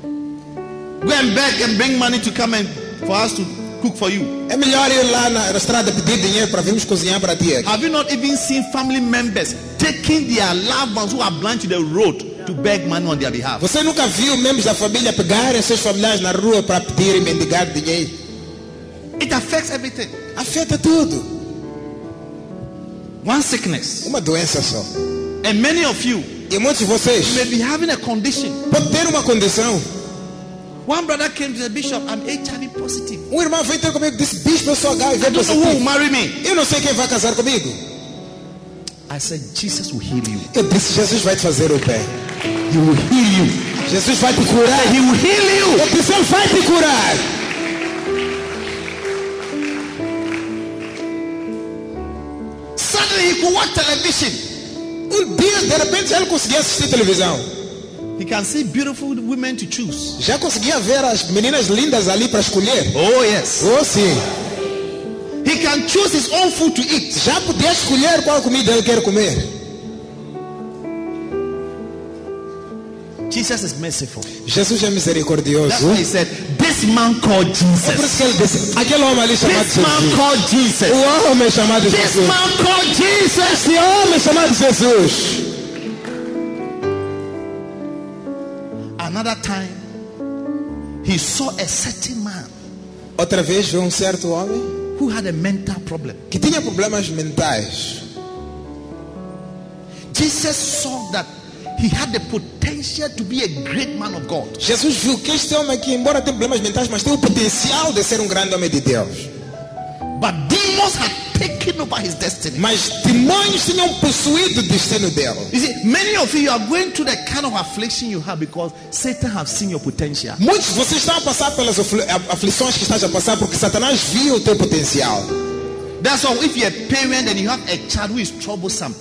[SPEAKER 2] Go and beg and bring money to come and for us to cook for you.
[SPEAKER 3] É melhor ir lá na na estrada pedir dinheiro para virmos cozinhar para ti aqui.
[SPEAKER 2] Have you not even seen family members taking their loved ones who are blind to the road to beg money on their behalf?
[SPEAKER 3] Você nunca viu membros da família pegarem seus familiares na rua para pedir e mendigar dinheiro?
[SPEAKER 2] It affects everything.
[SPEAKER 3] Afeta tudo.
[SPEAKER 2] One sickness.
[SPEAKER 3] Uma doença só.
[SPEAKER 2] And many of you
[SPEAKER 3] E muitos de vocês
[SPEAKER 2] may be having a condition.
[SPEAKER 3] podem ter uma condição.
[SPEAKER 2] One brother came to the bishop, I'm HIV positive.
[SPEAKER 3] Um irmão veio ter comigo e disse, bispo, eu sou
[SPEAKER 2] I
[SPEAKER 3] HIV
[SPEAKER 2] don't know who will
[SPEAKER 3] positivo.
[SPEAKER 2] marry me.
[SPEAKER 3] Eu não sei quem vai casar comigo.
[SPEAKER 2] I said, Jesus will heal you.
[SPEAKER 3] Eu disse, Jesus vai te fazer o bem.
[SPEAKER 2] He will heal you.
[SPEAKER 3] Jesus vai te curar.
[SPEAKER 2] He will heal you.
[SPEAKER 3] Eu disse, ele vai te curar.
[SPEAKER 2] Suddenly he could watch television.
[SPEAKER 3] Um dia, de repente, ele conseguia assistir televisão.
[SPEAKER 2] He can see beautiful women to choose.
[SPEAKER 3] Já conseguia ver as meninas lindas ali para escolher.
[SPEAKER 2] Oh, yes.
[SPEAKER 3] Oh, sim.
[SPEAKER 2] He can choose his own food to eat.
[SPEAKER 3] Já podia escolher qual comida ele quer comer.
[SPEAKER 2] Jesus is merciful.
[SPEAKER 3] Jesus é
[SPEAKER 2] That's
[SPEAKER 3] misericordioso.
[SPEAKER 2] why he said, This man called
[SPEAKER 3] É por
[SPEAKER 2] Jesus.
[SPEAKER 3] isso que ele disse, aquele homem ali chamado
[SPEAKER 2] This man
[SPEAKER 3] Jesus.
[SPEAKER 2] called Jesus.
[SPEAKER 3] O homem chamado
[SPEAKER 2] This
[SPEAKER 3] Jesus.
[SPEAKER 2] man called Jesus.
[SPEAKER 3] Esse homem chamado Jesus.
[SPEAKER 2] Another time, he saw a certain man
[SPEAKER 3] Outra vez viu um certo homem
[SPEAKER 2] who had a mental problem.
[SPEAKER 3] que tinha problemas mentais.
[SPEAKER 2] Jesus saw that he had the potential to be a great man of God.
[SPEAKER 3] Jesus viu que este homem aqui, embora tenha problemas mentais, mas tem o potencial de ser um grande homem de Deus.
[SPEAKER 2] But demons had taken over his destiny.
[SPEAKER 3] Mas demônios tinham possuído o destino dele.
[SPEAKER 2] You see, many of you are going through the kind of affliction you have because Satan have seen your potential.
[SPEAKER 3] Muitos de vocês estão a passar pelas afli- a- aflições que estás a passar porque Satanás viu o teu potencial.
[SPEAKER 2] That's why if you're a parent and you have a child who is troublesome,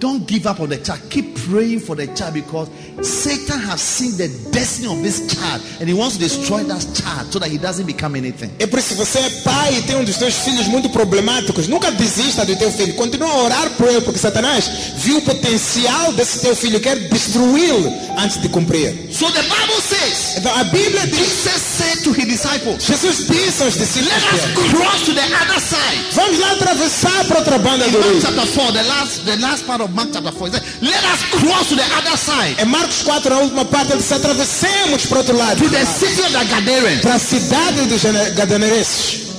[SPEAKER 2] don't give up on the child. Keep praying for the child because Satan has seen the destiny of this child and he wants to destroy that child so that he doesn't become anything.
[SPEAKER 3] É por isso que você é pai e tem um dos teus filhos muito problemáticos. Nunca desista do teu filho. Continua a orar por ele, porque Satanás viu o potencial desse teu filho e quer destruí-lo antes de cumprir.
[SPEAKER 2] So the Bible says,
[SPEAKER 3] Então a Bíblia diz,
[SPEAKER 2] Jesus said to his disciples,
[SPEAKER 3] Jesus disse aos discípulos,
[SPEAKER 2] Let us
[SPEAKER 3] dele,
[SPEAKER 2] cross to the other side.
[SPEAKER 3] vamos lá atravessar para outra banda do
[SPEAKER 2] In Mark
[SPEAKER 3] rio.
[SPEAKER 2] chapter 4, the last, the last part of of Mark chapter 4. He said, Let us cross to the other side,
[SPEAKER 3] Em É Marcos 4, na última parte, ele disse, atravessemos para o outro lado.
[SPEAKER 2] to the city of the Gadarenes.
[SPEAKER 3] Para a cidade dos Gene- Gadanerenses.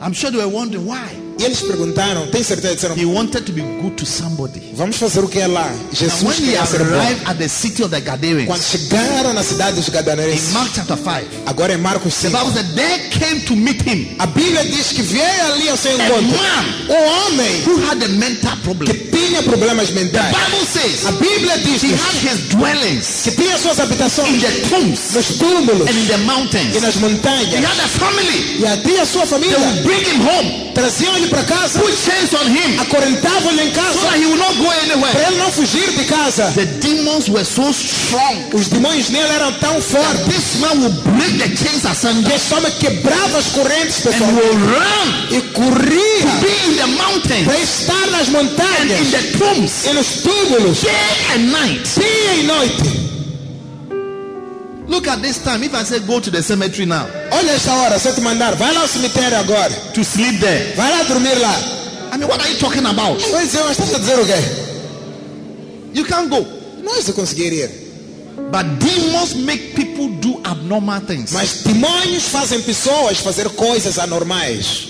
[SPEAKER 2] I'm sure they were wondering why.
[SPEAKER 3] E eles perguntaram, tem certeza? Disseram,
[SPEAKER 2] He wanted to be good to somebody.
[SPEAKER 3] vamos fazer o que é lá?
[SPEAKER 2] And when
[SPEAKER 3] Jesus
[SPEAKER 2] he
[SPEAKER 3] queria ser bom.
[SPEAKER 2] arrived at the city of the Gadarenes,
[SPEAKER 3] Quando chegaram na cidade dos
[SPEAKER 2] in
[SPEAKER 3] Gadanerenses,
[SPEAKER 2] Mark chapter 5,
[SPEAKER 3] agora é Marcos
[SPEAKER 2] the
[SPEAKER 3] 5.
[SPEAKER 2] Bible said, There came to meet him
[SPEAKER 3] A Bíblia diz que veio ali ao seu
[SPEAKER 2] a
[SPEAKER 3] encontro
[SPEAKER 2] man
[SPEAKER 3] um homem
[SPEAKER 2] who had a mental problem.
[SPEAKER 3] que tinha problemas mentais.
[SPEAKER 2] Bible
[SPEAKER 3] A
[SPEAKER 2] says
[SPEAKER 3] Bíblia diz
[SPEAKER 2] he had
[SPEAKER 3] que
[SPEAKER 2] his dwellings
[SPEAKER 3] tinha suas
[SPEAKER 2] in
[SPEAKER 3] habitações
[SPEAKER 2] the tombs
[SPEAKER 3] nos túmulos
[SPEAKER 2] and in the
[SPEAKER 3] e
[SPEAKER 2] mountains.
[SPEAKER 3] nas
[SPEAKER 2] He
[SPEAKER 3] montanhas.
[SPEAKER 2] had a family.
[SPEAKER 3] E ali a sua
[SPEAKER 2] They
[SPEAKER 3] família
[SPEAKER 2] would bring him home,
[SPEAKER 3] traziam-lhe para casa,
[SPEAKER 2] put chains on him,
[SPEAKER 3] acorrentavam-lhe em
[SPEAKER 2] so
[SPEAKER 3] casa
[SPEAKER 2] that he would not go anywhere.
[SPEAKER 3] para ele não fugir de casa.
[SPEAKER 2] The demons were so strong
[SPEAKER 3] Os demônios nele eram tão
[SPEAKER 2] that
[SPEAKER 3] fortes
[SPEAKER 2] this man will break the chains asunder
[SPEAKER 3] que esse homem quebrava as correntes,
[SPEAKER 2] and
[SPEAKER 3] pessoal,
[SPEAKER 2] will run,
[SPEAKER 3] e corria
[SPEAKER 2] be in the mountains
[SPEAKER 3] para estar
[SPEAKER 2] and
[SPEAKER 3] nas
[SPEAKER 2] in
[SPEAKER 3] montanhas
[SPEAKER 2] the tombs
[SPEAKER 3] e nos túmulos,
[SPEAKER 2] day and night.
[SPEAKER 3] dia e noite.
[SPEAKER 2] Look at this time. If I say go to the cemetery now
[SPEAKER 3] Olha esta hora, se eu te mandar, vai lá ao cemitério agora,
[SPEAKER 2] to sleep there,
[SPEAKER 3] vai lá dormir lá.
[SPEAKER 2] I mean, what are you talking about?
[SPEAKER 3] Pois é, mas estás a dizer o quê?
[SPEAKER 2] You can't go.
[SPEAKER 3] Nós eu conseguiria.
[SPEAKER 2] But demons make people do abnormal things.
[SPEAKER 3] Mas demônios fazem pessoas fazer coisas anormais.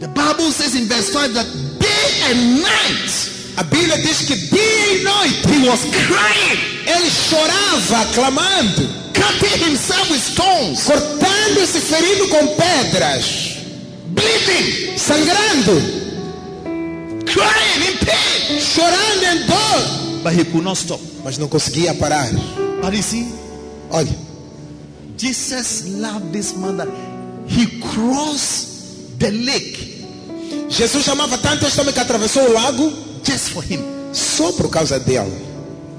[SPEAKER 2] the Bible says in verse 5 that day and night
[SPEAKER 3] A Bíblia diz que dia e noite
[SPEAKER 2] he was crying,
[SPEAKER 3] ele chorava, clamando,
[SPEAKER 2] cutting himself with stones,
[SPEAKER 3] cortando-se, ferindo com pedras,
[SPEAKER 2] bleeding,
[SPEAKER 3] sangrando,
[SPEAKER 2] crying in pain.
[SPEAKER 3] chorando em dor,
[SPEAKER 2] But he could not stop.
[SPEAKER 3] mas não conseguia parar.
[SPEAKER 2] But you see,
[SPEAKER 3] Olha,
[SPEAKER 2] Jesus loved this man that he crossed the lake
[SPEAKER 3] Jesus amava tanto este homem que atravessou o lago
[SPEAKER 2] just for him.
[SPEAKER 3] só por causa dele.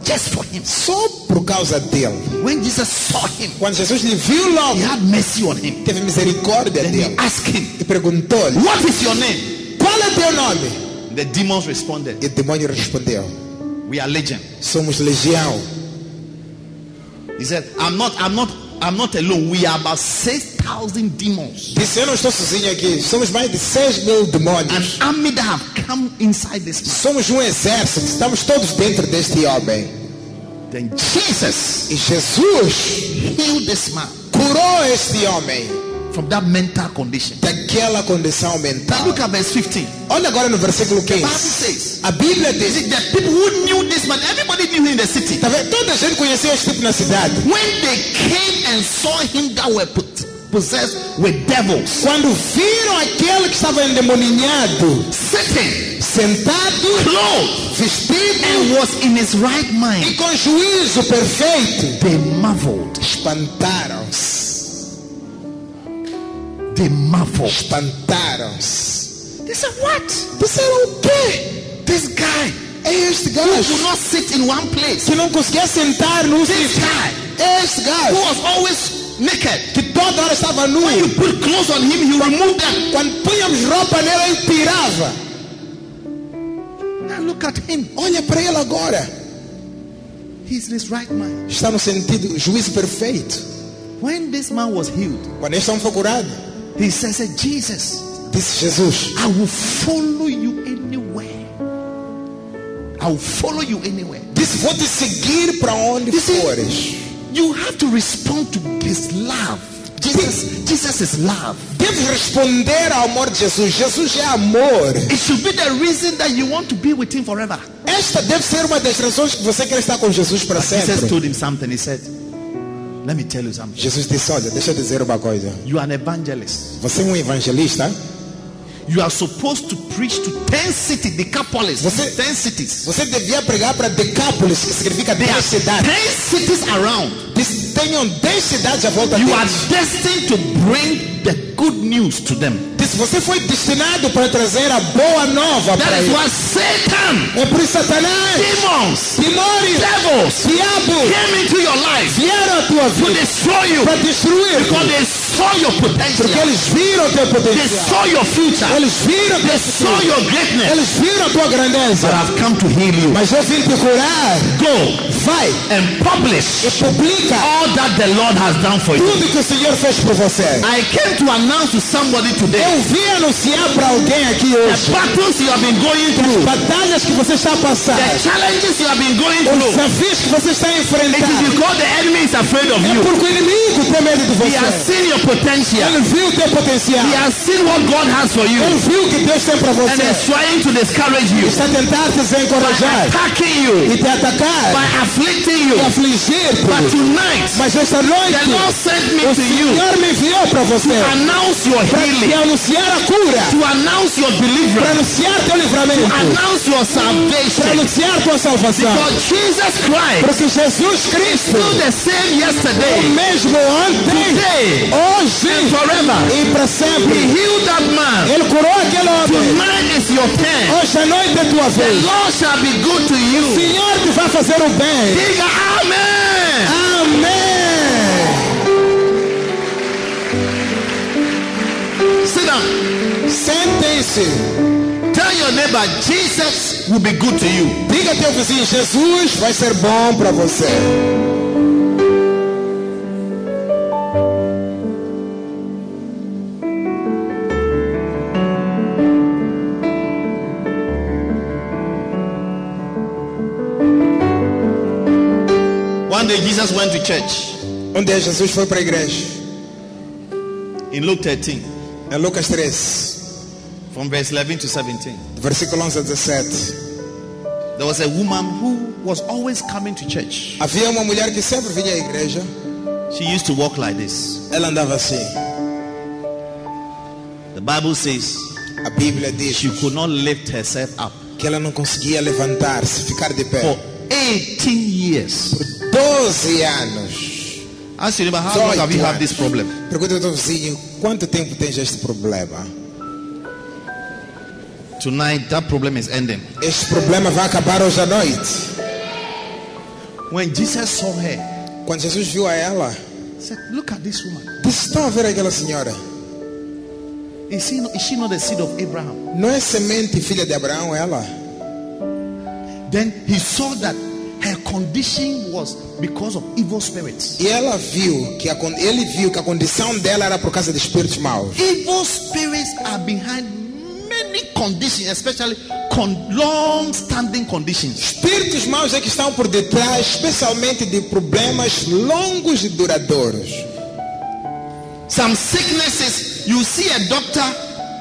[SPEAKER 2] Just for him.
[SPEAKER 3] Só por causa dele.
[SPEAKER 2] When Jesus saw him,
[SPEAKER 3] Quando Jesus lhe viu
[SPEAKER 2] he
[SPEAKER 3] logo,
[SPEAKER 2] had mercy on him.
[SPEAKER 3] teve misericórdia
[SPEAKER 2] Then he
[SPEAKER 3] dele
[SPEAKER 2] asked him,
[SPEAKER 3] e perguntou-lhe:
[SPEAKER 2] What is your name?
[SPEAKER 3] Qual é teu nome?
[SPEAKER 2] The demons responded,
[SPEAKER 3] E o demônio respondeu:
[SPEAKER 2] We are legion.
[SPEAKER 3] Somos legião.
[SPEAKER 2] He said, I'm not, I'm not, I'm not alone. We are about 6,000 demons.
[SPEAKER 3] Disse, eu não estou sozinho aqui. Somos mais de 6 mil
[SPEAKER 2] An
[SPEAKER 3] demônios.
[SPEAKER 2] army that have come inside this
[SPEAKER 3] Somos um exército. Estamos todos dentro deste homem.
[SPEAKER 2] man. Then Jesus
[SPEAKER 3] E Jesus
[SPEAKER 2] healed this man
[SPEAKER 3] curou este homem
[SPEAKER 2] from that mental condition.
[SPEAKER 3] daquela condição
[SPEAKER 2] Now
[SPEAKER 3] mental.
[SPEAKER 2] look at verse 15.
[SPEAKER 3] Olha agora no versículo
[SPEAKER 2] Bible
[SPEAKER 3] 15.
[SPEAKER 2] says,
[SPEAKER 3] A Bíblia
[SPEAKER 2] is
[SPEAKER 3] diz,
[SPEAKER 2] it the people who knew this man? Everybody knew him in the city.
[SPEAKER 3] tá vendo? toda a gente conhecia este tipo na cidade.
[SPEAKER 2] When they came and saw him that were put, possessed with devils,
[SPEAKER 3] Quando viram aquele que estava endemoninhado,
[SPEAKER 2] sitting,
[SPEAKER 3] sentado,
[SPEAKER 2] clothed,
[SPEAKER 3] vestido
[SPEAKER 2] and was in his right
[SPEAKER 3] e
[SPEAKER 2] mind,
[SPEAKER 3] com juízo perfeito,
[SPEAKER 2] they marveled.
[SPEAKER 3] espantaram-se,
[SPEAKER 2] They marveled.
[SPEAKER 3] espantaram-se.
[SPEAKER 2] They said, What?
[SPEAKER 3] Disseram o quê?
[SPEAKER 2] This guy
[SPEAKER 3] É este
[SPEAKER 2] will
[SPEAKER 3] gajo.
[SPEAKER 2] not sit in one place.
[SPEAKER 3] que não conseguia sentar no
[SPEAKER 2] This
[SPEAKER 3] sítio.
[SPEAKER 2] guy
[SPEAKER 3] Esse
[SPEAKER 2] who
[SPEAKER 3] gajo
[SPEAKER 2] was always naked.
[SPEAKER 3] que toda hora estava nu.
[SPEAKER 2] When you put clothes on him, he removed them.
[SPEAKER 3] Quando punhamos roupa nele, ele tirava.
[SPEAKER 2] Now look at him.
[SPEAKER 3] Olha para ele agora.
[SPEAKER 2] He's in his right mind.
[SPEAKER 3] Está no sentido juízo perfeito.
[SPEAKER 2] When this man was healed,
[SPEAKER 3] Quando este homem foi curado,
[SPEAKER 2] he says, "Say, Jesus,
[SPEAKER 3] disse Jesus:
[SPEAKER 2] I will follow you anywhere. I will follow you anywhere.
[SPEAKER 3] Disse, vou te seguir para onde
[SPEAKER 2] Disse-
[SPEAKER 3] fores.
[SPEAKER 2] You have to respond to his love. Jesus, Jesus is love.
[SPEAKER 3] Deves responder ao amor de Jesus. Jesus é amor.
[SPEAKER 2] It should be the reason that you want to be with him forever.
[SPEAKER 3] Esta deve ser uma das razões que você quer estar com Jesus para
[SPEAKER 2] Jesus
[SPEAKER 3] sempre.
[SPEAKER 2] told him something. He said, Let me tell you something.
[SPEAKER 3] Jesus disse: Olha, deixa eu dizer uma coisa.
[SPEAKER 2] You are an evangelist.
[SPEAKER 3] Você é um evangelista.
[SPEAKER 2] You are supposed to preach to 10 cities, Decapolis,
[SPEAKER 3] Você-
[SPEAKER 2] 10 cities.
[SPEAKER 3] Você devia pregar para Decápolis, que significa
[SPEAKER 2] There are
[SPEAKER 3] 10 cidades.
[SPEAKER 2] 10 cities around.
[SPEAKER 3] Diz, Tenham 10 cidades à volta
[SPEAKER 2] You are
[SPEAKER 3] deles.
[SPEAKER 2] destined to bring the good news to them.
[SPEAKER 3] Diz, você foi destinado para trazer a boa nova para
[SPEAKER 2] That is
[SPEAKER 3] eles.
[SPEAKER 2] why Satan,
[SPEAKER 3] É por isso Satanás,
[SPEAKER 2] demons,
[SPEAKER 3] Timório,
[SPEAKER 2] devils
[SPEAKER 3] diabo,
[SPEAKER 2] came into your life
[SPEAKER 3] vieram à tua
[SPEAKER 2] to
[SPEAKER 3] vida
[SPEAKER 2] destroy you
[SPEAKER 3] para
[SPEAKER 2] because
[SPEAKER 3] destruir.
[SPEAKER 2] they saw your
[SPEAKER 3] Porque
[SPEAKER 2] potential,
[SPEAKER 3] eles viram o teu
[SPEAKER 2] they
[SPEAKER 3] potencial.
[SPEAKER 2] saw your future,
[SPEAKER 3] Eles viram,
[SPEAKER 2] they saw your greatness.
[SPEAKER 3] eles viram a tua
[SPEAKER 2] But
[SPEAKER 3] grandeza.
[SPEAKER 2] I've come to heal you.
[SPEAKER 3] Mas eu vim te curar.
[SPEAKER 2] Go,
[SPEAKER 3] Vai
[SPEAKER 2] and publish
[SPEAKER 3] e publica
[SPEAKER 2] all that the Lord has done for you.
[SPEAKER 3] tudo que o Senhor fez por você.
[SPEAKER 2] I came to announce to somebody today
[SPEAKER 3] Eu vim anunciar para alguém aqui
[SPEAKER 2] the
[SPEAKER 3] hoje
[SPEAKER 2] battles you have been going through,
[SPEAKER 3] batalhas que você está passando,
[SPEAKER 2] the challenges you have been going
[SPEAKER 3] os
[SPEAKER 2] through.
[SPEAKER 3] desafios que você está
[SPEAKER 2] It is
[SPEAKER 3] enfrentando.
[SPEAKER 2] because the enemy is afraid of
[SPEAKER 3] É
[SPEAKER 2] you.
[SPEAKER 3] porque o inimigo tem medo de
[SPEAKER 2] He has
[SPEAKER 3] você.
[SPEAKER 2] seen your potential.
[SPEAKER 3] Ele viu o teu potencial.
[SPEAKER 2] He has seen what God has for
[SPEAKER 3] Ele
[SPEAKER 2] you.
[SPEAKER 3] viu o que Deus tem para
[SPEAKER 2] And is
[SPEAKER 3] você.
[SPEAKER 2] trying to discourage you
[SPEAKER 3] Está a tentar te
[SPEAKER 2] by
[SPEAKER 3] desencorajar
[SPEAKER 2] attacking you,
[SPEAKER 3] e te atacar,
[SPEAKER 2] by afflicting
[SPEAKER 3] te
[SPEAKER 2] you. But
[SPEAKER 3] afligir.
[SPEAKER 2] tonight,
[SPEAKER 3] Mas esta
[SPEAKER 2] the Lord
[SPEAKER 3] noite,
[SPEAKER 2] sent me
[SPEAKER 3] o
[SPEAKER 2] to you
[SPEAKER 3] Senhor me enviou para você
[SPEAKER 2] to announce your
[SPEAKER 3] para te
[SPEAKER 2] healing,
[SPEAKER 3] anunciar a cura,
[SPEAKER 2] to announce your
[SPEAKER 3] para
[SPEAKER 2] deliverance,
[SPEAKER 3] anunciar teu livramento,
[SPEAKER 2] announce your
[SPEAKER 3] para
[SPEAKER 2] salvation.
[SPEAKER 3] anunciar tua salvação.
[SPEAKER 2] Because Jesus Christ
[SPEAKER 3] Porque Jesus
[SPEAKER 2] is
[SPEAKER 3] Cristo
[SPEAKER 2] still the same
[SPEAKER 3] é o
[SPEAKER 2] yesterday,
[SPEAKER 3] mesmo ontem,
[SPEAKER 2] today, and
[SPEAKER 3] hoje
[SPEAKER 2] forever.
[SPEAKER 3] e para
[SPEAKER 2] He
[SPEAKER 3] sempre.
[SPEAKER 2] healed that man.
[SPEAKER 3] Ele curou aquele homem.
[SPEAKER 2] Tonight is your turn.
[SPEAKER 3] Hoje à noite é tua
[SPEAKER 2] The
[SPEAKER 3] vez.
[SPEAKER 2] Lord shall be good to
[SPEAKER 3] O
[SPEAKER 2] you.
[SPEAKER 3] Senhor te vai fazer o bem.
[SPEAKER 2] Diga amen.
[SPEAKER 3] Amém.
[SPEAKER 2] Sit down.
[SPEAKER 3] Sentem-se.
[SPEAKER 2] Tell your neighbor, Jesus will be good to you.
[SPEAKER 3] Diga ao teu vizinho, Jesus vai ser bom para você.
[SPEAKER 2] One day Jesus went to church
[SPEAKER 3] Um dia Jesus foi para a igreja.
[SPEAKER 2] in Luke 13,
[SPEAKER 3] Em Lucas 13,
[SPEAKER 2] from verse 11 to 17.
[SPEAKER 3] do versículo 11 a 17.
[SPEAKER 2] There was a woman who was always coming to church.
[SPEAKER 3] Havia uma mulher que sempre vinha à igreja.
[SPEAKER 2] She used to walk like this.
[SPEAKER 3] Ela andava assim.
[SPEAKER 2] The Bible says
[SPEAKER 3] A Bíblia diz
[SPEAKER 2] she could not lift herself up
[SPEAKER 3] que ela não conseguia levantar-se, ficar de pé.
[SPEAKER 2] for 18 years.
[SPEAKER 3] 12 anos.
[SPEAKER 2] Ask your neighbor, how long have you had this problem?
[SPEAKER 3] Pergunta ao teu vizinho, quanto tempo tens este problema?
[SPEAKER 2] Tonight, that problem is ending.
[SPEAKER 3] Este problema vai acabar hoje à noite.
[SPEAKER 2] When Jesus saw her,
[SPEAKER 3] Quando Jesus viu a ela,
[SPEAKER 2] he said, Look at this woman.
[SPEAKER 3] disse, estão a ver aquela senhora?
[SPEAKER 2] Is she, not, is she not the seed of Abraham?
[SPEAKER 3] Não é semente filha de Abraão ela?
[SPEAKER 2] Then he saw that her condition was because of evil spirits.
[SPEAKER 3] E ela viu que a, con- ele viu que a condição dela era por causa de espíritos maus.
[SPEAKER 2] Evil spirits are behind many conditions, especially con- long standing conditions.
[SPEAKER 3] Espíritos maus é que estão por detrás, especialmente de problemas longos e duradouros.
[SPEAKER 2] Some sicknesses, you see a doctor,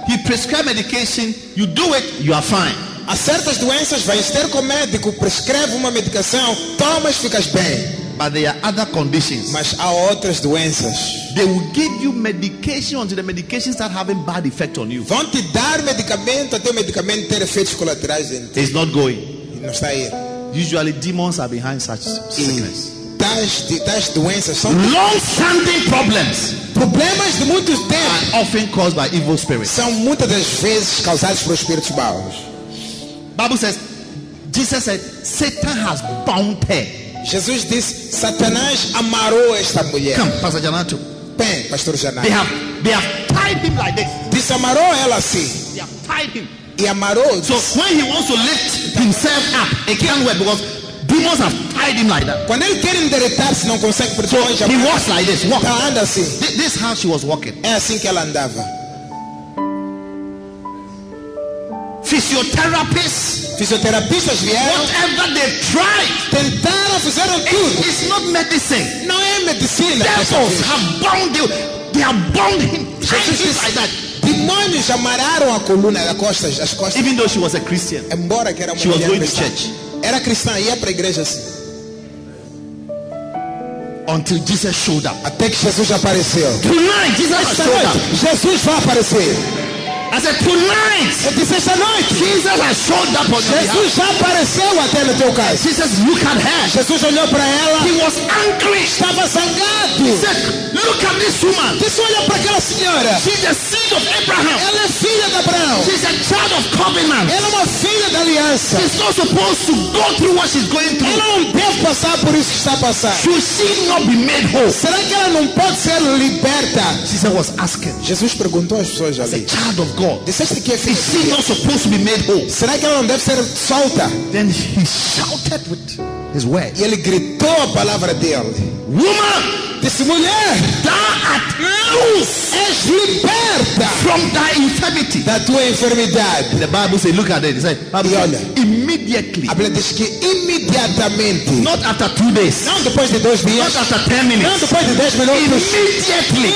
[SPEAKER 2] he prescribes medication, you do it, you are fine.
[SPEAKER 3] Há certas doenças, vais ter com o médico, prescreve uma medicação, tomas, ficas bem.
[SPEAKER 2] But there are other conditions.
[SPEAKER 3] Mas há outras doenças.
[SPEAKER 2] They will give you medication until the medication start having bad effect on you.
[SPEAKER 3] Vão te dar medicamento até o medicamento ter efeitos colaterais em ti.
[SPEAKER 2] It's not going.
[SPEAKER 3] E não está aí.
[SPEAKER 2] Usually demons are behind such sickness.
[SPEAKER 3] E tais, de- tais doenças são
[SPEAKER 2] Long-standing problems
[SPEAKER 3] problemas de muito tempo.
[SPEAKER 2] are often caused by evil spirits.
[SPEAKER 3] São muitas das vezes causados por espíritos maus.
[SPEAKER 2] Bible says, Jesus said, Satan has bound her.
[SPEAKER 3] Jesus disse, Satanás amarou esta mulher.
[SPEAKER 2] Come, Pastor Janato.
[SPEAKER 3] Bem, pastor
[SPEAKER 2] They
[SPEAKER 3] Janai.
[SPEAKER 2] have they have tied him like this.
[SPEAKER 3] Disse, amarou ela assim.
[SPEAKER 2] They have tied him.
[SPEAKER 3] E amarou.
[SPEAKER 2] So when he wants to lift himself up, it can't work because demons have tied him like that.
[SPEAKER 3] Quando ele quer endireitar-se, não consegue porque
[SPEAKER 2] So
[SPEAKER 3] longe.
[SPEAKER 2] he walks like this. Walk.
[SPEAKER 3] Ela anda assim.
[SPEAKER 2] Thi- This is how she was walking.
[SPEAKER 3] É assim que ela andava.
[SPEAKER 2] Physiotherapists,
[SPEAKER 3] Fisioterapistas vieram,
[SPEAKER 2] whatever they tried,
[SPEAKER 3] tentaram, fizeram tudo.
[SPEAKER 2] it's not medicine.
[SPEAKER 3] Não é medicina. dessa
[SPEAKER 2] devils
[SPEAKER 3] vez.
[SPEAKER 2] have bound you. They have bound him. Tied
[SPEAKER 3] Jesus
[SPEAKER 2] him
[SPEAKER 3] disse,
[SPEAKER 2] like that.
[SPEAKER 3] demônios amarraram a coluna das costas, as costas.
[SPEAKER 2] Even though she was a Christian,
[SPEAKER 3] Embora que era uma
[SPEAKER 2] She was
[SPEAKER 3] mulher
[SPEAKER 2] going to
[SPEAKER 3] cristã.
[SPEAKER 2] church.
[SPEAKER 3] Era cristã, ia para a igreja assim.
[SPEAKER 2] until Jesus showed up.
[SPEAKER 3] Até que Jesus apareceu.
[SPEAKER 2] Tonight, Jesus
[SPEAKER 3] Esta
[SPEAKER 2] showed up.
[SPEAKER 3] noite, Jesus vai aparecer.
[SPEAKER 2] I said, tonight,
[SPEAKER 3] Eu disse esta noite,
[SPEAKER 2] Jesus has showed up on your behalf.
[SPEAKER 3] Jesus já apareceu até no teu caso.
[SPEAKER 2] Jesus, look at her.
[SPEAKER 3] Jesus olhou para ela,
[SPEAKER 2] He was angry. He
[SPEAKER 3] estava zangado.
[SPEAKER 2] said, look at this woman.
[SPEAKER 3] Disse, olha para aquela senhora.
[SPEAKER 2] She's a seed of Abraham.
[SPEAKER 3] Ela é filha de Abraão.
[SPEAKER 2] She's a child of covenant.
[SPEAKER 3] Ela é uma filha da aliança.
[SPEAKER 2] She's not supposed to go through what she's going through.
[SPEAKER 3] Ela não deve passar por isso que está passando.
[SPEAKER 2] Should she not be made whole?
[SPEAKER 3] Será que ela não pode ser liberta?
[SPEAKER 2] Jesus was asking,
[SPEAKER 3] Jesus perguntou às pessoas
[SPEAKER 2] the
[SPEAKER 3] ali.
[SPEAKER 2] child of God,
[SPEAKER 3] Disseste que é filha
[SPEAKER 2] is
[SPEAKER 3] de
[SPEAKER 2] she
[SPEAKER 3] Deus.
[SPEAKER 2] not supposed to be made whole?
[SPEAKER 3] Será que ela não deve ser solta?
[SPEAKER 2] Then he shouted with his word.
[SPEAKER 3] E ele gritou a palavra dele.
[SPEAKER 2] Woman,
[SPEAKER 3] Disse, mulher,
[SPEAKER 2] thou art loose
[SPEAKER 3] és liberta
[SPEAKER 2] from thy infirmity.
[SPEAKER 3] da tua enfermidade.
[SPEAKER 2] The Bible says, look at it. It says, Bible
[SPEAKER 3] Yeah.
[SPEAKER 2] says, immediately,
[SPEAKER 3] A Bíblia diz que imediatamente,
[SPEAKER 2] not after two days,
[SPEAKER 3] não depois de dois
[SPEAKER 2] not
[SPEAKER 3] dias,
[SPEAKER 2] after ten
[SPEAKER 3] não
[SPEAKER 2] minutes,
[SPEAKER 3] depois de dez minutos,
[SPEAKER 2] immediately,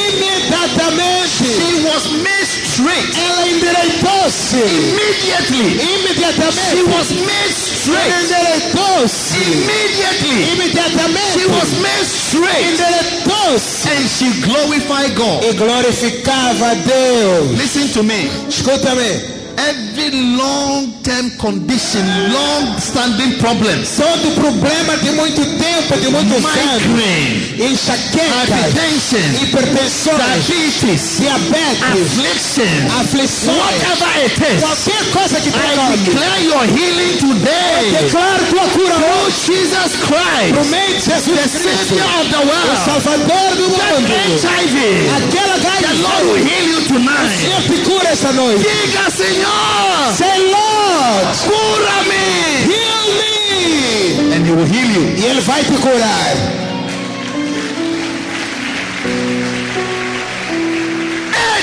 [SPEAKER 3] imediatamente,
[SPEAKER 2] she was made straight.
[SPEAKER 3] ela endireitou-se.
[SPEAKER 2] Immediately, she
[SPEAKER 3] Imediatamente,
[SPEAKER 2] was made
[SPEAKER 3] ela
[SPEAKER 2] straight.
[SPEAKER 3] endireitou-se.
[SPEAKER 2] Immediately,
[SPEAKER 3] Imediatamente,
[SPEAKER 2] she was made straight.
[SPEAKER 3] endireitou-se.
[SPEAKER 2] And she glorified God.
[SPEAKER 3] E glorificava a Deus.
[SPEAKER 2] Listen to me.
[SPEAKER 3] Escuta-me.
[SPEAKER 2] Every long-term condition, long-standing problems,
[SPEAKER 3] Todo problema de muito tempo, de muitos anos,
[SPEAKER 2] migraine,
[SPEAKER 3] enxaquecas,
[SPEAKER 2] hypertension,
[SPEAKER 3] hipertensões,
[SPEAKER 2] diabetes,
[SPEAKER 3] diabetes,
[SPEAKER 2] affliction,
[SPEAKER 3] aflições,
[SPEAKER 2] whatever it is,
[SPEAKER 3] qualquer coisa que tenha
[SPEAKER 2] I
[SPEAKER 3] nome.
[SPEAKER 2] declare your healing today.
[SPEAKER 3] Declaro tua cura
[SPEAKER 2] Through
[SPEAKER 3] hoje,
[SPEAKER 2] Jesus
[SPEAKER 3] no
[SPEAKER 2] Christ,
[SPEAKER 3] meio de
[SPEAKER 2] the
[SPEAKER 3] Jesus Cristo,
[SPEAKER 2] Savior of the
[SPEAKER 3] o
[SPEAKER 2] world,
[SPEAKER 3] Salvador do mundo.
[SPEAKER 2] HIV.
[SPEAKER 3] Aquela
[SPEAKER 2] The Lord will
[SPEAKER 3] gaita,
[SPEAKER 2] heal you tonight.
[SPEAKER 3] Senhor, te cura essa noite.
[SPEAKER 2] Diga, Senhor,
[SPEAKER 3] Senhor,
[SPEAKER 2] cura-me.
[SPEAKER 3] heal me.
[SPEAKER 2] And He will heal you.
[SPEAKER 3] E Ele vai te curar.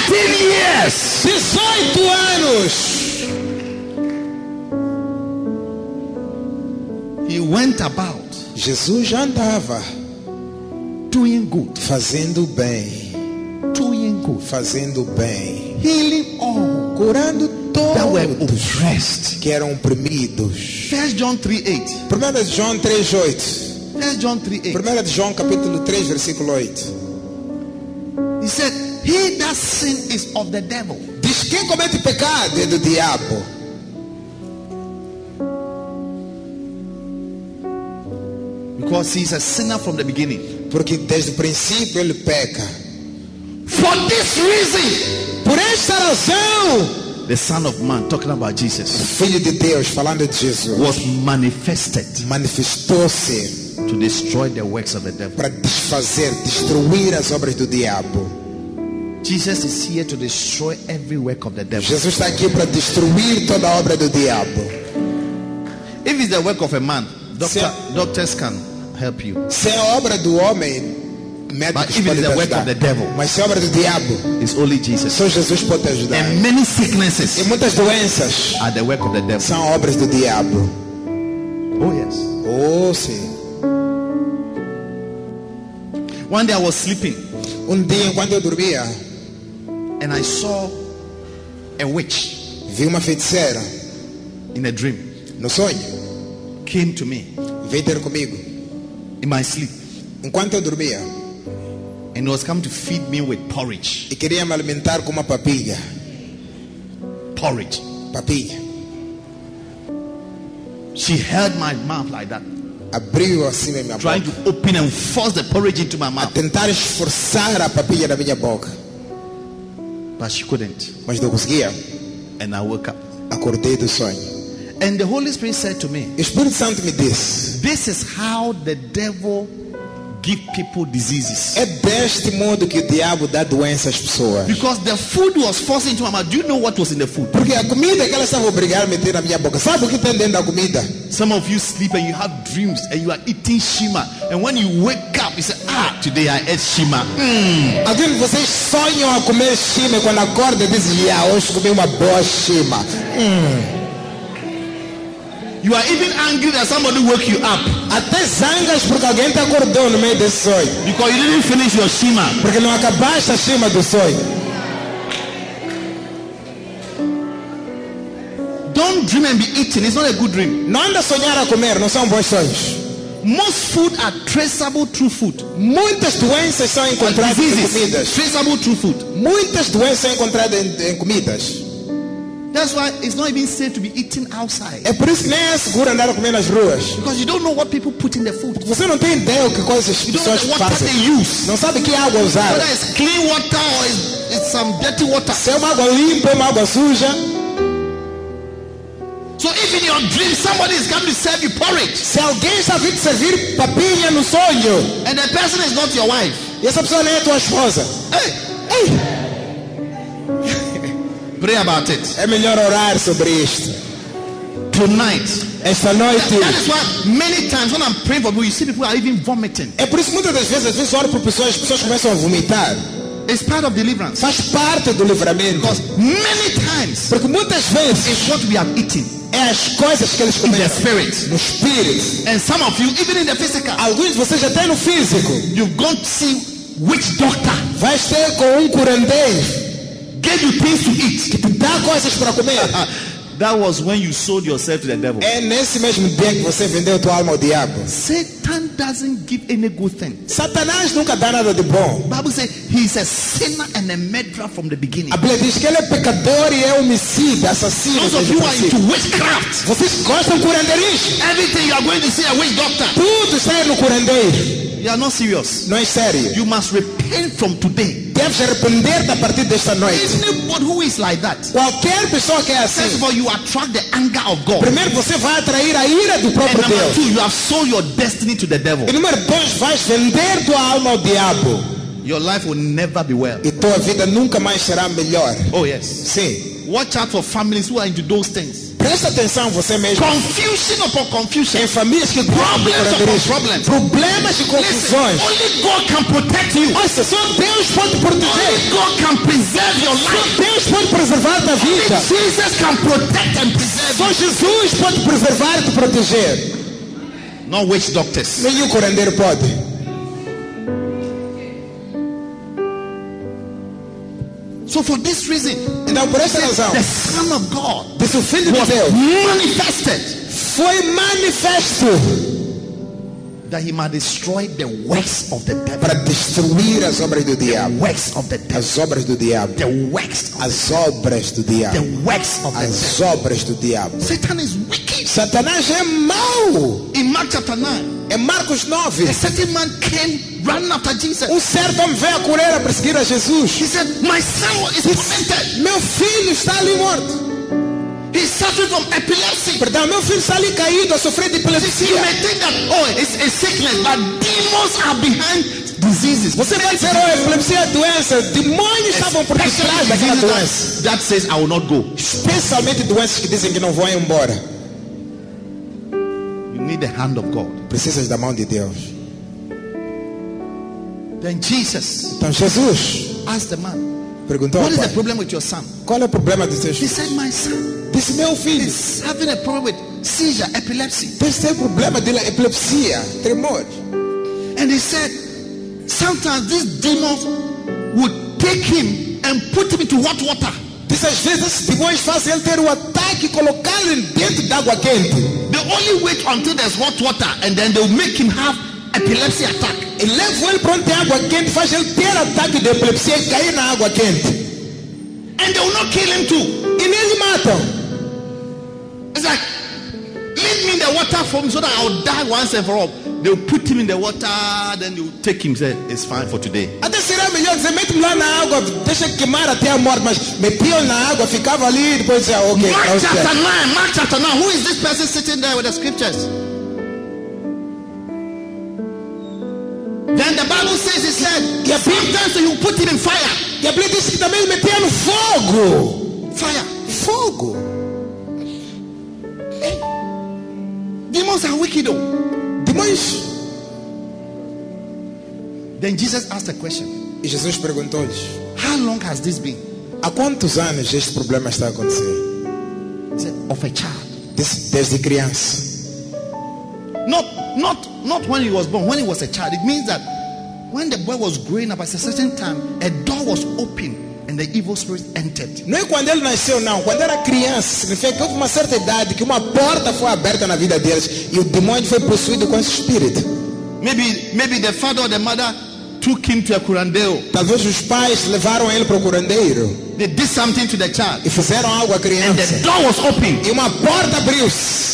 [SPEAKER 2] Eighteen years.
[SPEAKER 3] 18 anos.
[SPEAKER 2] He went about
[SPEAKER 3] Jesus já andava
[SPEAKER 2] doing good,
[SPEAKER 3] fazendo bem.
[SPEAKER 2] doing good,
[SPEAKER 3] fazendo bem,
[SPEAKER 2] healing all
[SPEAKER 3] curando
[SPEAKER 2] that were
[SPEAKER 3] todos
[SPEAKER 2] oppressed.
[SPEAKER 3] que eram oprimidos.
[SPEAKER 2] First John 3 8.
[SPEAKER 3] 1 de João 3:8.
[SPEAKER 2] First John 3 8.
[SPEAKER 3] 1 de João capítulo 3, versículo 8.
[SPEAKER 2] He said, He that sin is of the devil.
[SPEAKER 3] Diz quem comete pecado é do diabo.
[SPEAKER 2] Because he's a sinner from the beginning.
[SPEAKER 3] Porque desde o princípio ele peca.
[SPEAKER 2] For this reason,
[SPEAKER 3] Por esta razão,
[SPEAKER 2] the Son of Man, talking about
[SPEAKER 3] o
[SPEAKER 2] Jesus,
[SPEAKER 3] Filho de Deus, falando de Jesus,
[SPEAKER 2] was manifested
[SPEAKER 3] manifestou-se
[SPEAKER 2] to destroy the works of the devil.
[SPEAKER 3] para desfazer, destruir as obras do diabo.
[SPEAKER 2] Jesus is here to destroy every work of the devil.
[SPEAKER 3] Jesus está aqui para destruir toda a obra do diabo.
[SPEAKER 2] If it's the work of a man, doctor,
[SPEAKER 3] Sir.
[SPEAKER 2] doctors can help you.
[SPEAKER 3] Se é obra do homem,
[SPEAKER 2] But
[SPEAKER 3] médicos
[SPEAKER 2] if it is
[SPEAKER 3] podem
[SPEAKER 2] the
[SPEAKER 3] te
[SPEAKER 2] work of the
[SPEAKER 3] ajudar.
[SPEAKER 2] devil,
[SPEAKER 3] Mas se é obra do diabo,
[SPEAKER 2] it's only Jesus.
[SPEAKER 3] só Jesus pode te ajudar.
[SPEAKER 2] And many
[SPEAKER 3] E
[SPEAKER 2] sicknesses
[SPEAKER 3] muitas doenças
[SPEAKER 2] are the work of the devil.
[SPEAKER 3] são obras do diabo.
[SPEAKER 2] Oh, yes.
[SPEAKER 3] Oh, sim.
[SPEAKER 2] One day I was sleeping
[SPEAKER 3] Um dia, enquanto eu dormia,
[SPEAKER 2] and I saw a witch
[SPEAKER 3] vi uma feiticeira
[SPEAKER 2] in a dream
[SPEAKER 3] no sonho.
[SPEAKER 2] came to me
[SPEAKER 3] Veio ter comigo.
[SPEAKER 2] in my sleep
[SPEAKER 3] Enquanto eu dormia,
[SPEAKER 2] and was come to feed me with porridge.
[SPEAKER 3] e queria me alimentar com uma papilha.
[SPEAKER 2] Porridge.
[SPEAKER 3] Papilha.
[SPEAKER 2] She held my mouth like that,
[SPEAKER 3] Abriu assim a minha
[SPEAKER 2] trying
[SPEAKER 3] boca.
[SPEAKER 2] to open and force the porridge into my mouth.
[SPEAKER 3] Tentar esforçar a papilha da minha boca.
[SPEAKER 2] But she couldn't.
[SPEAKER 3] Mas não conseguia.
[SPEAKER 2] And I woke up.
[SPEAKER 3] Acordei do sonho.
[SPEAKER 2] And the Holy Spirit said to me,
[SPEAKER 3] O Espírito Santo me disse.
[SPEAKER 2] This is how the devil give people diseases.
[SPEAKER 3] É deste modo que o diabo dá doença às pessoas.
[SPEAKER 2] Because the food was forced into my mouth. Do you know what was in the food?
[SPEAKER 3] Porque a comida que ela estava obrigada a meter na minha boca, sabe o que tem dentro da comida?
[SPEAKER 2] Some of you sleep and you have dreams and you are eating shima. And when you wake up, you say, Ah, today I ate shima. Mm.
[SPEAKER 3] Alguns de vocês sonham a comer chima e quando acorda dizem, ah, hoje comi uma boa chima.
[SPEAKER 2] You are even angry that somebody woke you up
[SPEAKER 3] Até zangas porque alguém te acordou no meio desse sonho.
[SPEAKER 2] because you didn't finish your shima.
[SPEAKER 3] Porque não acabaste a chima do sonho.
[SPEAKER 2] Don't dream and be eating. It's not a good dream.
[SPEAKER 3] Não anda a sonhar a comer, não são bons sonhos.
[SPEAKER 2] Most food are traceable through food.
[SPEAKER 3] Muitas doenças são encontradas em
[SPEAKER 2] Diseases,
[SPEAKER 3] comidas.
[SPEAKER 2] traceable through food.
[SPEAKER 3] Muitas doenças são encontradas em, em comidas.
[SPEAKER 2] That's why it's not even safe to be eating outside.
[SPEAKER 3] É por isso que nem é seguro andar a comer nas ruas.
[SPEAKER 2] Because you don't know what people put in the food.
[SPEAKER 3] Você não tem ideia o que coisas
[SPEAKER 2] You don't know
[SPEAKER 3] pessoas
[SPEAKER 2] the water
[SPEAKER 3] fazem.
[SPEAKER 2] they use.
[SPEAKER 3] Não sabe que é água usar.
[SPEAKER 2] Whether it's clean water or it's, it's some dirty water.
[SPEAKER 3] Se é uma água limpa, é uma água suja.
[SPEAKER 2] So if in your dream somebody is coming to serve you porridge.
[SPEAKER 3] Se alguém está vindo servir papinha no sonho,
[SPEAKER 2] and the person is not your wife.
[SPEAKER 3] e essa pessoa não é tua esposa,
[SPEAKER 2] Hey, hey. Pray about it.
[SPEAKER 3] é melhor orar sobre isto.
[SPEAKER 2] Tonight,
[SPEAKER 3] Esta noite.
[SPEAKER 2] That is why many times when I'm praying for people, you see people are even vomiting.
[SPEAKER 3] É por isso que muitas das vezes, às vezes, eu oro por pessoas, as pessoas começam a vomitar.
[SPEAKER 2] It's part of deliverance.
[SPEAKER 3] Faz parte do livramento.
[SPEAKER 2] Because many times
[SPEAKER 3] Porque muitas vezes
[SPEAKER 2] it's what we have eaten
[SPEAKER 3] é as coisas que eles
[SPEAKER 2] in the
[SPEAKER 3] começam
[SPEAKER 2] spirit.
[SPEAKER 3] no espírito.
[SPEAKER 2] And some of you, even in the physical,
[SPEAKER 3] Alguns de vocês até no físico.
[SPEAKER 2] you've gone to see which doctor
[SPEAKER 3] Vai ter com um curandeiro
[SPEAKER 2] gave you things to eat.
[SPEAKER 3] que te dá coisas para comer.
[SPEAKER 2] Ah, that was when you sold yourself to the devil.
[SPEAKER 3] É nesse mesmo dia que você vendeu tua alma ao diabo.
[SPEAKER 2] Satan doesn't give any good thing.
[SPEAKER 3] Satanás nunca dá nada de bom.
[SPEAKER 2] Bible says he's a sinner and a murderer from the beginning.
[SPEAKER 3] A Bíblia diz que ele é pecador e é homicida, assassino.
[SPEAKER 2] Those of
[SPEAKER 3] desde o
[SPEAKER 2] you are into
[SPEAKER 3] princípio.
[SPEAKER 2] witchcraft.
[SPEAKER 3] Vocês gostam de curandeirismo?
[SPEAKER 2] Everything you are going to see a witch doctor.
[SPEAKER 3] Tudo está no curandeiro.
[SPEAKER 2] You are not serious.
[SPEAKER 3] Não é sério.
[SPEAKER 2] You must repent from today.
[SPEAKER 3] Deves arrepender da partir desta noite.
[SPEAKER 2] Anybody who is like that,
[SPEAKER 3] Qualquer pessoa que é
[SPEAKER 2] first
[SPEAKER 3] assim,
[SPEAKER 2] of all, you attract the anger of God.
[SPEAKER 3] primeiro você vai atrair a ira do
[SPEAKER 2] And
[SPEAKER 3] próprio
[SPEAKER 2] number
[SPEAKER 3] Deus.
[SPEAKER 2] two, you have sold your destiny to the devil.
[SPEAKER 3] E número dois, vais vender tua alma ao diabo.
[SPEAKER 2] Your life will never be well.
[SPEAKER 3] E tua vida nunca mais será melhor.
[SPEAKER 2] Oh, yes.
[SPEAKER 3] Sim.
[SPEAKER 2] Watch out for families who are into those things.
[SPEAKER 3] Presta atenção você mesmo.
[SPEAKER 2] Confusion upon confusion.
[SPEAKER 3] Tem famílias que
[SPEAKER 2] Problems upon
[SPEAKER 3] problemas,
[SPEAKER 2] problems.
[SPEAKER 3] problemas e
[SPEAKER 2] Listen,
[SPEAKER 3] confusões.
[SPEAKER 2] only God can protect you.
[SPEAKER 3] Nossa, só Deus pode proteger.
[SPEAKER 2] Only God can preserve your life.
[SPEAKER 3] Só Deus pode preservar da vida.
[SPEAKER 2] Jesus can protect and preserve
[SPEAKER 3] Só Jesus pode preservar e te proteger.
[SPEAKER 2] you. Not witch doctors.
[SPEAKER 3] Nenhum curandeiro pode.
[SPEAKER 2] So for this reason,
[SPEAKER 3] Então, por essa razão,
[SPEAKER 2] the Son of God
[SPEAKER 3] disse o Filho de
[SPEAKER 2] was
[SPEAKER 3] Deus
[SPEAKER 2] manifested
[SPEAKER 3] foi manifesto
[SPEAKER 2] that he might destroy the works of the devil.
[SPEAKER 3] para destruir as obras do diabo.
[SPEAKER 2] Works of the devil.
[SPEAKER 3] As obras do diabo.
[SPEAKER 2] The works of
[SPEAKER 3] As obras do diabo.
[SPEAKER 2] the works of the devil.
[SPEAKER 3] As obras do diabo.
[SPEAKER 2] Satan is wicked.
[SPEAKER 3] Satanás é mau.
[SPEAKER 2] In Mark chapter 9,
[SPEAKER 3] É Marcos 9.
[SPEAKER 2] a certain man came running after Jesus.
[SPEAKER 3] Um certo homem veio a correr a perseguir a Jesus.
[SPEAKER 2] He said, My son is tormented.
[SPEAKER 3] Meu filho está ali morto.
[SPEAKER 2] He's suffering from epilepsy.
[SPEAKER 3] Perdão, meu filho está ali caído a sofrer de
[SPEAKER 2] You
[SPEAKER 3] epilepsia.
[SPEAKER 2] may think that, oh, it's a sickness, but demons are behind diseases.
[SPEAKER 3] Você vai dizer, oh, epilepsia é doença. Demônios estavam por detrás daquela doença.
[SPEAKER 2] that, that says, I will not go.
[SPEAKER 3] Especialmente doenças que dizem que não vão embora.
[SPEAKER 2] You need the hand of God.
[SPEAKER 3] Precisas da mão de Deus.
[SPEAKER 2] Then Jesus
[SPEAKER 3] Então Jesus
[SPEAKER 2] asked the man,
[SPEAKER 3] perguntou ao
[SPEAKER 2] What is the
[SPEAKER 3] pai,
[SPEAKER 2] problem with your son?
[SPEAKER 3] qual é o problema dos teus
[SPEAKER 2] He
[SPEAKER 3] filhos?
[SPEAKER 2] said, My son
[SPEAKER 3] Disse, meu filho,
[SPEAKER 2] is having a problem with seizure, epilepsy.
[SPEAKER 3] tens ter problema de epilepsia, tremor.
[SPEAKER 2] And he said, Sometimes these demons would take him and put him into hot water.
[SPEAKER 3] Disse, às vezes esses demônios fazem ele ter o ataque e colocá-lo dentro de água quente.
[SPEAKER 2] They only wait until there's hot water and then they'll make him have epilepsy attack.
[SPEAKER 3] E levam ele para onde tem água quente, faz ele ter ataque de epilepsia e cair na água quente.
[SPEAKER 2] And they will not kill him too.
[SPEAKER 3] E nem lhe matam.
[SPEAKER 2] It's like, leave me in the water for me so that I'll die once and for all. They'll put him in the water, then they'll take him. Say, it's fine for today.
[SPEAKER 3] Até será melhor dizer, mete-me lá na água, deixa queimar até a morte, mas metiam na água, ficava ali e depois dizia, ok,
[SPEAKER 2] Mark
[SPEAKER 3] tá
[SPEAKER 2] chapter
[SPEAKER 3] certo.
[SPEAKER 2] 9, Mark chapter 9. Who is this person sitting there with the scriptures? Then the Bible says he said,
[SPEAKER 3] Yeah, but-
[SPEAKER 2] sometimes you put him in fire.
[SPEAKER 3] E a Bíblia diz que também metia no fogo.
[SPEAKER 2] Fire.
[SPEAKER 3] Fogo.
[SPEAKER 2] Demons are wicked though.
[SPEAKER 3] Demais.
[SPEAKER 2] Then Jesus asked a question.
[SPEAKER 3] E Jesus perguntou-lhes,
[SPEAKER 2] How long has this been?
[SPEAKER 3] há quantos anos este problema está a acontecer?
[SPEAKER 2] He said, of a child.
[SPEAKER 3] Disse, desde criança.
[SPEAKER 2] Not not not when he was born, when he was a child. It means that when the boy was growing up at a certain time, a door was open and the evil spirit entered.
[SPEAKER 3] Não é quando ele nasceu, não. Quando era criança, significa que houve uma certa idade, que uma porta foi aberta na vida deles e o demônio foi possuído com esse espírito.
[SPEAKER 2] Maybe maybe the father or the mother took him to a curandero.
[SPEAKER 3] Talvez os pais levaram ele para o curandeiro
[SPEAKER 2] They did something to the child.
[SPEAKER 3] e fizeram algo à
[SPEAKER 2] And
[SPEAKER 3] criança.
[SPEAKER 2] the door was open.
[SPEAKER 3] E uma porta abriu-se.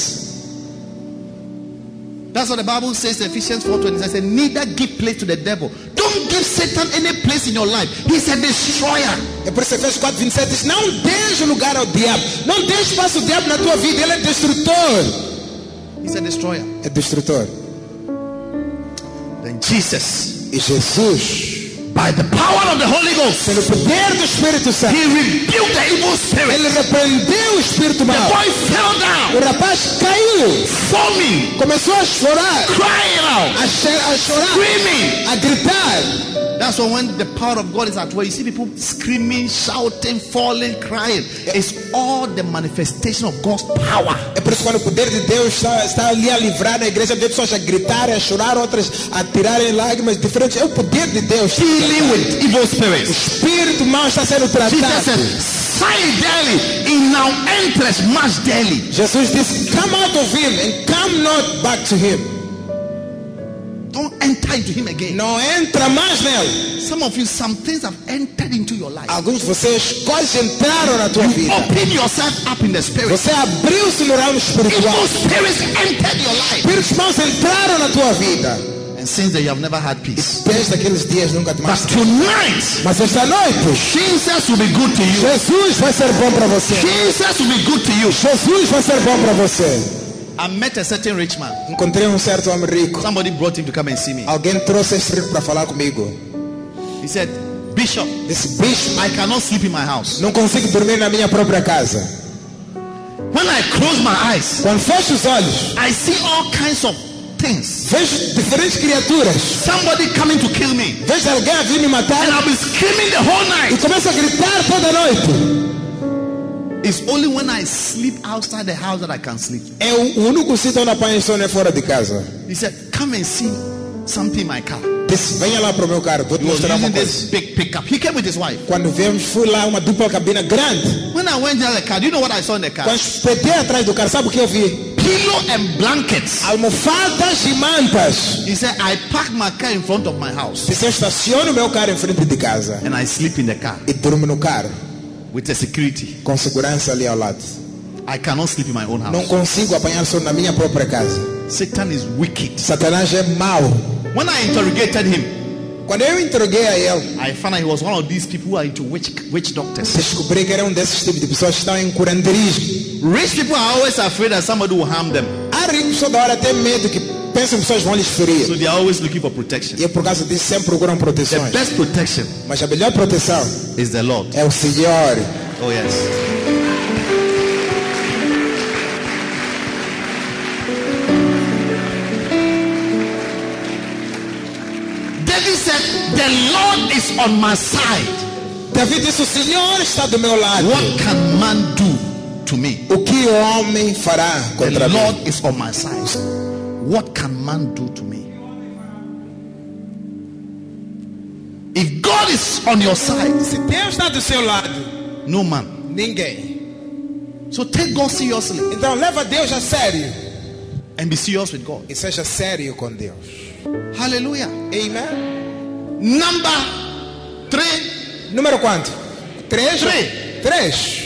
[SPEAKER 2] That's what the Bible says in Ephesians 4 20. says, neither give place to the devil. Don't give Satan any place in your life. He's a destroyer.
[SPEAKER 3] É por isso que Efésios 4, 27 diz, não deixe lugar ao diabo. Não deixe espaço ao diabo na tua vida. Ele é destrutor.
[SPEAKER 2] He's a destroyer.
[SPEAKER 3] É destrutor.
[SPEAKER 2] Then Jesus
[SPEAKER 3] E Jesus
[SPEAKER 2] By the power of the Holy Ghost,
[SPEAKER 3] Pelo poder do Espírito Santo,
[SPEAKER 2] he rebuked the evil spirit.
[SPEAKER 3] ele repreendeu o espírito
[SPEAKER 2] The
[SPEAKER 3] mau.
[SPEAKER 2] boy fell
[SPEAKER 3] O
[SPEAKER 2] down,
[SPEAKER 3] rapaz caiu,
[SPEAKER 2] foaming,
[SPEAKER 3] começou a chorar,
[SPEAKER 2] crying out,
[SPEAKER 3] a, che- a chorar,
[SPEAKER 2] screaming.
[SPEAKER 3] a gritar.
[SPEAKER 2] That's why when the power of God is at work, you see people screaming, shouting, falling, crying. It's all the manifestation of God's power.
[SPEAKER 3] É por isso que quando o poder de Deus está, está ali a livrar na igreja, vê pessoas a gritarem, a chorar, outras a tirarem lágrimas diferentes. É o poder de Deus.
[SPEAKER 2] Dealing with evil
[SPEAKER 3] O
[SPEAKER 2] spirits.
[SPEAKER 3] espírito mau está sendo
[SPEAKER 2] Jesus
[SPEAKER 3] tratado.
[SPEAKER 2] said, Sigh daily, in our entres much daily.
[SPEAKER 3] Jesus disse, come out of him and come not back to him.
[SPEAKER 2] Don't enter into him again.
[SPEAKER 3] Não entra mais nele.
[SPEAKER 2] Some of you, some things have entered into your life.
[SPEAKER 3] Alguns de vocês quase entraram na tua vida.
[SPEAKER 2] Open yourself up in the spirit.
[SPEAKER 3] Você abriu-se no ramo espiritual.
[SPEAKER 2] Evil spirits entered your life.
[SPEAKER 3] Espíritos maus entraram na tua vida.
[SPEAKER 2] And since then, you have never had peace.
[SPEAKER 3] Desde aqueles dias nunca te
[SPEAKER 2] But
[SPEAKER 3] mais.
[SPEAKER 2] tonight,
[SPEAKER 3] Mas esta noite,
[SPEAKER 2] Jesus will be good to you.
[SPEAKER 3] Jesus vai ser bom para você.
[SPEAKER 2] Jesus will be good to you.
[SPEAKER 3] Jesus vai ser bom para você.
[SPEAKER 2] I met a certain rich man.
[SPEAKER 3] Encontrei um certo homem rico.
[SPEAKER 2] Somebody brought him to come and see me.
[SPEAKER 3] Alguém trouxe esse rico para falar comigo.
[SPEAKER 2] He said, Bishop,
[SPEAKER 3] Disse, bicho,
[SPEAKER 2] I cannot sleep in my house.
[SPEAKER 3] não consigo dormir na minha própria casa.
[SPEAKER 2] When I close my eyes,
[SPEAKER 3] Quando fecho os olhos,
[SPEAKER 2] I see all kinds of things.
[SPEAKER 3] vejo diferentes criaturas.
[SPEAKER 2] Somebody coming to kill me.
[SPEAKER 3] Vejo alguém a vir me
[SPEAKER 2] and
[SPEAKER 3] matar
[SPEAKER 2] I'll be screaming the whole
[SPEAKER 3] e
[SPEAKER 2] night.
[SPEAKER 3] começo a gritar toda noite.
[SPEAKER 2] It's only when I sleep outside the house that I can sleep.
[SPEAKER 3] É o único sítio onde apanho sono é fora de casa.
[SPEAKER 2] He said, Come and see something in my car. He
[SPEAKER 3] Disse, venha lá para o meu carro, vou te
[SPEAKER 2] was
[SPEAKER 3] mostrar uma
[SPEAKER 2] using
[SPEAKER 3] coisa.
[SPEAKER 2] this big pickup. He came with his wife.
[SPEAKER 3] Quando viemos, fui lá, uma dupla cabina grande.
[SPEAKER 2] When I went down the car, do you know what I saw in the car?
[SPEAKER 3] Quando espetei atrás do carro, sabe o que eu vi?
[SPEAKER 2] Pillow and blankets.
[SPEAKER 3] Almofadas e mantas.
[SPEAKER 2] He said, I park my car in front of my house
[SPEAKER 3] Disse, eu estaciono meu carro em frente de casa.
[SPEAKER 2] and I sleep in the car
[SPEAKER 3] e durmo no carro
[SPEAKER 2] with the security.
[SPEAKER 3] com segurança ali ao lado.
[SPEAKER 2] I cannot sleep in my own
[SPEAKER 3] Não
[SPEAKER 2] house.
[SPEAKER 3] consigo apanhar sono na minha própria casa.
[SPEAKER 2] Satan is wicked.
[SPEAKER 3] Satanás é mau.
[SPEAKER 2] When I interrogated him,
[SPEAKER 3] Quando eu interroguei a ele,
[SPEAKER 2] I found out he was one of these people who are into witch, witch doctors.
[SPEAKER 3] descobri que era um desses tipos de pessoas que estão em curanderismo. Ah,
[SPEAKER 2] Rich people are always afraid that somebody will harm them.
[SPEAKER 3] Há ricos toda hora tem medo que pensam que pessoas vão lhes
[SPEAKER 2] So
[SPEAKER 3] ferir.
[SPEAKER 2] they are always looking for protection.
[SPEAKER 3] E por causa disso sempre procuram
[SPEAKER 2] The
[SPEAKER 3] proteções.
[SPEAKER 2] best protection
[SPEAKER 3] Mas a melhor proteção
[SPEAKER 2] is the Lord.
[SPEAKER 3] é o Senhor.
[SPEAKER 2] Oh, yes. David said, The Lord is on my side.
[SPEAKER 3] Davi disse, o Senhor está do meu lado.
[SPEAKER 2] What can man do to me?
[SPEAKER 3] O que o homem fará contra
[SPEAKER 2] The Lord
[SPEAKER 3] mim?
[SPEAKER 2] is on my side. What can man do to me? If God is on your side,
[SPEAKER 3] Se Deus está do seu lado,
[SPEAKER 2] no man.
[SPEAKER 3] ninguém.
[SPEAKER 2] So take God seriously
[SPEAKER 3] Então leva Deus a sério.
[SPEAKER 2] and be serious with God.
[SPEAKER 3] E seja sério com Deus.
[SPEAKER 2] Hallelujah.
[SPEAKER 3] Amém?
[SPEAKER 2] Number three.
[SPEAKER 3] Número quanto? Três?
[SPEAKER 2] Três.
[SPEAKER 3] Três.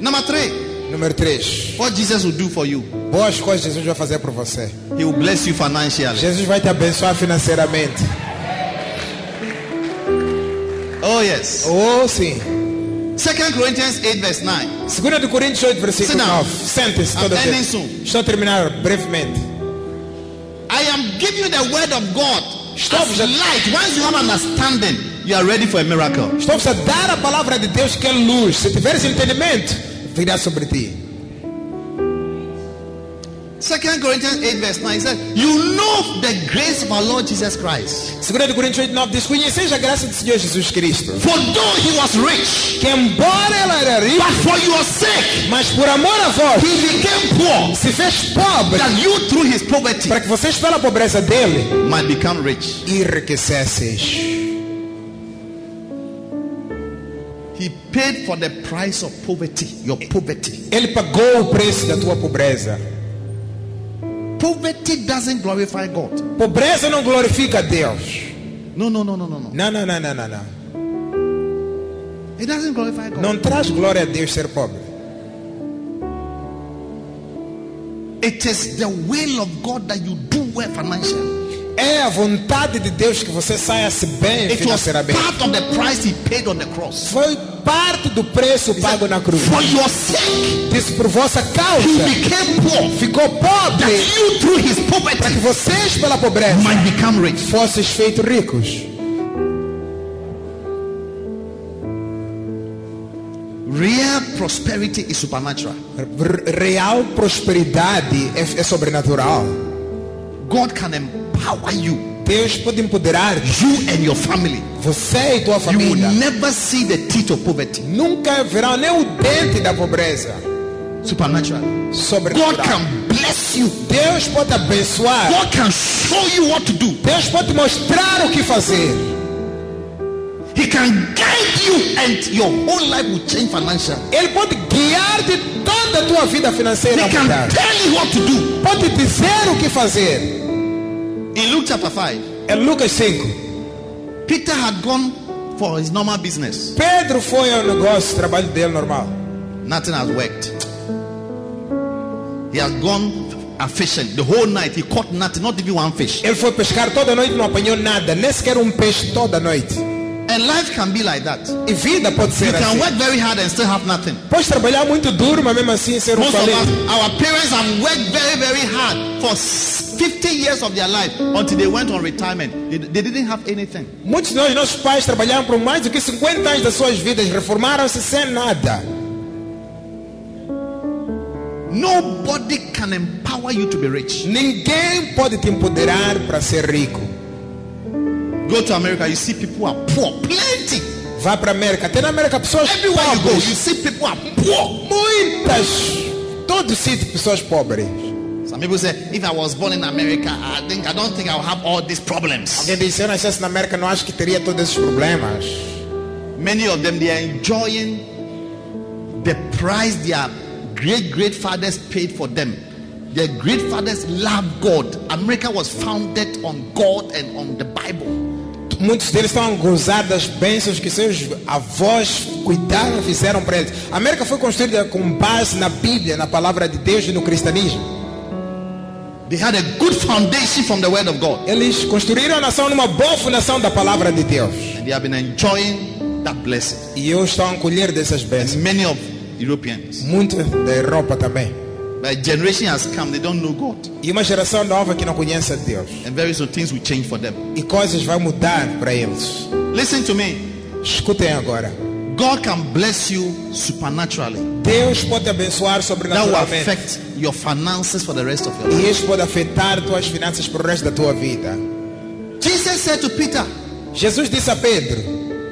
[SPEAKER 2] Number three.
[SPEAKER 3] Número três.
[SPEAKER 2] What Jesus will do for you.
[SPEAKER 3] Boas coisas Jesus vai fazer por você.
[SPEAKER 2] He will bless you financially.
[SPEAKER 3] Jesus vai te abençoar financeiramente.
[SPEAKER 2] Oh yes.
[SPEAKER 3] Oh, sim.
[SPEAKER 2] Second Corinthians 8 verse 9.
[SPEAKER 3] 2 de Coríntios 8, versículo
[SPEAKER 2] Sit down.
[SPEAKER 3] 9. Sente-se todo
[SPEAKER 2] I'm ending
[SPEAKER 3] tempo.
[SPEAKER 2] soon.
[SPEAKER 3] Estou a terminar brevemente.
[SPEAKER 2] I am giving you the word of God.
[SPEAKER 3] Stop
[SPEAKER 2] As
[SPEAKER 3] that.
[SPEAKER 2] light. Once you have understanding, you are ready for a miracle.
[SPEAKER 3] Estou-vos a dar a palavra de Deus que é luz. Se tiveres entendimento, virá sobre ti.
[SPEAKER 2] Second Corinthians 8 verse 9 says, You know the grace of our Lord Jesus Christ.
[SPEAKER 3] 2 de Coríntios 8, 9 diz: Conheceis a graça do Senhor Jesus Cristo.
[SPEAKER 2] For though he was rich,
[SPEAKER 3] Que embora ela era rica,
[SPEAKER 2] but for your sake
[SPEAKER 3] mas por amor a vós,
[SPEAKER 2] he became poor,
[SPEAKER 3] se fez pobre.
[SPEAKER 2] that you through his poverty
[SPEAKER 3] Para que vocês, pela pobreza dele,
[SPEAKER 2] might become rich.
[SPEAKER 3] enriquecesses.
[SPEAKER 2] He paid for the price of poverty, your poverty.
[SPEAKER 3] Ele pagou o preço da tua pobreza.
[SPEAKER 2] Poverty doesn't glorify God.
[SPEAKER 3] Pobreza não glorifica a Deus.
[SPEAKER 2] No, no, no, no, no, no.
[SPEAKER 3] Não, não, não, não, não, não.
[SPEAKER 2] It doesn't glorify God.
[SPEAKER 3] Não traz glória a Deus ser pobre.
[SPEAKER 2] It is the will of God that you do well financially.
[SPEAKER 3] É a vontade de Deus que você saia-se bem
[SPEAKER 2] It was
[SPEAKER 3] financeiramente.
[SPEAKER 2] part of the price he paid on the cross.
[SPEAKER 3] Foi parte do preço pago na cruz.
[SPEAKER 2] For your sake,
[SPEAKER 3] Disse por vossa
[SPEAKER 2] he
[SPEAKER 3] causa.
[SPEAKER 2] became poor.
[SPEAKER 3] Ficou
[SPEAKER 2] That
[SPEAKER 3] pobre
[SPEAKER 2] you through his
[SPEAKER 3] para que
[SPEAKER 2] poverty
[SPEAKER 3] vocês, pela pobreza,
[SPEAKER 2] might become rich.
[SPEAKER 3] fosses feitos ricos.
[SPEAKER 2] Real prosperity is supernatural.
[SPEAKER 4] R- Real prosperidade é, é sobrenatural.
[SPEAKER 2] God can empower you,
[SPEAKER 4] Deus pode empoderar
[SPEAKER 2] you and your family.
[SPEAKER 4] você e tua
[SPEAKER 2] You will
[SPEAKER 4] família.
[SPEAKER 2] never see the teeth of poverty.
[SPEAKER 4] Nunca verá nem o dente da pobreza.
[SPEAKER 2] Supernatural. God
[SPEAKER 4] Sobrenatural.
[SPEAKER 2] can bless you.
[SPEAKER 4] Deus pode abençoar.
[SPEAKER 2] God can show you what to do.
[SPEAKER 4] Deus pode mostrar o que fazer.
[SPEAKER 2] He can guide you, and your whole life will change financially.
[SPEAKER 4] Ele pode guiar-te toda a tua vida
[SPEAKER 2] He
[SPEAKER 4] financeira a
[SPEAKER 2] can
[SPEAKER 4] mudar.
[SPEAKER 2] tell you what to do.
[SPEAKER 4] Pode dizer o que fazer.
[SPEAKER 2] In Luke chapter 5,
[SPEAKER 4] É Lucas 5.
[SPEAKER 2] Peter had gone for his normal business.
[SPEAKER 4] Pedro foi ao negócio, trabalho dele normal.
[SPEAKER 2] Nothing has worked. He has gone a fishing the whole night. He caught nothing, not even one fish.
[SPEAKER 4] Ele foi pescar toda noite, não apanhou nada, nem sequer um peixe toda noite.
[SPEAKER 2] And life can be like that.
[SPEAKER 4] E vida pode
[SPEAKER 2] You
[SPEAKER 4] ser
[SPEAKER 2] can
[SPEAKER 4] assim.
[SPEAKER 2] work very hard and still have nothing.
[SPEAKER 4] Pode trabalhar muito duro, mas mesmo assim ser um
[SPEAKER 2] Most of us,
[SPEAKER 4] falido.
[SPEAKER 2] our parents have worked very, very hard for s- 50 years of their life until they went on retirement. They, they didn't have anything.
[SPEAKER 4] Muitos de nós, nossos pais, trabalharam por mais do que 50 anos das suas vidas, reformaram-se sem nada.
[SPEAKER 2] Nobody can empower you to be rich.
[SPEAKER 4] Ninguém pode te empoderar para ser rico.
[SPEAKER 2] Go to America, you see people are poor, plenty.
[SPEAKER 4] Vá para a América, até na América pessoas
[SPEAKER 2] Everywhere you go, you
[SPEAKER 4] pobres.
[SPEAKER 2] see people are poor.
[SPEAKER 4] Muitas, todo sítio, pessoas pobres.
[SPEAKER 2] Some people say, if I was born in America, I think I don't think I'll have all these problems.
[SPEAKER 4] Alguém disse, se eu nascesse na América, não acho que teria todos esses problemas.
[SPEAKER 2] Many of them, they are enjoying the price their great great fathers paid for them. Their great fathers loved God. America was founded on God and on the Bible.
[SPEAKER 4] Muitos deles estão a gozar das bênçãos que seus avós cuidaram, fizeram para eles. A América foi construída com base na Bíblia, na palavra de Deus e no cristianismo.
[SPEAKER 2] They had a good foundation from the Word of God.
[SPEAKER 4] Eles construíram a nação numa boa fundação da palavra de Deus.
[SPEAKER 2] And they have been enjoying that blessing.
[SPEAKER 4] E eu estou a colher dessas bênçãos.
[SPEAKER 2] And many of Europeans,
[SPEAKER 4] Muito da Europa também.
[SPEAKER 2] my generation has come, they don't know God.
[SPEAKER 4] E uma geração nova que não conhece a Deus.
[SPEAKER 2] And very soon things will change for them.
[SPEAKER 4] E coisas vão mudar para eles.
[SPEAKER 2] Listen to me.
[SPEAKER 4] Escutem agora.
[SPEAKER 2] God can bless you supernaturally.
[SPEAKER 4] Deus pode abençoar
[SPEAKER 2] That will
[SPEAKER 4] sobrenaturalmente.
[SPEAKER 2] affect your finances for the rest of your life.
[SPEAKER 4] E isso pode afetar tuas finanças para o resto da tua vida.
[SPEAKER 2] Jesus said to Peter,
[SPEAKER 4] Jesus disse a Pedro,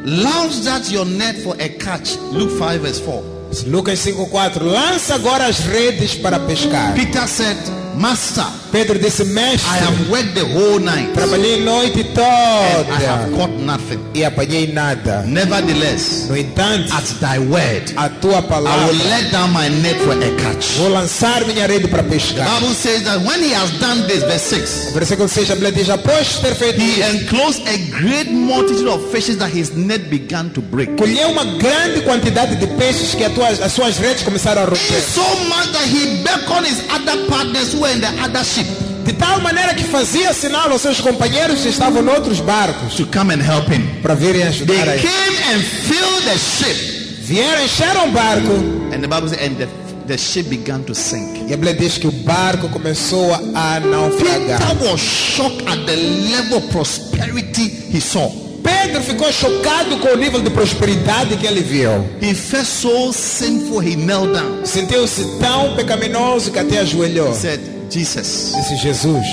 [SPEAKER 2] Launch that your net for a catch. Luke 5 verse 4.
[SPEAKER 4] Lucas 5,4, lança agora as redes para pescar.
[SPEAKER 2] Peter said, Master,
[SPEAKER 4] Pedro disse,
[SPEAKER 2] I
[SPEAKER 4] mestre,
[SPEAKER 2] have worked the whole night
[SPEAKER 4] trabalhei noite
[SPEAKER 2] and I have
[SPEAKER 4] toda
[SPEAKER 2] caught nothing.
[SPEAKER 4] e apanhei nada.
[SPEAKER 2] Nevertheless,
[SPEAKER 4] No entanto,
[SPEAKER 2] at thy word,
[SPEAKER 4] a tua
[SPEAKER 2] I will
[SPEAKER 4] palavra,
[SPEAKER 2] let down my net for a catch.
[SPEAKER 4] Ah, vou lançar minha rede para
[SPEAKER 2] The
[SPEAKER 4] pescar.
[SPEAKER 2] Bible says that when he has done this, verse 6,
[SPEAKER 4] Versículo 6, a Bíblia diz, após ter feito
[SPEAKER 2] he
[SPEAKER 4] isso,
[SPEAKER 2] enclosed a great multitude of fishes that his net began to break.
[SPEAKER 4] colheu uma grande quantidade de peixes que a tuas- as suas redes começaram a romper.
[SPEAKER 2] So much that he beckoned his other partners who were in the other ship
[SPEAKER 4] De tal maneira que fazia sinal aos seus companheiros que estavam noutros barcos
[SPEAKER 2] to come and help him.
[SPEAKER 4] para virem
[SPEAKER 2] They
[SPEAKER 4] ajudar a ele.
[SPEAKER 2] came and filled the ship.
[SPEAKER 4] Vieram, encheram o barco
[SPEAKER 2] And the Bible says, and the, the ship began to sink.
[SPEAKER 4] e a Bíblia diz que o barco começou a naufragar.
[SPEAKER 2] Peter was shocked at the level of prosperity he saw.
[SPEAKER 4] Pedro ficou chocado com o nível de prosperidade que ele viu.
[SPEAKER 2] He felt so sinful, he knelt down.
[SPEAKER 4] Sentiu-se tão pecaminoso que até ajoelhou.
[SPEAKER 2] He said, Jesus,
[SPEAKER 4] Disse Jesus,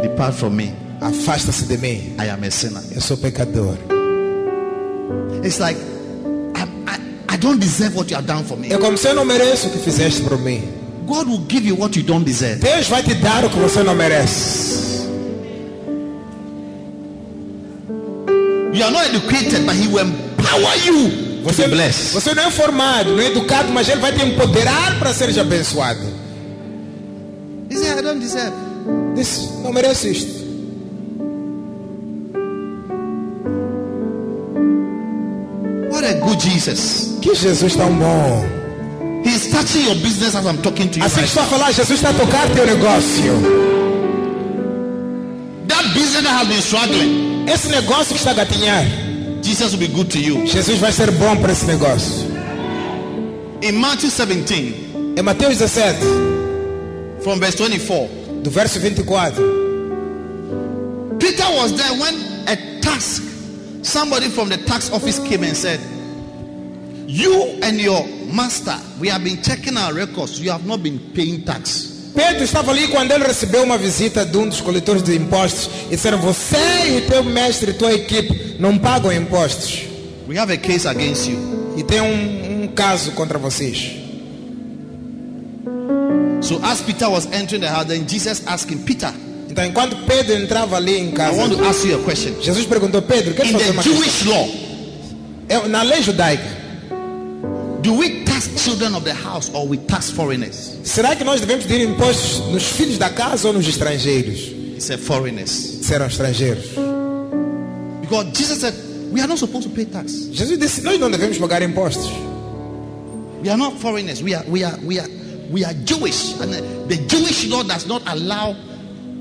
[SPEAKER 2] depart from me.
[SPEAKER 4] afasta-se de mim.
[SPEAKER 2] I am a sinner.
[SPEAKER 4] Eu sou pecador.
[SPEAKER 2] It's like, I, I, I don't deserve what you have done for me.
[SPEAKER 4] É como se eu não mereço o que fizeste por mim.
[SPEAKER 2] God will give you what you don't deserve.
[SPEAKER 4] Deus vai te dar o que você não merece.
[SPEAKER 2] You are not educated, but he will empower you to
[SPEAKER 4] Você,
[SPEAKER 2] be blessed.
[SPEAKER 4] você não é formado, não é educado, mas ele vai te empoderar para seres abençoado.
[SPEAKER 2] He said, I don't deserve.
[SPEAKER 4] Disse, não mereço isto.
[SPEAKER 2] What a good Jesus.
[SPEAKER 4] Que Jesus tão bom.
[SPEAKER 2] He's touching your business as I'm talking to you.
[SPEAKER 4] Assim que
[SPEAKER 2] right
[SPEAKER 4] estou a falar, Jesus está a tocar teu negócio.
[SPEAKER 2] now. That business that has been struggling.
[SPEAKER 4] Esse negócio que está a gatinhar,
[SPEAKER 2] Jesus will be good to you.
[SPEAKER 4] Jesus vai ser bom para esse negócio.
[SPEAKER 2] In Matthew 17,
[SPEAKER 4] É Mateus 17,
[SPEAKER 2] from verse 24,
[SPEAKER 4] do verso 24.
[SPEAKER 2] Peter was there when a tax, somebody from the tax office came and said, You and your master, we have been checking our records. You have not been paying tax.
[SPEAKER 4] Pedro estava ali quando ele recebeu uma visita de um dos coletores de impostos e disseram: Você e o teu mestre e tua equipe não pagam impostos.
[SPEAKER 2] We have a case against you.
[SPEAKER 4] E tem um, um caso contra vocês.
[SPEAKER 2] So as Peter was entering the house, then Jesus asked him, Peter,
[SPEAKER 4] Então, enquanto Pedro entrava ali em
[SPEAKER 2] I want
[SPEAKER 4] casa,
[SPEAKER 2] to ask you a question.
[SPEAKER 4] Jesus perguntou: Pedro, é quer
[SPEAKER 2] In
[SPEAKER 4] fazer
[SPEAKER 2] the
[SPEAKER 4] uma questão?
[SPEAKER 2] Jewish law,
[SPEAKER 4] É, Na lei judaica,
[SPEAKER 2] do we tax children of the house or we tax foreigners?
[SPEAKER 4] será que nós devemos pedir impostos nos filhos da casa ou nos estrangeiros?
[SPEAKER 2] He said, foreigners.
[SPEAKER 4] Disseram estrangeiros.
[SPEAKER 2] Because Jesus said, we are not supposed to pay tax.
[SPEAKER 4] Jesus disse: Nós não devemos pagar impostos.
[SPEAKER 2] We are not foreigners. We are we are we are we are Jewish. And uh, the Jewish law does not allow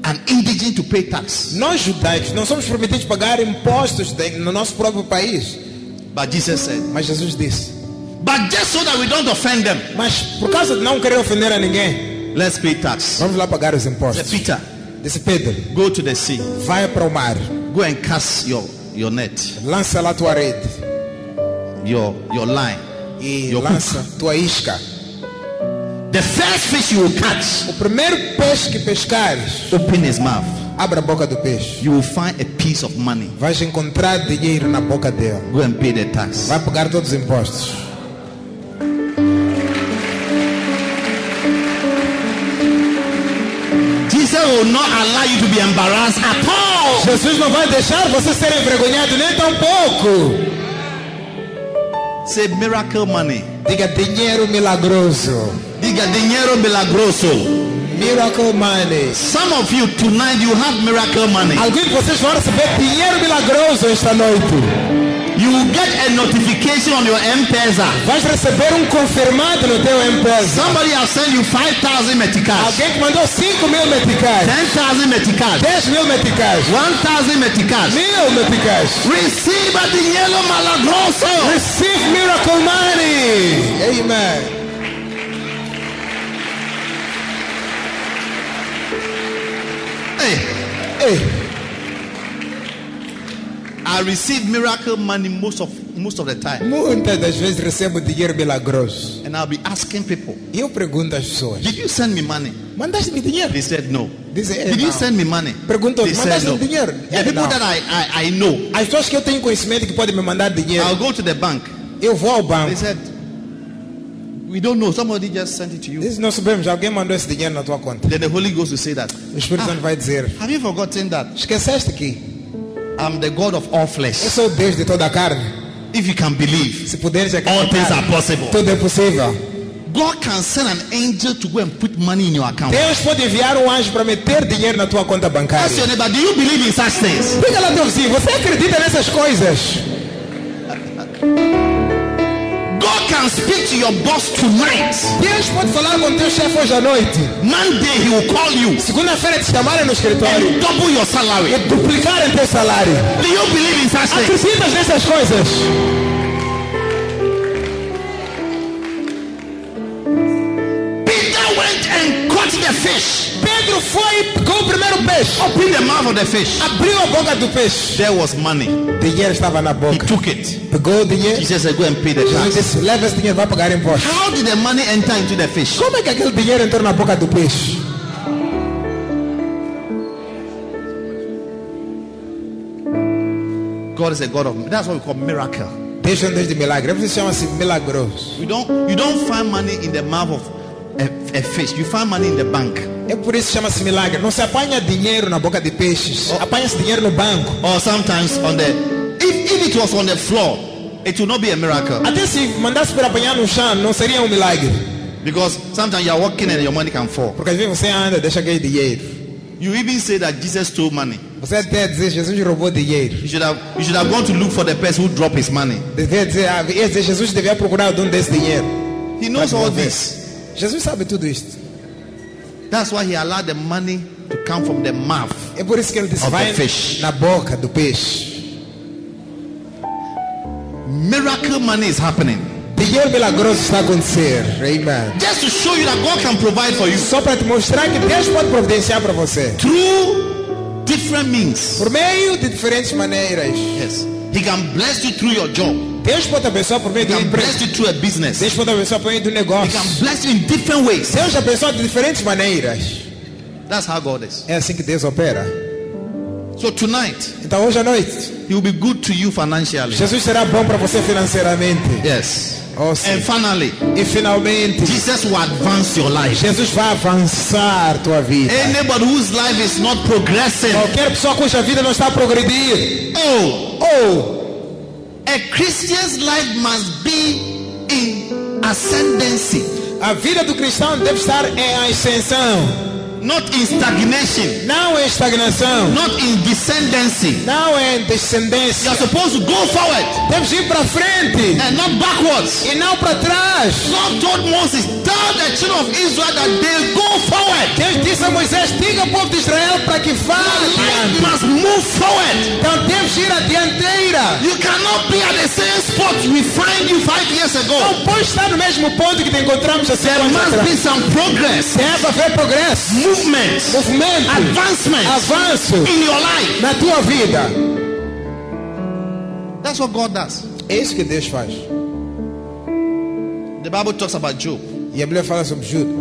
[SPEAKER 2] an indigent to pay tax.
[SPEAKER 4] Nós judaicos não somos permitidos pagar impostos de- no nosso próprio país.
[SPEAKER 2] But Jesus said,
[SPEAKER 4] Mas Jesus disse:
[SPEAKER 2] but just so that we don't offend them,
[SPEAKER 4] Mas por causa de não querer ofender a ninguém,
[SPEAKER 2] let's pay tax.
[SPEAKER 4] vamos lá pagar os
[SPEAKER 2] Said,
[SPEAKER 4] impostos.
[SPEAKER 2] Peter,
[SPEAKER 4] Disse Pedro:
[SPEAKER 2] go to the sea,
[SPEAKER 4] Vai para o mar,
[SPEAKER 2] go and cast your your net,
[SPEAKER 4] lança lá tua rede
[SPEAKER 2] your your line,
[SPEAKER 4] e
[SPEAKER 2] your hook.
[SPEAKER 4] lança tua isca.
[SPEAKER 2] The first fish you will catch,
[SPEAKER 4] O primeiro peixe que pescares,
[SPEAKER 2] open his mouth.
[SPEAKER 4] abra a boca do peixe.
[SPEAKER 2] You will find a piece of money.
[SPEAKER 4] Vais encontrar dinheiro na boca dele.
[SPEAKER 2] Go and pay the tax.
[SPEAKER 4] Vai pagar todos os impostos.
[SPEAKER 2] Jesus will not allow you to be embarrassed at all.
[SPEAKER 4] Jesus não vai deixar você ser envergonhado nem tão pouco.
[SPEAKER 2] Say miracle money.
[SPEAKER 4] Diga dinheiro milagroso.
[SPEAKER 2] Diga dinero milagroso.
[SPEAKER 4] Miracle money.
[SPEAKER 2] Some of you tonight you have miracle money.
[SPEAKER 4] Alguém de vocês vai receber dinheiro milagroso esta noite.
[SPEAKER 2] You will get a notification on your M-Pesa.
[SPEAKER 4] Vais receber um confirmado no teu empresa.
[SPEAKER 2] Somebody has sent you 5,000 meticas,
[SPEAKER 4] Alguém que mandou 5 mil meticais,
[SPEAKER 2] 10,000 meticas,
[SPEAKER 4] 10 mil meticais,
[SPEAKER 2] 1,000 meticas.
[SPEAKER 4] mil meticais.
[SPEAKER 2] Receive a dinero milagroso.
[SPEAKER 4] Receive miracle money. Amen.
[SPEAKER 2] Hey,
[SPEAKER 4] Ei,
[SPEAKER 2] I receive miracle money most of most of the time.
[SPEAKER 4] muitas das vezes recebo dinheiro milagroso.
[SPEAKER 2] And I'll be asking people,
[SPEAKER 4] E eu pergunto às pessoas:
[SPEAKER 2] did you send me money?
[SPEAKER 4] Mandaste-me dinheiro?
[SPEAKER 2] They said no.
[SPEAKER 4] Dizem: "Eh,
[SPEAKER 2] Did you
[SPEAKER 4] não."
[SPEAKER 2] send me money?
[SPEAKER 4] Preguntou,
[SPEAKER 2] They said
[SPEAKER 4] "Mandaste
[SPEAKER 2] no.
[SPEAKER 4] dinheiro?"
[SPEAKER 2] The
[SPEAKER 4] Ele,
[SPEAKER 2] people
[SPEAKER 4] "Não."
[SPEAKER 2] that I, I, I know,
[SPEAKER 4] As pessoas que eu tenho conhecimento que podem me mandar
[SPEAKER 2] I'll
[SPEAKER 4] dinheiro,
[SPEAKER 2] go to the bank.
[SPEAKER 4] eu vou ao
[SPEAKER 2] They
[SPEAKER 4] banco.
[SPEAKER 2] said, we don't know. Somebody just sent it to you.
[SPEAKER 4] Dizem: Não sabemos, alguém mandou esse dinheiro na tua conta.
[SPEAKER 2] Then the Holy Ghost will say that.
[SPEAKER 4] O Espírito Santo vai dizer:
[SPEAKER 2] Have you forgotten that
[SPEAKER 4] Esqueceste que
[SPEAKER 2] I'm the God of all
[SPEAKER 4] eu
[SPEAKER 2] flesh?
[SPEAKER 4] sou o Deus de toda a carne.
[SPEAKER 2] If you can believe,
[SPEAKER 4] Se puderes
[SPEAKER 2] all things
[SPEAKER 4] acreditar,
[SPEAKER 2] are possible.
[SPEAKER 4] tudo é possível.
[SPEAKER 2] God can send an angel to go and put money in your account.
[SPEAKER 4] Deus pode enviar um anjo para meter dinheiro na tua conta
[SPEAKER 2] Ask your
[SPEAKER 4] bancária.
[SPEAKER 2] neighbor, do you believe in such things?
[SPEAKER 4] Diga lá, teu vizinho, você acredita nessas coisas?
[SPEAKER 2] God can speak to your boss tonight.
[SPEAKER 4] Deus pode falar com teu chefe hoje à noite.
[SPEAKER 2] Monday, he will call you
[SPEAKER 4] Segunda-feira te chamarem no escritório
[SPEAKER 2] and double your
[SPEAKER 4] e
[SPEAKER 2] salary.
[SPEAKER 4] duplicarem teu salário.
[SPEAKER 2] Do you believe in such things?
[SPEAKER 4] Acreditas nessas coisas?
[SPEAKER 2] Peter went and caught the fish.
[SPEAKER 4] Pedro foi com o primeiro peixe.
[SPEAKER 2] Open the mouth of the fish.
[SPEAKER 4] Abriu a boca do peixe.
[SPEAKER 2] There was money.
[SPEAKER 4] Dinheiro estava na
[SPEAKER 2] He
[SPEAKER 4] boca.
[SPEAKER 2] took it.
[SPEAKER 4] Pegou o dinheiro.
[SPEAKER 2] Jesus said, Go and pay the
[SPEAKER 4] Jesus
[SPEAKER 2] tax.
[SPEAKER 4] disse, leva esse dinheiro, vai pagar imposto.
[SPEAKER 2] How did the money enter into the fish?
[SPEAKER 4] Como é que aquele dinheiro entrou na boca do peixe?
[SPEAKER 2] God is a God of that's what we call miracle.
[SPEAKER 4] Deus é um Deus de milagre. Por isso chama-se milagroso.
[SPEAKER 2] You don't you don't find money in the mouth of a, a fish. You find money in the bank
[SPEAKER 4] É por isso que chama-se milagre. Não se apanha dinheiro na boca de peixes. Apanha-se dinheiro no banco.
[SPEAKER 2] or sometimes on the if, if it was on the floor, it will not be a miracle
[SPEAKER 4] Até se mandasse para apanhar no chão, não seria um milagre.
[SPEAKER 2] because sometimes you are walking and your money can fall.
[SPEAKER 4] Porque às vezes você anda, deixa cair dinheiro.
[SPEAKER 2] You even say that Jesus stole money.
[SPEAKER 4] Você até diz, Jesus roubou dinheiro.
[SPEAKER 2] You should have you should have gone to look for the person who dropped his money.
[SPEAKER 4] Devia dizer, ah, esse Jesus devia procurar o dono desse dinheiro.
[SPEAKER 2] He
[SPEAKER 4] Mas
[SPEAKER 2] knows
[SPEAKER 4] não
[SPEAKER 2] all
[SPEAKER 4] vê.
[SPEAKER 2] this.
[SPEAKER 4] Jesus sabe tudo isto.
[SPEAKER 2] That's why he allowed the money to come from the mouth.
[SPEAKER 4] É por isso que ele disse,
[SPEAKER 2] Of the
[SPEAKER 4] vai
[SPEAKER 2] fish.
[SPEAKER 4] na boca do peixe.
[SPEAKER 2] Miracle money is happening.
[SPEAKER 4] Dinheiro milagroso está a acontecer. Amen.
[SPEAKER 2] Just to show you that God can provide for you
[SPEAKER 4] Só para te mostrar que Deus pode providenciar para você.
[SPEAKER 2] through different means.
[SPEAKER 4] Por meio de diferentes maneiras.
[SPEAKER 2] Yes. He can bless you through your job.
[SPEAKER 4] Deus pode abençoar por meio
[SPEAKER 2] He
[SPEAKER 4] de
[SPEAKER 2] can
[SPEAKER 4] empresa.
[SPEAKER 2] bless you through a business. He
[SPEAKER 4] Deus pode abençoar por meio do negócio.
[SPEAKER 2] can bless you in different ways.
[SPEAKER 4] Deus abençoa de diferentes maneiras.
[SPEAKER 2] That's how God is.
[SPEAKER 4] É assim que Deus opera.
[SPEAKER 2] So tonight,
[SPEAKER 4] Então hoje à noite,
[SPEAKER 2] He will be good to you financially.
[SPEAKER 4] Jesus será bom para você financeiramente.
[SPEAKER 2] Yes.
[SPEAKER 4] Oh, sim.
[SPEAKER 2] And finally,
[SPEAKER 4] E finalmente,
[SPEAKER 2] Jesus will advance your life.
[SPEAKER 4] Jesus vai avançar tua vida.
[SPEAKER 2] Anybody whose life is not progressing,
[SPEAKER 4] Qualquer pessoa cuja vida não está a progredir.
[SPEAKER 2] oh,
[SPEAKER 4] Ou
[SPEAKER 2] a Christian's life must be in ascendancy,
[SPEAKER 4] a vida do cristão deve estar em ascensão,
[SPEAKER 2] not in stagnation,
[SPEAKER 4] não em estagnação,
[SPEAKER 2] not in descendancy.
[SPEAKER 4] não em
[SPEAKER 2] You
[SPEAKER 4] descendência.
[SPEAKER 2] are supposed to go forward
[SPEAKER 4] Devemos ir para frente
[SPEAKER 2] and not backwards.
[SPEAKER 4] e não para trás.
[SPEAKER 2] God told Moses, tell the children of Israel that they go forward.
[SPEAKER 4] Deus disse a Moisés: diga ao povo de Israel para que vá
[SPEAKER 2] Our life
[SPEAKER 4] adiante.
[SPEAKER 2] must move forward.
[SPEAKER 4] Então devemos ir à dianteira.
[SPEAKER 2] You cannot be at the same spot we find you five years ago.
[SPEAKER 4] Não pode estar no mesmo ponto que te encontramos assim.
[SPEAKER 2] There must be some progress,
[SPEAKER 4] Deve haver progresso,
[SPEAKER 2] movement,
[SPEAKER 4] movimento,
[SPEAKER 2] advancement
[SPEAKER 4] avanço
[SPEAKER 2] in your life.
[SPEAKER 4] na tua vida.
[SPEAKER 2] That's what God does.
[SPEAKER 4] É isso que Deus faz.
[SPEAKER 2] The Bible talks about Job.
[SPEAKER 4] E a Bíblia fala sobre Judas.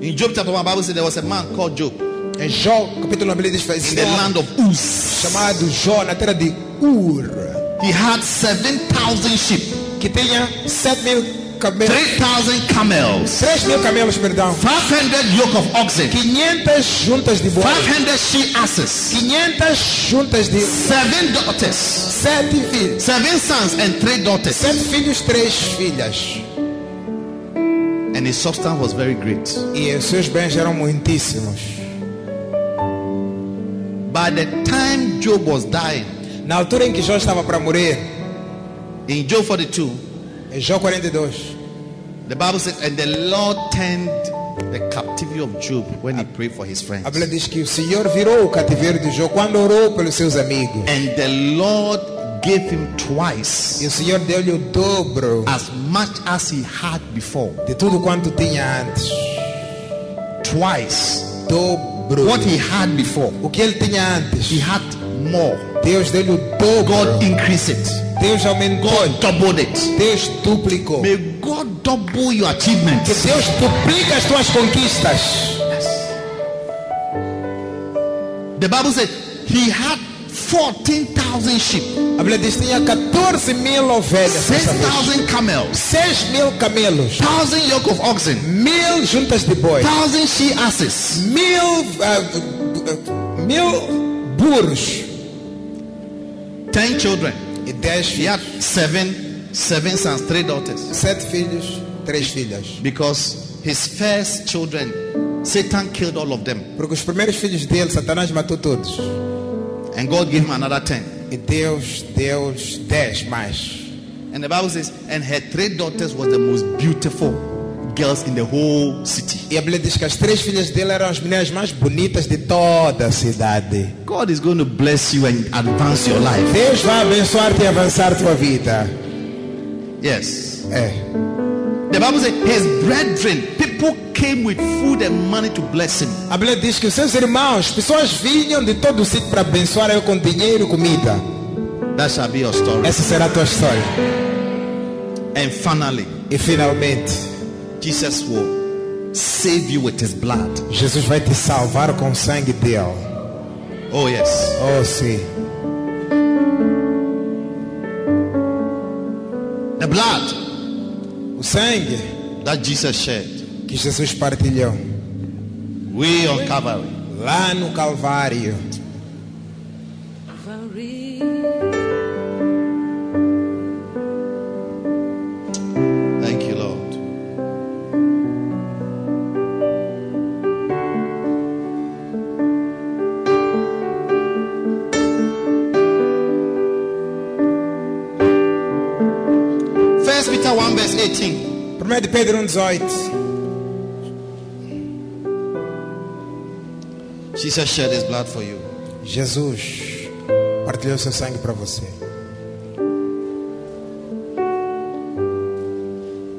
[SPEAKER 2] In Job chapter 1, Bible says there was a man called Job in
[SPEAKER 4] Em É Jó, capítulo 1, a Bíblia diz faz
[SPEAKER 2] the land of Uz.
[SPEAKER 4] chamado Jó, na terra de Ur,
[SPEAKER 2] He had 7,000 sheep,
[SPEAKER 4] que tenha 7 mil camelos,
[SPEAKER 2] 3,000 camels,
[SPEAKER 4] 3 mil camelos, perdão,
[SPEAKER 2] 500 yoke of oxen,
[SPEAKER 4] 500 juntas de bois,
[SPEAKER 2] 500 she asses,
[SPEAKER 4] 500 juntas de
[SPEAKER 2] seven daughters,
[SPEAKER 4] 7 filhos,
[SPEAKER 2] seven sons, and three daughters.
[SPEAKER 4] 7 filhos, 3 filhas.
[SPEAKER 2] And his substance was very great.
[SPEAKER 4] E os seus bens eram muitíssimos.
[SPEAKER 2] By the time Job was dying,
[SPEAKER 4] Na altura em que Jó estava para morrer,
[SPEAKER 2] in Job 42,
[SPEAKER 4] em Jó 42,
[SPEAKER 2] the Bible says, and the Lord turned the captivity of Job when he prayed for his friends.
[SPEAKER 4] a Bíblia diz que o Senhor virou o cativeiro de Jó quando orou pelos seus amigos.
[SPEAKER 2] And the Lord gave him twice
[SPEAKER 4] E o Senhor deu-lhe o dobro
[SPEAKER 2] as much as he had before.
[SPEAKER 4] de tudo quanto tinha antes.
[SPEAKER 2] Twice
[SPEAKER 4] Dobro.
[SPEAKER 2] what he had before.
[SPEAKER 4] O que ele tinha antes.
[SPEAKER 2] He had more. Oh
[SPEAKER 4] Deus deu-lhe o dobro.
[SPEAKER 2] God increased it.
[SPEAKER 4] Deus aumentou.
[SPEAKER 2] God doubled it.
[SPEAKER 4] Deus duplicou.
[SPEAKER 2] May God double your
[SPEAKER 4] Que
[SPEAKER 2] achievements.
[SPEAKER 4] Deus duplica as tuas conquistas.
[SPEAKER 2] The Bible said he had 14,000 sheep,
[SPEAKER 4] A Bíblia diz que tinha 14 mil ovelhas. dessa vez.
[SPEAKER 2] 6,000 camels,
[SPEAKER 4] 6 mil camelos.
[SPEAKER 2] 1,000 yoke of oxen,
[SPEAKER 4] Mil juntas de boi.
[SPEAKER 2] 1,000 she asses,
[SPEAKER 4] Mil. ah, ah, mil burros.
[SPEAKER 2] 10 children.
[SPEAKER 4] E 10
[SPEAKER 2] He had
[SPEAKER 4] filhos.
[SPEAKER 2] seven, seven sons, three daughters.
[SPEAKER 4] 7 filhos. 3 filhas.
[SPEAKER 2] Because his first children, Satan killed all of them.
[SPEAKER 4] Porque os primeiros filhos dele, Satanás matou todos.
[SPEAKER 2] And God gave him another 10.
[SPEAKER 4] E Deus deu 10 mais.
[SPEAKER 2] And the Bible says, and her three daughters was the most beautiful girls in the whole city.
[SPEAKER 4] E a Bíblia diz que as três filhas dele eram as mulheres mais bonitas de toda a cidade.
[SPEAKER 2] God is going to bless you and advance your life.
[SPEAKER 4] Deus vai abençoar-te e avançar tua vida.
[SPEAKER 2] Yes.
[SPEAKER 4] É.
[SPEAKER 2] The Bible says, his brethren, people came with food and money to bless him.
[SPEAKER 4] A Bíblia diz que os seus irmãos, pessoas vinham de todo o sítio para abençoar eu com dinheiro e comida.
[SPEAKER 2] That shall be your story.
[SPEAKER 4] Essa será a tua história.
[SPEAKER 2] And finally,
[SPEAKER 4] E finalmente,
[SPEAKER 2] Jesus will save you with his blood.
[SPEAKER 4] Jesus vai te salvar com o sangue dele.
[SPEAKER 2] Oh, yes.
[SPEAKER 4] Oh, sim.
[SPEAKER 2] The blood
[SPEAKER 4] O sangue
[SPEAKER 2] that Jesus shed,
[SPEAKER 4] que Jesus partilhou
[SPEAKER 2] we on Calvary.
[SPEAKER 4] lá no Calvário.
[SPEAKER 2] Thank you, Lord. First Peter 1 verse 18.
[SPEAKER 4] 1 de Pedro 1,18.
[SPEAKER 2] Jesus shed his blood for you.
[SPEAKER 4] Jesus partilhou seu sangue para você.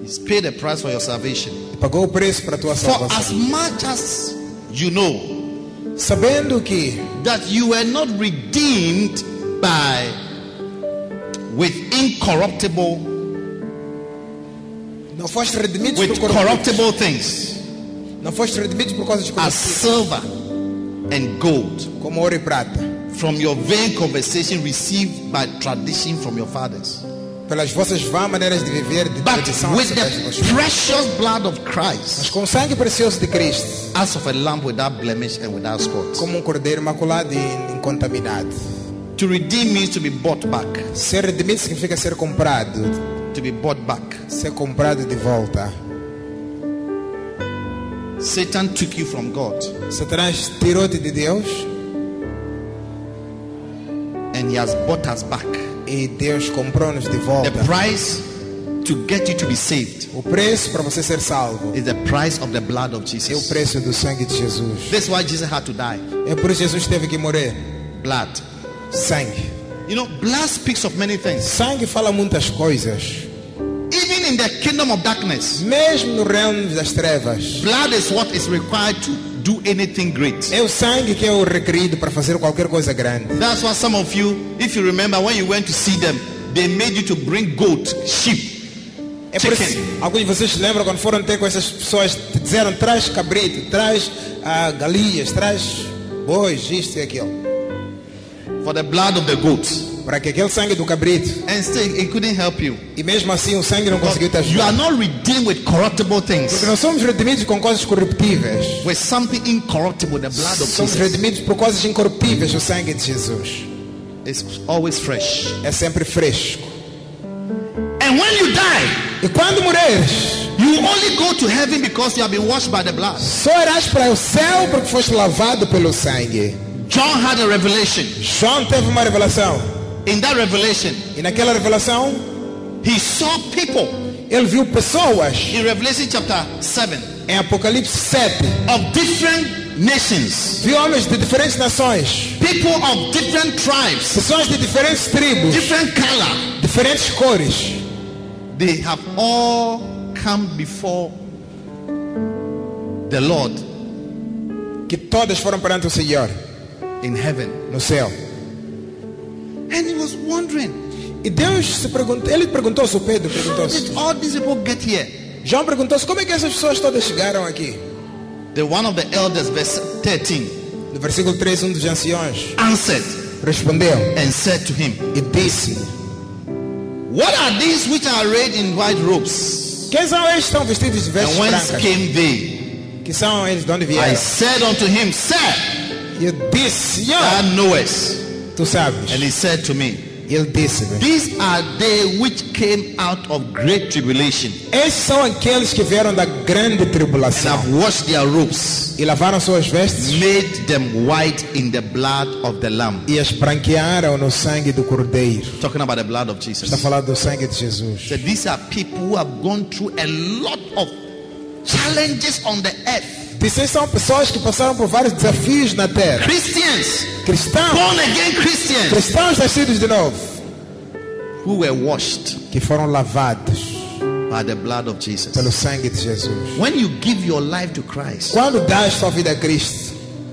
[SPEAKER 2] He's paid the price for your salvation.
[SPEAKER 4] Pagou o preço para a tua
[SPEAKER 2] For
[SPEAKER 4] salvação.
[SPEAKER 2] as much as you know
[SPEAKER 4] Sabendo que
[SPEAKER 2] that you were not redeemed by with incorruptible,
[SPEAKER 4] Não foste redimido por
[SPEAKER 2] with
[SPEAKER 4] corrupto.
[SPEAKER 2] corruptible things
[SPEAKER 4] Não foste redimido por coisas
[SPEAKER 2] as
[SPEAKER 4] corruptas,
[SPEAKER 2] silver and gold
[SPEAKER 4] como ouro e prata,
[SPEAKER 2] from your vain conversation received by tradition from your fathers,
[SPEAKER 4] pelas vossas vãs maneiras de viver, de
[SPEAKER 2] but
[SPEAKER 4] tradição
[SPEAKER 2] with
[SPEAKER 4] através de
[SPEAKER 2] the
[SPEAKER 4] vós.
[SPEAKER 2] precious blood of
[SPEAKER 4] Mas
[SPEAKER 2] Christ,
[SPEAKER 4] com o sangue precioso de Cristo,
[SPEAKER 2] as of a lamb without blemish and without spot.
[SPEAKER 4] como um cordeiro imaculado e incontaminado.
[SPEAKER 2] To redeem means to be bought back,
[SPEAKER 4] Ser redimido significa ser comprado,
[SPEAKER 2] to be bought back.
[SPEAKER 4] ser comprado de volta.
[SPEAKER 2] Satan took you from God
[SPEAKER 4] Satanás tirou-te de Deus
[SPEAKER 2] and he has bought us back.
[SPEAKER 4] e Deus comprou-nos de
[SPEAKER 2] The
[SPEAKER 4] volta.
[SPEAKER 2] price to get you to be saved
[SPEAKER 4] O preço para você ser salvo
[SPEAKER 2] is the price of the blood of
[SPEAKER 4] é o
[SPEAKER 2] Jesus.
[SPEAKER 4] preço do sangue de Jesus.
[SPEAKER 2] That's why Jesus had to die.
[SPEAKER 4] É por isso que Jesus teve que morrer.
[SPEAKER 2] Blood.
[SPEAKER 4] Sangue.
[SPEAKER 2] You know, blood speaks of many things.
[SPEAKER 4] Sangue fala muitas coisas.
[SPEAKER 2] Even in the kingdom of darkness,
[SPEAKER 4] Mesmo no reino das trevas,
[SPEAKER 2] blood is what is required to do anything great.
[SPEAKER 4] é o sangue que é o requerido para fazer qualquer coisa grande.
[SPEAKER 2] That's why some of you, if you remember, when you went to see them, they made you to bring goat, sheep.
[SPEAKER 4] É por isso,
[SPEAKER 2] Chicken.
[SPEAKER 4] alguns de vocês se lembram quando foram ter com essas pessoas, te disseram traz cabrito, traz ah, galinhas, traz bois, isto e aquilo.
[SPEAKER 2] For the blood of the goat.
[SPEAKER 4] Para que aquele sangue do cabrito,
[SPEAKER 2] And still, it couldn't help you.
[SPEAKER 4] e mesmo assim o sangue não conseguiu te
[SPEAKER 2] You
[SPEAKER 4] ajudar.
[SPEAKER 2] are not redeemed with corruptible things.
[SPEAKER 4] Porque nós somos redimidos com coisas corruptíveis.
[SPEAKER 2] with something incorruptible, the blood of
[SPEAKER 4] Somos
[SPEAKER 2] Jesus
[SPEAKER 4] redimidos por coisas incorruptíveis, o sangue de Jesus.
[SPEAKER 2] is always fresh.
[SPEAKER 4] É sempre fresco.
[SPEAKER 2] And when you die,
[SPEAKER 4] E quando morreres,
[SPEAKER 2] you only go to heaven because you have been washed by the blood.
[SPEAKER 4] só irás para o céu porque foste lavado pelo sangue.
[SPEAKER 2] John had a revelation.
[SPEAKER 4] João teve uma revelação.
[SPEAKER 2] In that revelation,
[SPEAKER 4] E naquela revelação,
[SPEAKER 2] he saw people
[SPEAKER 4] ele viu pessoas
[SPEAKER 2] in Revelation chapter 7
[SPEAKER 4] em Apocalipse 7.
[SPEAKER 2] of different nations,
[SPEAKER 4] Vi homens de diferentes nações,
[SPEAKER 2] people of different tribes,
[SPEAKER 4] pessoas de diferentes tribos,
[SPEAKER 2] different color.
[SPEAKER 4] diferentes cores.
[SPEAKER 2] They have all come before the Lord
[SPEAKER 4] Que todas foram perante o Senhor
[SPEAKER 2] in heaven.
[SPEAKER 4] no céu.
[SPEAKER 2] And he was wondering,
[SPEAKER 4] E Deus se perguntou, ele perguntou-se, o Pedro
[SPEAKER 2] how
[SPEAKER 4] perguntou-se.
[SPEAKER 2] did all these people get here?
[SPEAKER 4] João perguntou-se como é que essas pessoas todas chegaram aqui.
[SPEAKER 2] The one of the elders, verse 13,
[SPEAKER 4] No versículo 3, um dos anciões
[SPEAKER 2] answered
[SPEAKER 4] respondeu
[SPEAKER 2] and said to him,
[SPEAKER 4] e disse:
[SPEAKER 2] What are these which are arrayed in white robes?
[SPEAKER 4] Quem são estes que estão vestidos de vestes
[SPEAKER 2] And whence
[SPEAKER 4] brancas?
[SPEAKER 2] came they?
[SPEAKER 4] Que são eles de onde
[SPEAKER 2] I
[SPEAKER 4] vieram?
[SPEAKER 2] said unto him, Sir,
[SPEAKER 4] E eu disse: Senhor,
[SPEAKER 2] thou knowest.
[SPEAKER 4] tu sabes.
[SPEAKER 2] And he said to me,
[SPEAKER 4] E ele disse-me:
[SPEAKER 2] These are they which came out of great tribulation
[SPEAKER 4] Estes são aqueles que vieram da grande
[SPEAKER 2] and
[SPEAKER 4] tribulação
[SPEAKER 2] have washed their robes,
[SPEAKER 4] e lavaram suas vestes.
[SPEAKER 2] made them white in the blood of the Lamb.
[SPEAKER 4] e as branquearam no sangue do cordeiro.
[SPEAKER 2] Talking about the blood of
[SPEAKER 4] Está
[SPEAKER 2] Jesus.
[SPEAKER 4] falando do sangue de Jesus.
[SPEAKER 2] So these are people who have gone through a lot of challenges on the earth.
[SPEAKER 4] Vocês são pessoas que passaram por vários desafios na terra.
[SPEAKER 2] Christians
[SPEAKER 4] Cristãos,
[SPEAKER 2] born again Christians
[SPEAKER 4] cristãos nascidos de novo,
[SPEAKER 2] who were washed
[SPEAKER 4] que foram lavados
[SPEAKER 2] by the blood of
[SPEAKER 4] pelo
[SPEAKER 2] Jesus.
[SPEAKER 4] sangue de Jesus.
[SPEAKER 2] When you give your life to Christ,
[SPEAKER 4] Quando dás sua vida a Cristo,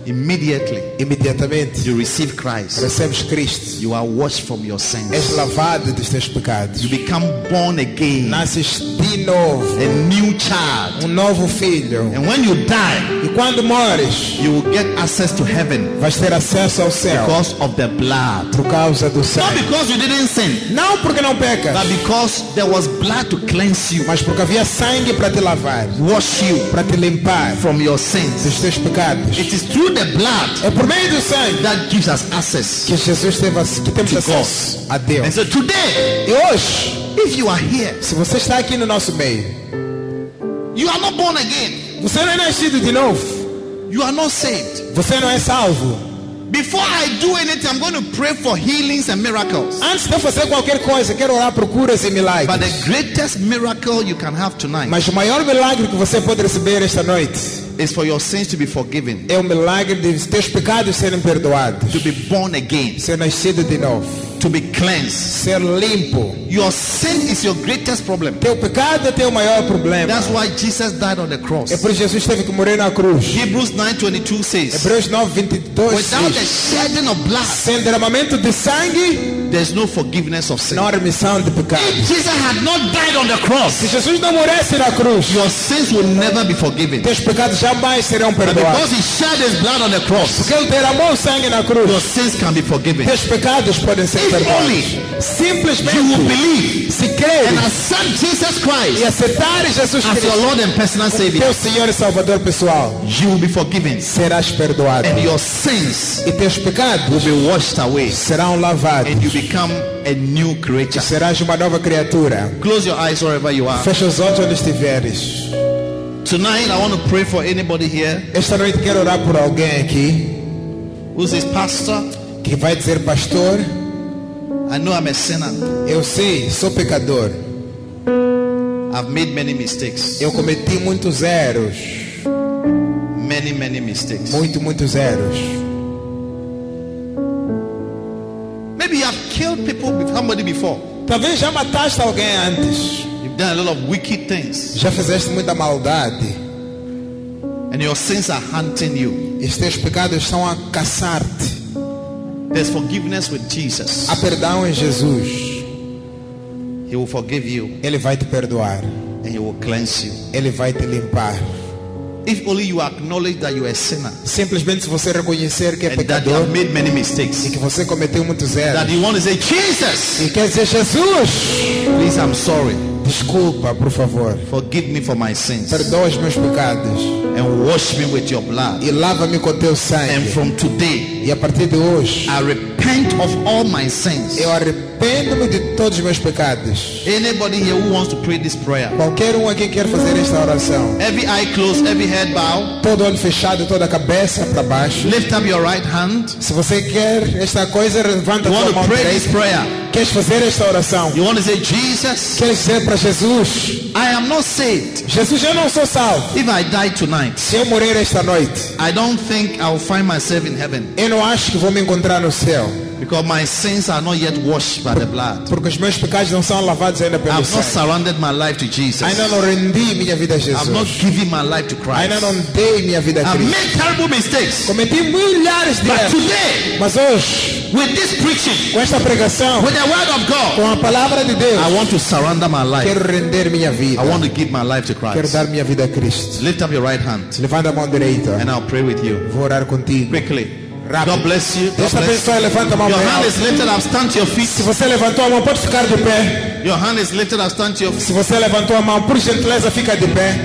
[SPEAKER 2] immediately
[SPEAKER 4] imediatamente
[SPEAKER 2] you receive Christ.
[SPEAKER 4] recebes Cristo.
[SPEAKER 2] You are washed from your
[SPEAKER 4] És
[SPEAKER 2] sins.
[SPEAKER 4] lavado dos teus pecados.
[SPEAKER 2] You become born again,
[SPEAKER 4] Nasces de novo,
[SPEAKER 2] a new child.
[SPEAKER 4] um novo filho.
[SPEAKER 2] And when you die,
[SPEAKER 4] E quando morres,
[SPEAKER 2] you will get access to heaven
[SPEAKER 4] vais ter acesso ao céu
[SPEAKER 2] because of the blood.
[SPEAKER 4] por causa do
[SPEAKER 2] Not
[SPEAKER 4] sangue.
[SPEAKER 2] because you didn't sin,
[SPEAKER 4] Não porque não pecas,
[SPEAKER 2] but because there was blood to cleanse you,
[SPEAKER 4] mas porque havia sangue para te lavar.
[SPEAKER 2] wash you
[SPEAKER 4] para te limpar
[SPEAKER 2] from your
[SPEAKER 4] dos
[SPEAKER 2] sins.
[SPEAKER 4] teus pecados.
[SPEAKER 2] It is through the blood
[SPEAKER 4] É por meio do sangue
[SPEAKER 2] that gives us access.
[SPEAKER 4] que Jesus teve ac- que temos
[SPEAKER 2] To
[SPEAKER 4] acesso a
[SPEAKER 2] And
[SPEAKER 4] Deus.
[SPEAKER 2] so today,
[SPEAKER 4] E hoje,
[SPEAKER 2] If you are here,
[SPEAKER 4] se você está aqui no nosso meio,
[SPEAKER 2] you are not born again.
[SPEAKER 4] você não é nascido de novo,
[SPEAKER 2] You are not saved.
[SPEAKER 4] você não é salvo.
[SPEAKER 2] Before I do anything, I'm going to pray for healings and miracles.
[SPEAKER 4] Antes de eu fazer qualquer coisa, quero orar por curas e
[SPEAKER 2] But
[SPEAKER 4] milagres.
[SPEAKER 2] the greatest miracle you can have tonight
[SPEAKER 4] Mas o maior milagre que você pode receber esta noite
[SPEAKER 2] is for your sins to be forgiven,
[SPEAKER 4] É o milagre de teus pecados serem perdoados,
[SPEAKER 2] to be born again,
[SPEAKER 4] ser nascido de novo,
[SPEAKER 2] to be cleansed.
[SPEAKER 4] ser limpo.
[SPEAKER 2] Your sin is your greatest problem.
[SPEAKER 4] Teu pecado é teu maior problema.
[SPEAKER 2] That's why Jesus died on the cross.
[SPEAKER 4] É por isso que Jesus teve que morrer na cruz.
[SPEAKER 2] Hebrews 9:22 says,
[SPEAKER 4] Hebreus 9, 22
[SPEAKER 2] "Without the
[SPEAKER 4] diz,
[SPEAKER 2] shedding of blood,
[SPEAKER 4] Sem derramamento de sangue,
[SPEAKER 2] there's no forgiveness of sin."
[SPEAKER 4] não há remissão de
[SPEAKER 2] If
[SPEAKER 4] pecado.
[SPEAKER 2] Jesus had not died on the
[SPEAKER 4] Se
[SPEAKER 2] cross,
[SPEAKER 4] Jesus não morresse na cruz,
[SPEAKER 2] your sins will never be forgiven.
[SPEAKER 4] teus pecados jamais serão
[SPEAKER 2] But
[SPEAKER 4] perdoados.
[SPEAKER 2] because he shed his blood on the cross,
[SPEAKER 4] Porque ele derramou o sangue na
[SPEAKER 2] your
[SPEAKER 4] cruz,
[SPEAKER 2] sins can be forgiven.
[SPEAKER 4] teus pecados podem ser
[SPEAKER 2] If
[SPEAKER 4] perdoados.
[SPEAKER 2] only you will
[SPEAKER 4] Simplesmente,
[SPEAKER 2] believe
[SPEAKER 4] se
[SPEAKER 2] and
[SPEAKER 4] creres
[SPEAKER 2] accept Jesus
[SPEAKER 4] e
[SPEAKER 2] Christ
[SPEAKER 4] aceitares
[SPEAKER 2] as
[SPEAKER 4] Jesus
[SPEAKER 2] your
[SPEAKER 4] Cristo,
[SPEAKER 2] Lord and personal Savior,
[SPEAKER 4] teu Senhor e Salvador pessoal,
[SPEAKER 2] you will be forgiven
[SPEAKER 4] serás perdoado.
[SPEAKER 2] and your sins
[SPEAKER 4] E teus pecados
[SPEAKER 2] will be washed away
[SPEAKER 4] serão lavados.
[SPEAKER 2] and you become a new creature.
[SPEAKER 4] Serás uma nova criatura.
[SPEAKER 2] Close your eyes wherever you are.
[SPEAKER 4] Fecha os olhos onde estiveres.
[SPEAKER 2] Tonight, I want to pray for anybody here
[SPEAKER 4] Esta noite quero orar por alguém aqui
[SPEAKER 2] who says, Pastor,
[SPEAKER 4] que vai dizer, pastor,
[SPEAKER 2] I know I'm a sinner.
[SPEAKER 4] eu sei, sou pecador.
[SPEAKER 2] I've made many mistakes.
[SPEAKER 4] Eu cometi muitos erros.
[SPEAKER 2] Many, many mistakes.
[SPEAKER 4] Muito, muitos erros.
[SPEAKER 2] Maybe you have killed people with somebody before.
[SPEAKER 4] Talvez já mataste alguém antes.
[SPEAKER 2] You've done a lot of wicked things
[SPEAKER 4] Já fizeste muita maldade.
[SPEAKER 2] and your sins are hunting you.
[SPEAKER 4] E os teus pecados estão a caçar-te.
[SPEAKER 2] There's forgiveness with Jesus.
[SPEAKER 4] Há perdão em Jesus.
[SPEAKER 2] He will forgive you
[SPEAKER 4] Ele vai te perdoar.
[SPEAKER 2] and he will cleanse you.
[SPEAKER 4] Ele vai te limpar.
[SPEAKER 2] If only you acknowledge that you are a sinner
[SPEAKER 4] Simplesmente se você reconhecer que é
[SPEAKER 2] and that you
[SPEAKER 4] pecador
[SPEAKER 2] have made many
[SPEAKER 4] e
[SPEAKER 2] mistakes,
[SPEAKER 4] que você cometeu muitos erros.
[SPEAKER 2] that you want to say, Jesus,
[SPEAKER 4] E quer dizer, Jesus,
[SPEAKER 2] please, I'm sorry.
[SPEAKER 4] desculpa, por favor.
[SPEAKER 2] Forgive me for my sins
[SPEAKER 4] Perdoa os meus pecados
[SPEAKER 2] and wash me with your blood.
[SPEAKER 4] e lava-me com teu
[SPEAKER 2] And
[SPEAKER 4] sangue.
[SPEAKER 2] from today,
[SPEAKER 4] E a partir de hoje,
[SPEAKER 2] I repent of all my sins.
[SPEAKER 4] eu arrependo-me de todos os meus pecados.
[SPEAKER 2] Anybody here who wants to pray this prayer,
[SPEAKER 4] Qualquer um aqui quer fazer esta oração.
[SPEAKER 2] every eye closed, every head bowed,
[SPEAKER 4] Todo olho fechado, toda a cabeça para baixo.
[SPEAKER 2] lift up your right hand.
[SPEAKER 4] Se você quer esta coisa, levanta
[SPEAKER 2] You
[SPEAKER 4] a tua
[SPEAKER 2] want to
[SPEAKER 4] mão
[SPEAKER 2] pray
[SPEAKER 4] direita.
[SPEAKER 2] this prayer.
[SPEAKER 4] Queres fazer esta oração?
[SPEAKER 2] You want to say, Jesus,
[SPEAKER 4] Queres dizer para Jesus,
[SPEAKER 2] I am not saved.
[SPEAKER 4] Jesus, eu não sou salvo.
[SPEAKER 2] If I die tonight,
[SPEAKER 4] Se eu morrer esta noite,
[SPEAKER 2] I don't think I'll find myself in heaven
[SPEAKER 4] eu não acho que vou me encontrar no céu,
[SPEAKER 2] because my sins are not yet washed by the blood.
[SPEAKER 4] porque os meus pecados não são lavados ainda pelo
[SPEAKER 2] I've not
[SPEAKER 4] sangue.
[SPEAKER 2] surrendered my life to
[SPEAKER 4] Ainda
[SPEAKER 2] Jesus.
[SPEAKER 4] não rendi minha vida a
[SPEAKER 2] I've not
[SPEAKER 4] Jesus.
[SPEAKER 2] given my life to
[SPEAKER 4] Ainda
[SPEAKER 2] Christ.
[SPEAKER 4] não dei minha vida a
[SPEAKER 2] I've
[SPEAKER 4] Cristo.
[SPEAKER 2] made terrible mistakes.
[SPEAKER 4] Cometi milhares de
[SPEAKER 2] But
[SPEAKER 4] erros.
[SPEAKER 2] today,
[SPEAKER 4] Mas hoje,
[SPEAKER 2] with this preaching,
[SPEAKER 4] com esta pregação,
[SPEAKER 2] with the word of God,
[SPEAKER 4] com a palavra de
[SPEAKER 2] I
[SPEAKER 4] Deus,
[SPEAKER 2] want to surrender my life.
[SPEAKER 4] quero render minha vida.
[SPEAKER 2] I want to give my life to
[SPEAKER 4] Quero
[SPEAKER 2] Christ.
[SPEAKER 4] dar minha vida a Cristo.
[SPEAKER 2] Lift up your right hand
[SPEAKER 4] Levanta a mão direita.
[SPEAKER 2] and I'll pray with you.
[SPEAKER 4] Vou orar contigo.
[SPEAKER 2] Quickly.
[SPEAKER 4] Rapid.
[SPEAKER 2] God bless you. God
[SPEAKER 4] Esta
[SPEAKER 2] bless
[SPEAKER 4] pessoa levanta a mão
[SPEAKER 2] you. Your hand
[SPEAKER 4] direita.
[SPEAKER 2] is lifted up, stand to your
[SPEAKER 4] Se
[SPEAKER 2] feet.
[SPEAKER 4] você levantou a mão, pode ficar de pé.
[SPEAKER 2] Your hand is lifted up, stand to your feet.
[SPEAKER 4] Se você levantou a mão, por gentileza, fica de pé.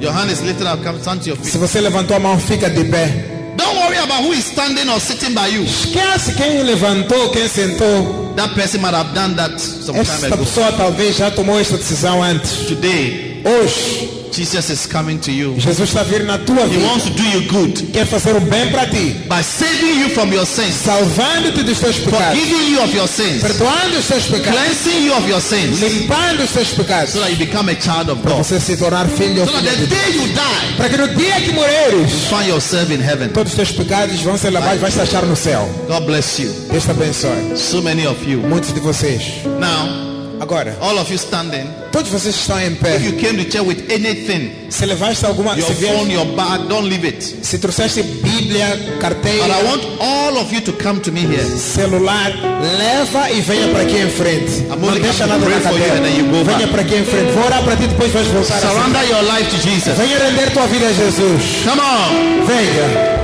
[SPEAKER 2] Your hand is lifted up, come stand to your feet.
[SPEAKER 4] Se você levantou a mão, fica de pé.
[SPEAKER 2] Don't worry about who is standing or sitting by you.
[SPEAKER 4] Esquece quem levantou, quem sentou.
[SPEAKER 2] That person might have done that some time
[SPEAKER 4] Esta
[SPEAKER 2] ago.
[SPEAKER 4] pessoa talvez já tomou esta decisão antes.
[SPEAKER 2] Today,
[SPEAKER 4] Hoje,
[SPEAKER 2] Jesus is coming to you.
[SPEAKER 4] Jesus está a vir na tua
[SPEAKER 2] He
[SPEAKER 4] vida.
[SPEAKER 2] wants to do you good
[SPEAKER 4] Quer fazer o bem para ti,
[SPEAKER 2] by saving you from your sins,
[SPEAKER 4] salvando-te dos teus pecados,
[SPEAKER 2] forgiving you of your sins,
[SPEAKER 4] perdoando os teus pecados,
[SPEAKER 2] cleansing you of your sins,
[SPEAKER 4] limpando os teus pecados,
[SPEAKER 2] so that you become a child of
[SPEAKER 4] para
[SPEAKER 2] God.
[SPEAKER 4] você se tornar filho ou
[SPEAKER 2] So that
[SPEAKER 4] filha de
[SPEAKER 2] the
[SPEAKER 4] Deus.
[SPEAKER 2] day you die,
[SPEAKER 4] Para que no dia que morreres,
[SPEAKER 2] find yourself in heaven.
[SPEAKER 4] todos os teus pecados vão ser lavados, vais te achar no céu.
[SPEAKER 2] God bless you.
[SPEAKER 4] Deus te abençoe.
[SPEAKER 2] So many of you.
[SPEAKER 4] Muitos de vocês.
[SPEAKER 2] Now,
[SPEAKER 4] Agora,
[SPEAKER 2] all of you standing,
[SPEAKER 4] todos vocês que estão em
[SPEAKER 2] if
[SPEAKER 4] pé.
[SPEAKER 2] you came to church with anything,
[SPEAKER 4] Se levaste alguma,
[SPEAKER 2] your
[SPEAKER 4] se,
[SPEAKER 2] phone,
[SPEAKER 4] vier,
[SPEAKER 2] your bag, don't leave it.
[SPEAKER 4] se trouxeste Bíblia,
[SPEAKER 2] But I
[SPEAKER 4] carteira,
[SPEAKER 2] want all of you to come to me here.
[SPEAKER 4] celular, leva e venha para aqui em frente.
[SPEAKER 2] Amor,
[SPEAKER 4] Não deixa
[SPEAKER 2] I'm
[SPEAKER 4] nada
[SPEAKER 2] pray
[SPEAKER 4] na
[SPEAKER 2] for you
[SPEAKER 4] cadeira.
[SPEAKER 2] and then you go
[SPEAKER 4] Venha
[SPEAKER 2] back.
[SPEAKER 4] para aqui em frente. Vou orar para ti depois vais voltar. a si.
[SPEAKER 2] Surrender your life to Jesus.
[SPEAKER 4] Venha render tua vida a Jesus.
[SPEAKER 2] Come on.
[SPEAKER 4] Venha.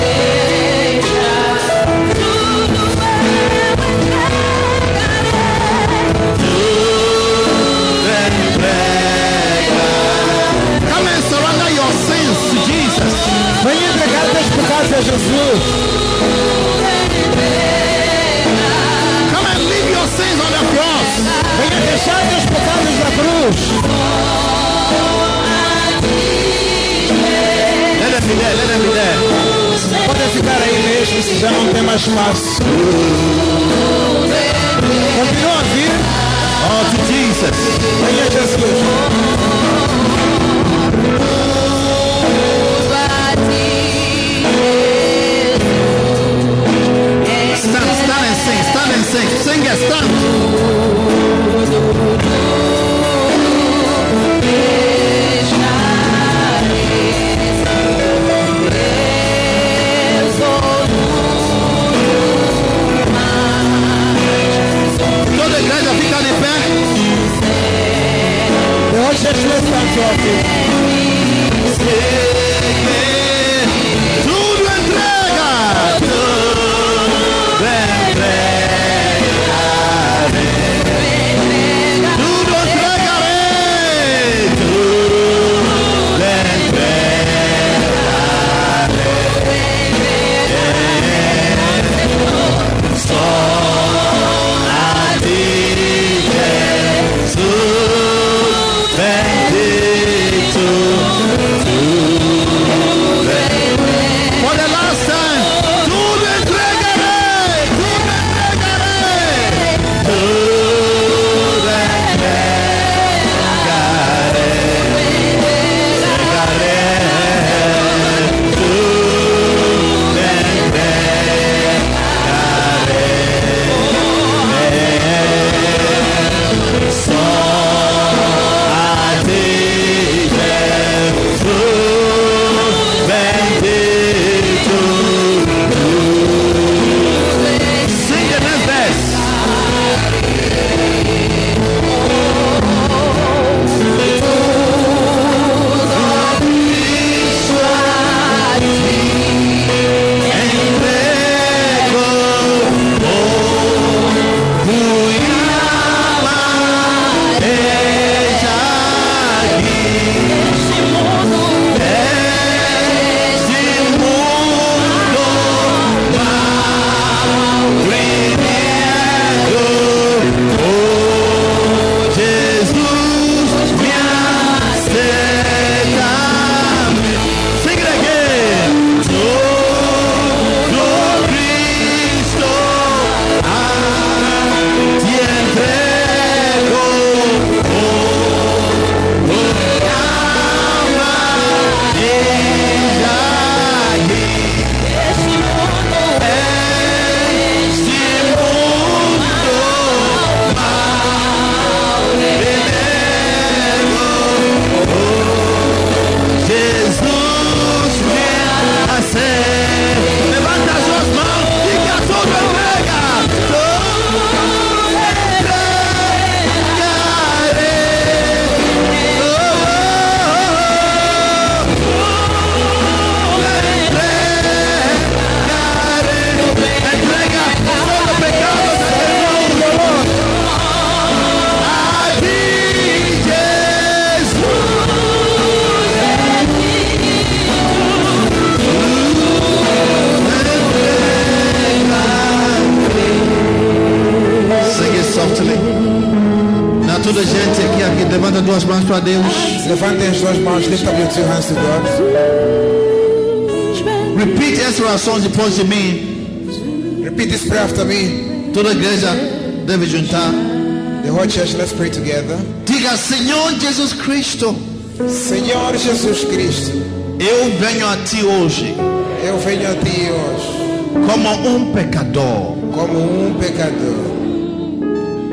[SPEAKER 2] Ven,
[SPEAKER 4] deixar teus pecados na cruz.
[SPEAKER 2] Let them be there. Let them be there.
[SPEAKER 4] Podem ficar aí mesmo se já não tem mais espaço. Continua a vir.
[SPEAKER 2] Oh, to Jesus.
[SPEAKER 4] Venha Jesus.
[SPEAKER 2] Stand, stand and sing. Stand and sing. Sing it. Stand. Toda a igreja fica de pé.
[SPEAKER 4] Eu hoje é Jesus Santo aqui.
[SPEAKER 2] Tudo entrega. Tudo entregarei. Tudo entregarei. Tudo entregarei. Só a ti Jesus bendito. For the last time, tudo entregarei, tudo entregarei, tudo entregarei, tudo bendito. Sing the next verse. Jesus me aceita. Sing it again. Todo Cristo a ti entrego. Jesus me aceita. Levanta as suas mãos, diga tudo entrega. Tudo entregarei. Oh, oh, oh, oh. Entregarei. Entrega todo pecado, todo amor. A ti, Jesus. Sing it softly. Now toda gente aqui, aqui levanta duas mãos para Deus.
[SPEAKER 4] Levantem as duas mãos, lift up your two hands to God.
[SPEAKER 2] Repeat essa oração depois de mim.
[SPEAKER 4] Repeat this prayer after me.
[SPEAKER 2] Toda a igreja deve juntar.
[SPEAKER 4] The whole church, let's pray together.
[SPEAKER 2] Diga, Senhor Jesus Cristo,
[SPEAKER 4] Senhor Jesus Cristo,
[SPEAKER 2] eu venho a ti hoje
[SPEAKER 4] eu venho a ti hoje
[SPEAKER 2] como um pecador,
[SPEAKER 4] como um pecador,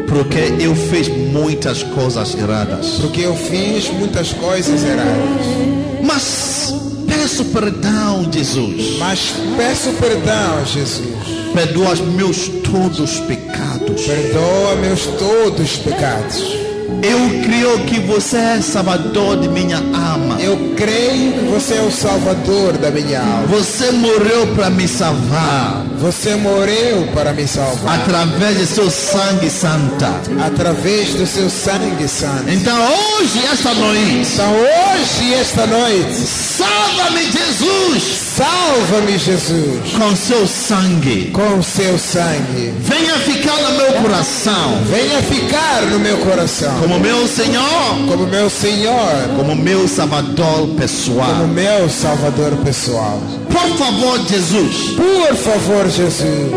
[SPEAKER 2] porque eu fiz muitas coisas erradas.
[SPEAKER 4] porque eu fiz muitas coisas erradas.
[SPEAKER 2] Mas peço perdão, Jesus.
[SPEAKER 4] Mas peço perdão, Jesus.
[SPEAKER 2] Perdoa os meus todos os pecados.
[SPEAKER 4] Perdoa meus todos os pecados.
[SPEAKER 2] Eu creio que você é salvador de minha alma.
[SPEAKER 4] Eu creio que você é o Salvador da minha alma.
[SPEAKER 2] Você morreu para me salvar
[SPEAKER 4] Você morreu para me salvar
[SPEAKER 2] através de seu sangue santa.
[SPEAKER 4] através do seu sangue santo.
[SPEAKER 2] Então hoje, esta noite,
[SPEAKER 4] Então hoje, esta noite,
[SPEAKER 2] salva-me Jesus
[SPEAKER 4] salva-me, Jesus,
[SPEAKER 2] com seu sangue.
[SPEAKER 4] com o seu sangue.
[SPEAKER 2] Venha ficar no meu coração
[SPEAKER 3] venha ficar no meu coração
[SPEAKER 2] como meu Senhor,
[SPEAKER 3] como meu Senhor,
[SPEAKER 2] como meu Salvador
[SPEAKER 3] como
[SPEAKER 2] pessoal.
[SPEAKER 3] meu Salvador pessoal.
[SPEAKER 2] Por favor, Jesus,
[SPEAKER 3] Por favor, Jesus,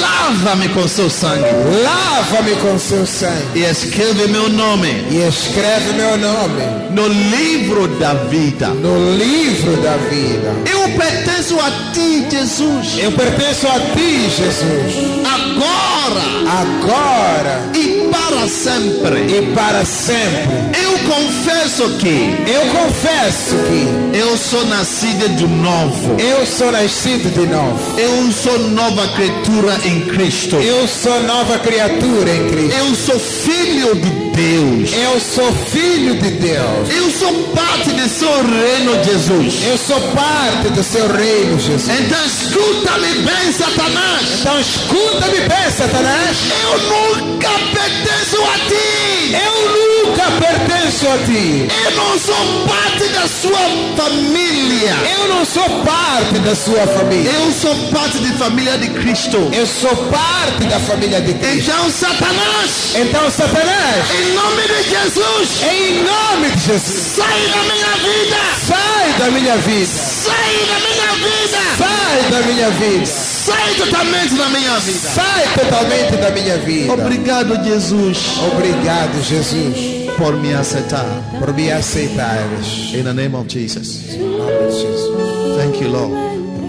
[SPEAKER 2] lava-me com seu sangue
[SPEAKER 3] lava-me com seu sangue
[SPEAKER 2] e escreve meu nome
[SPEAKER 3] e escreve meu nome
[SPEAKER 2] no livro da vida.
[SPEAKER 3] no livro da vida.
[SPEAKER 2] Eu pertenço a ti, Jesus,
[SPEAKER 3] Eu pertenço a ti, Jesus,
[SPEAKER 2] agora
[SPEAKER 3] agora
[SPEAKER 2] e para sempre.
[SPEAKER 3] e para sempre.
[SPEAKER 2] Eu confesso que
[SPEAKER 3] Eu confesso que
[SPEAKER 2] eu sou nascido de novo.
[SPEAKER 3] eu sou nascido de novo.
[SPEAKER 2] Eu sou nova criatura em Cristo.
[SPEAKER 3] Eu sou nova criatura em Cristo.
[SPEAKER 2] Eu sou filho de Deus.
[SPEAKER 3] Eu sou filho de Deus.
[SPEAKER 2] Eu sou parte do seu reino, Jesus.
[SPEAKER 3] Eu sou parte do seu reino, Jesus.
[SPEAKER 2] Então escuta-me bem, Satanás.
[SPEAKER 3] Então escuta-me bem, Satanás.
[SPEAKER 2] Eu nunca pertenço a ti.
[SPEAKER 3] Eu nunca pertenço a ti.
[SPEAKER 2] Eu não sou parte da sua família.
[SPEAKER 3] Eu não sou parte da sua família.
[SPEAKER 2] Eu sou parte da família de Cristo.
[SPEAKER 3] Eu sou parte da família de Cristo.
[SPEAKER 2] Então, Satanás,
[SPEAKER 3] Então, Satanás,
[SPEAKER 2] em nome de Jesus,
[SPEAKER 3] em nome de Jesus,
[SPEAKER 2] sai da minha vida.
[SPEAKER 3] sai da minha vida.
[SPEAKER 2] Sai da minha vida.
[SPEAKER 3] Sai da minha vida.
[SPEAKER 2] Sai totalmente da minha vida.
[SPEAKER 3] Sai totalmente da minha vida.
[SPEAKER 2] Obrigado, Jesus,
[SPEAKER 3] Obrigado, Jesus,
[SPEAKER 2] por me aceitar.
[SPEAKER 3] por me aceitares.
[SPEAKER 2] In the name of Jesus.
[SPEAKER 3] Em nome de Jesus.
[SPEAKER 2] Thank you, Lord.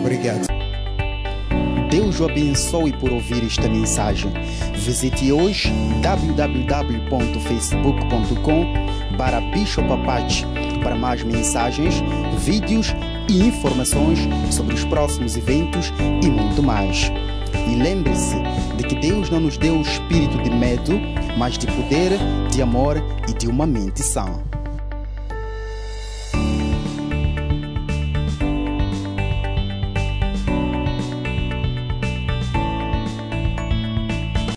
[SPEAKER 3] Obrigado.
[SPEAKER 1] Deus o abençoe por ouvir esta mensagem. Visite hoje www.facebook.com para Bishop Apache para mais mensagens, vídeos e informações sobre os próximos eventos e muito mais. E lembre-se de que Deus não nos deu o espírito de medo, mas de poder, de amor e de uma mente sã.